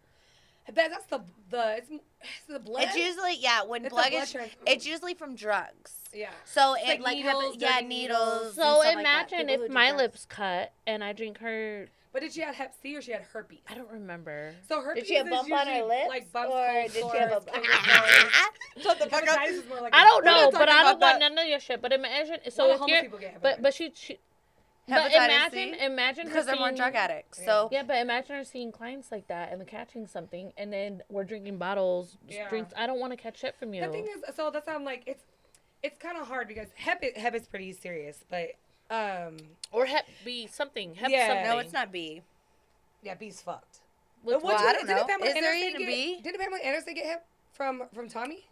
[SPEAKER 1] That, that's the the it's, it's the blood.
[SPEAKER 3] It's usually yeah when
[SPEAKER 1] It's a
[SPEAKER 3] blood
[SPEAKER 1] blood
[SPEAKER 3] is
[SPEAKER 1] transfer-
[SPEAKER 3] it's usually from drugs.
[SPEAKER 1] yeah.
[SPEAKER 3] So
[SPEAKER 1] It's
[SPEAKER 3] it
[SPEAKER 1] like
[SPEAKER 3] like,
[SPEAKER 1] needles,
[SPEAKER 3] hepa- yeah
[SPEAKER 1] dirty needles.
[SPEAKER 3] needles.
[SPEAKER 2] So
[SPEAKER 3] and stuff
[SPEAKER 2] imagine
[SPEAKER 3] like that. People who
[SPEAKER 2] if
[SPEAKER 3] do
[SPEAKER 2] my
[SPEAKER 3] drugs.
[SPEAKER 2] lips cut and I drink her
[SPEAKER 1] But did she have Hep C or she had herpes?
[SPEAKER 2] I don't remember.
[SPEAKER 1] So herpes
[SPEAKER 3] she have
[SPEAKER 1] is
[SPEAKER 3] bump on her
[SPEAKER 1] usually,
[SPEAKER 3] lips,
[SPEAKER 1] Like bumps,
[SPEAKER 3] or
[SPEAKER 1] cold
[SPEAKER 3] did she
[SPEAKER 1] sores,
[SPEAKER 3] have a-
[SPEAKER 1] cold sores.
[SPEAKER 3] [laughs]
[SPEAKER 2] [laughs]
[SPEAKER 3] Shut the fuck up.
[SPEAKER 1] Hepatitis is more like
[SPEAKER 2] I don't
[SPEAKER 3] We're not
[SPEAKER 2] know, but
[SPEAKER 3] talking
[SPEAKER 2] I
[SPEAKER 3] about
[SPEAKER 2] don't want none of your shit. But imagine, so
[SPEAKER 1] Well,
[SPEAKER 2] if
[SPEAKER 1] homeless
[SPEAKER 2] you're,
[SPEAKER 1] people get hepatitis.
[SPEAKER 2] but but she, she but
[SPEAKER 3] Hepatitis
[SPEAKER 2] imagine,
[SPEAKER 3] C?
[SPEAKER 2] imagine her
[SPEAKER 3] because they're more
[SPEAKER 2] seeing-
[SPEAKER 3] drug addicts. So
[SPEAKER 2] Yeah, but imagine her seeing clients like that and catching something, and then we're drinking bottles, just
[SPEAKER 1] Yeah.
[SPEAKER 2] drinks. I don't want to catch shit from you.
[SPEAKER 1] The thing is, so that's why I'm like, it's it's kind of hard because Hep i- Hep is pretty serious, but um,
[SPEAKER 2] or Hep B something. Hep
[SPEAKER 1] Yeah.
[SPEAKER 2] something.
[SPEAKER 1] No,
[SPEAKER 3] no, it's not B.
[SPEAKER 1] yeah, B's fucked. What'd
[SPEAKER 2] What's-
[SPEAKER 3] Well, I don't
[SPEAKER 1] didn't
[SPEAKER 3] know.
[SPEAKER 1] Pamela
[SPEAKER 3] Is there
[SPEAKER 1] Anderson
[SPEAKER 3] even a
[SPEAKER 1] get-
[SPEAKER 3] B?
[SPEAKER 1] Didn't Pamela Anderson get Hep from from Tommy?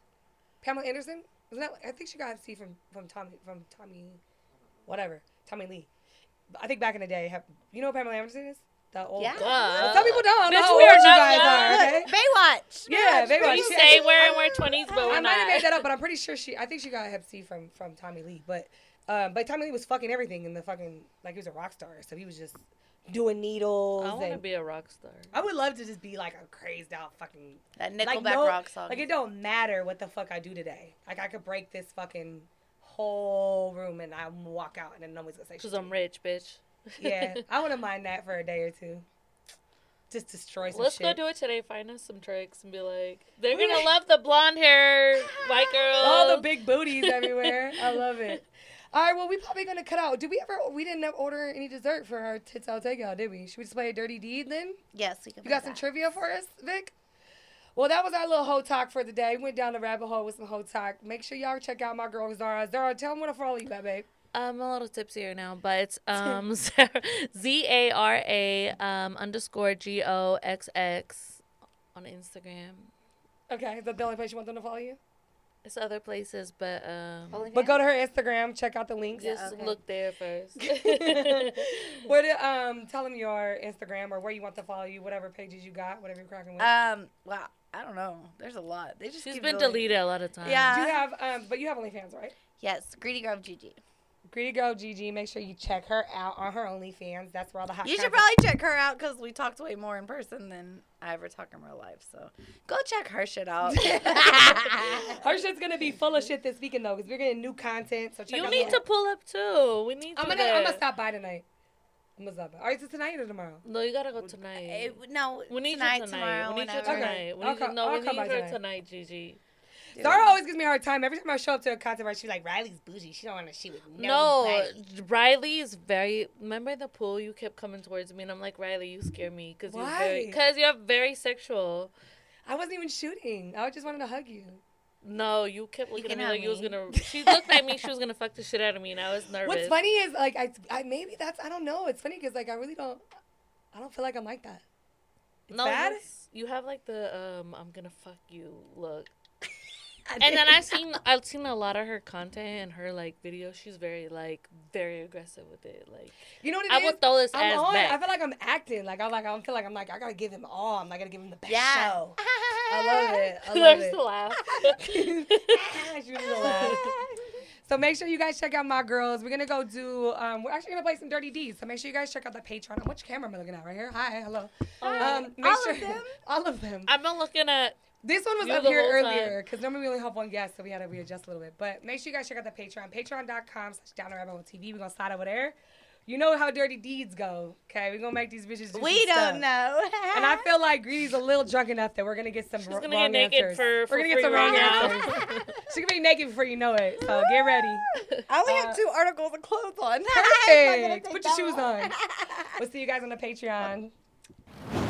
[SPEAKER 1] Pamela Anderson? Isn't that? I think she got Hep C from from Tommy from Tommy, whatever Tommy Lee. But I think back in the day, Hep, you know what Pamela Anderson is? The old.
[SPEAKER 3] Yeah.
[SPEAKER 2] Duh.
[SPEAKER 1] Some people don't. I don't know
[SPEAKER 2] Uh, Bitch,
[SPEAKER 1] how
[SPEAKER 2] we
[SPEAKER 1] old
[SPEAKER 2] are
[SPEAKER 1] you
[SPEAKER 2] not
[SPEAKER 1] guys
[SPEAKER 2] young.
[SPEAKER 1] are. Okay?
[SPEAKER 3] Baywatch.
[SPEAKER 1] Yeah,
[SPEAKER 3] Baywatch.
[SPEAKER 1] they were.
[SPEAKER 2] You
[SPEAKER 1] she-
[SPEAKER 2] say
[SPEAKER 1] I-
[SPEAKER 2] we're in our twenties, but
[SPEAKER 1] I
[SPEAKER 2] we're
[SPEAKER 1] might have made
[SPEAKER 2] not.
[SPEAKER 1] that up, but I'm pretty sure she. I think she got Hep C from from Tommy Lee, but um, but Tommy Lee was fucking everything in the fucking like he was a rock star, so he was just doing needles.
[SPEAKER 2] I want to
[SPEAKER 1] and-
[SPEAKER 2] be a rock star.
[SPEAKER 1] I would love to just be like a crazed out fucking
[SPEAKER 3] That
[SPEAKER 1] like
[SPEAKER 3] Nickelback
[SPEAKER 1] no,
[SPEAKER 3] rock song.
[SPEAKER 1] like it don't matter what the fuck I do today. Like I could break this fucking whole room and I walk out and then nobody's gonna say
[SPEAKER 2] Cause
[SPEAKER 1] shit.
[SPEAKER 2] I'm rich, bitch.
[SPEAKER 1] yeah,
[SPEAKER 2] [laughs]
[SPEAKER 1] I wouldn't mind that for a day or two. Just destroy some
[SPEAKER 2] Let's
[SPEAKER 1] shit.
[SPEAKER 2] go do it today. Find us some tricks and be like, they're gonna love the blonde hair, white
[SPEAKER 1] [laughs]
[SPEAKER 2] girl.
[SPEAKER 1] all the big booties everywhere. I love it. All right, well, we probably gonna cut out. Did we ever? We didn't order any dessert for our tits out takeout, did we? Should we just play a dirty deed then?
[SPEAKER 3] yes, we can
[SPEAKER 1] You got some trivia for us, Vic? Well, that was our little hoe talk for the day. We went down the rabbit hole with some hoe talk. Make sure y'all check out my girl Zara. Zara, tell them where to follow you, at, babe.
[SPEAKER 2] I'm a little tipsier now,
[SPEAKER 1] [laughs]
[SPEAKER 2] but it's um [laughs] Z A R A um underscore G O X X on Instagram.
[SPEAKER 1] Okay, is that the only place you want them to follow you?
[SPEAKER 2] It's other places, but um
[SPEAKER 1] But go to her Instagram, check out the links.
[SPEAKER 2] just
[SPEAKER 3] okay.
[SPEAKER 2] look there first.
[SPEAKER 1] [laughs] Where to um tell them your Instagram or where you want to follow you, whatever pages you got, whatever you're cracking with.
[SPEAKER 3] Um. Wow. I don't know. There's a lot. They just
[SPEAKER 2] [laughs] She's
[SPEAKER 3] keep
[SPEAKER 2] been
[SPEAKER 3] deleting.
[SPEAKER 2] deleted a lot of times.
[SPEAKER 3] Yeah.
[SPEAKER 1] you have um, but you have OnlyFans, right?
[SPEAKER 3] Yes. Greedy girl Gigi.
[SPEAKER 1] Greedy girl Gigi, make sure you check her out on her OnlyFans. That's where all the hot.
[SPEAKER 3] You should
[SPEAKER 1] content-
[SPEAKER 3] probably check her out because we talked way more in person than I ever talk in real life. So go check her shit out.
[SPEAKER 1] [laughs]
[SPEAKER 3] [laughs]
[SPEAKER 1] Her shit's gonna be full of shit this weekend though, because we're getting new content. So check
[SPEAKER 2] You
[SPEAKER 1] out
[SPEAKER 2] need
[SPEAKER 1] the-
[SPEAKER 2] to pull up too. We need
[SPEAKER 1] I'm gonna.
[SPEAKER 2] you
[SPEAKER 1] I'm
[SPEAKER 2] there.
[SPEAKER 1] gonna stop by tonight. Mazaba. All right, so tonight or tomorrow?
[SPEAKER 2] No, you gotta go tonight.
[SPEAKER 3] Eh, no,
[SPEAKER 2] we need
[SPEAKER 3] tonight,
[SPEAKER 2] you tonight.
[SPEAKER 3] tomorrow,
[SPEAKER 2] we need you
[SPEAKER 3] whenever.
[SPEAKER 2] tonight.
[SPEAKER 1] Okay.
[SPEAKER 2] We need
[SPEAKER 1] I'll
[SPEAKER 2] you,
[SPEAKER 1] co-
[SPEAKER 2] no,
[SPEAKER 1] I'll
[SPEAKER 2] we
[SPEAKER 1] come
[SPEAKER 2] need
[SPEAKER 1] by
[SPEAKER 2] her
[SPEAKER 1] tonight.
[SPEAKER 2] tonight, Gigi.
[SPEAKER 1] Zara always gives me a hard time. Every time I show up to a concert, right, she's like, Riley's bougie. She don't want to shoot with
[SPEAKER 2] No,
[SPEAKER 1] nobody."
[SPEAKER 2] Riley is very. Remember the pool? You kept coming towards me, and I'm like, Riley, you scare me because you're very
[SPEAKER 1] Why?
[SPEAKER 2] because you're very sexual.
[SPEAKER 1] I wasn't even shooting. I just wanted to hug you.
[SPEAKER 2] No, you kept looking
[SPEAKER 3] can
[SPEAKER 2] at me
[SPEAKER 3] have
[SPEAKER 2] like you was
[SPEAKER 3] me.
[SPEAKER 2] gonna. She looked at me.
[SPEAKER 1] [laughs]
[SPEAKER 2] She was gonna fuck the shit out of me, and I was nervous.
[SPEAKER 1] What's funny is like I, I maybe that's I don't know. It's funny because like I really don't, I don't feel like I'm like that.
[SPEAKER 2] No,
[SPEAKER 1] bad?
[SPEAKER 2] yes, You have like the um, I'm gonna fuck you
[SPEAKER 1] [laughs]
[SPEAKER 2] look. and then I've seen I've seen a lot of her content and her like videos. She's very like very aggressive with it. Like
[SPEAKER 1] You know what it
[SPEAKER 2] I
[SPEAKER 1] is?
[SPEAKER 2] would throw this
[SPEAKER 1] I'm
[SPEAKER 2] ass
[SPEAKER 1] on.
[SPEAKER 2] back. [laughs]
[SPEAKER 1] I feel like I'm acting. Like I'm like I don't feel like I'm like I gotta give him all. I'm not gonna give him the best
[SPEAKER 3] Yeah.
[SPEAKER 1] show. I love it. I
[SPEAKER 3] [laughs]
[SPEAKER 1] [laughs] love
[SPEAKER 2] There's
[SPEAKER 1] it.
[SPEAKER 2] the laugh.
[SPEAKER 1] [laughs]
[SPEAKER 2] [laughs]
[SPEAKER 1] She was so loud.
[SPEAKER 3] [laughs]
[SPEAKER 1] So make sure you guys check out my girls. We're gonna go do. Um, we're actually gonna play some Dirty D's. So make sure you guys check out the Patreon. Which camera am I looking at right here? Hi, hello. Um, make
[SPEAKER 3] Oh, all
[SPEAKER 1] sure
[SPEAKER 3] of them?
[SPEAKER 1] [laughs] all of them.
[SPEAKER 2] I've been looking at
[SPEAKER 1] This one was
[SPEAKER 2] You
[SPEAKER 1] up
[SPEAKER 2] the
[SPEAKER 1] here
[SPEAKER 2] whole time.
[SPEAKER 1] earlier because normally we only have one guest, so we had to readjust a little bit. But make sure you guys check out the Patreon, patreon.com slash down the rabbit hole TV. We're gonna slide over there. You know how dirty deeds go. Okay, we're gonna make these bitches do
[SPEAKER 3] We
[SPEAKER 1] some stuff.
[SPEAKER 3] don't know.
[SPEAKER 1] And
[SPEAKER 3] [laughs]
[SPEAKER 1] I feel like Greedy's a little drunk enough that we're gonna get some
[SPEAKER 2] she's
[SPEAKER 1] wr-
[SPEAKER 2] gonna
[SPEAKER 1] wrong
[SPEAKER 2] get naked
[SPEAKER 1] answers.
[SPEAKER 2] for, for
[SPEAKER 1] we're gonna get
[SPEAKER 2] free
[SPEAKER 1] some wrong
[SPEAKER 2] right
[SPEAKER 1] answers.
[SPEAKER 2] now.
[SPEAKER 1] She's gonna be naked before you know it. So get ready.
[SPEAKER 3] [laughs] I only have two articles of clothes [laughs] on. I'm not gonna
[SPEAKER 1] Perfect.
[SPEAKER 3] take
[SPEAKER 1] Put your
[SPEAKER 3] that
[SPEAKER 1] shoes
[SPEAKER 3] long.
[SPEAKER 1] on. We'll see you guys on the Patreon.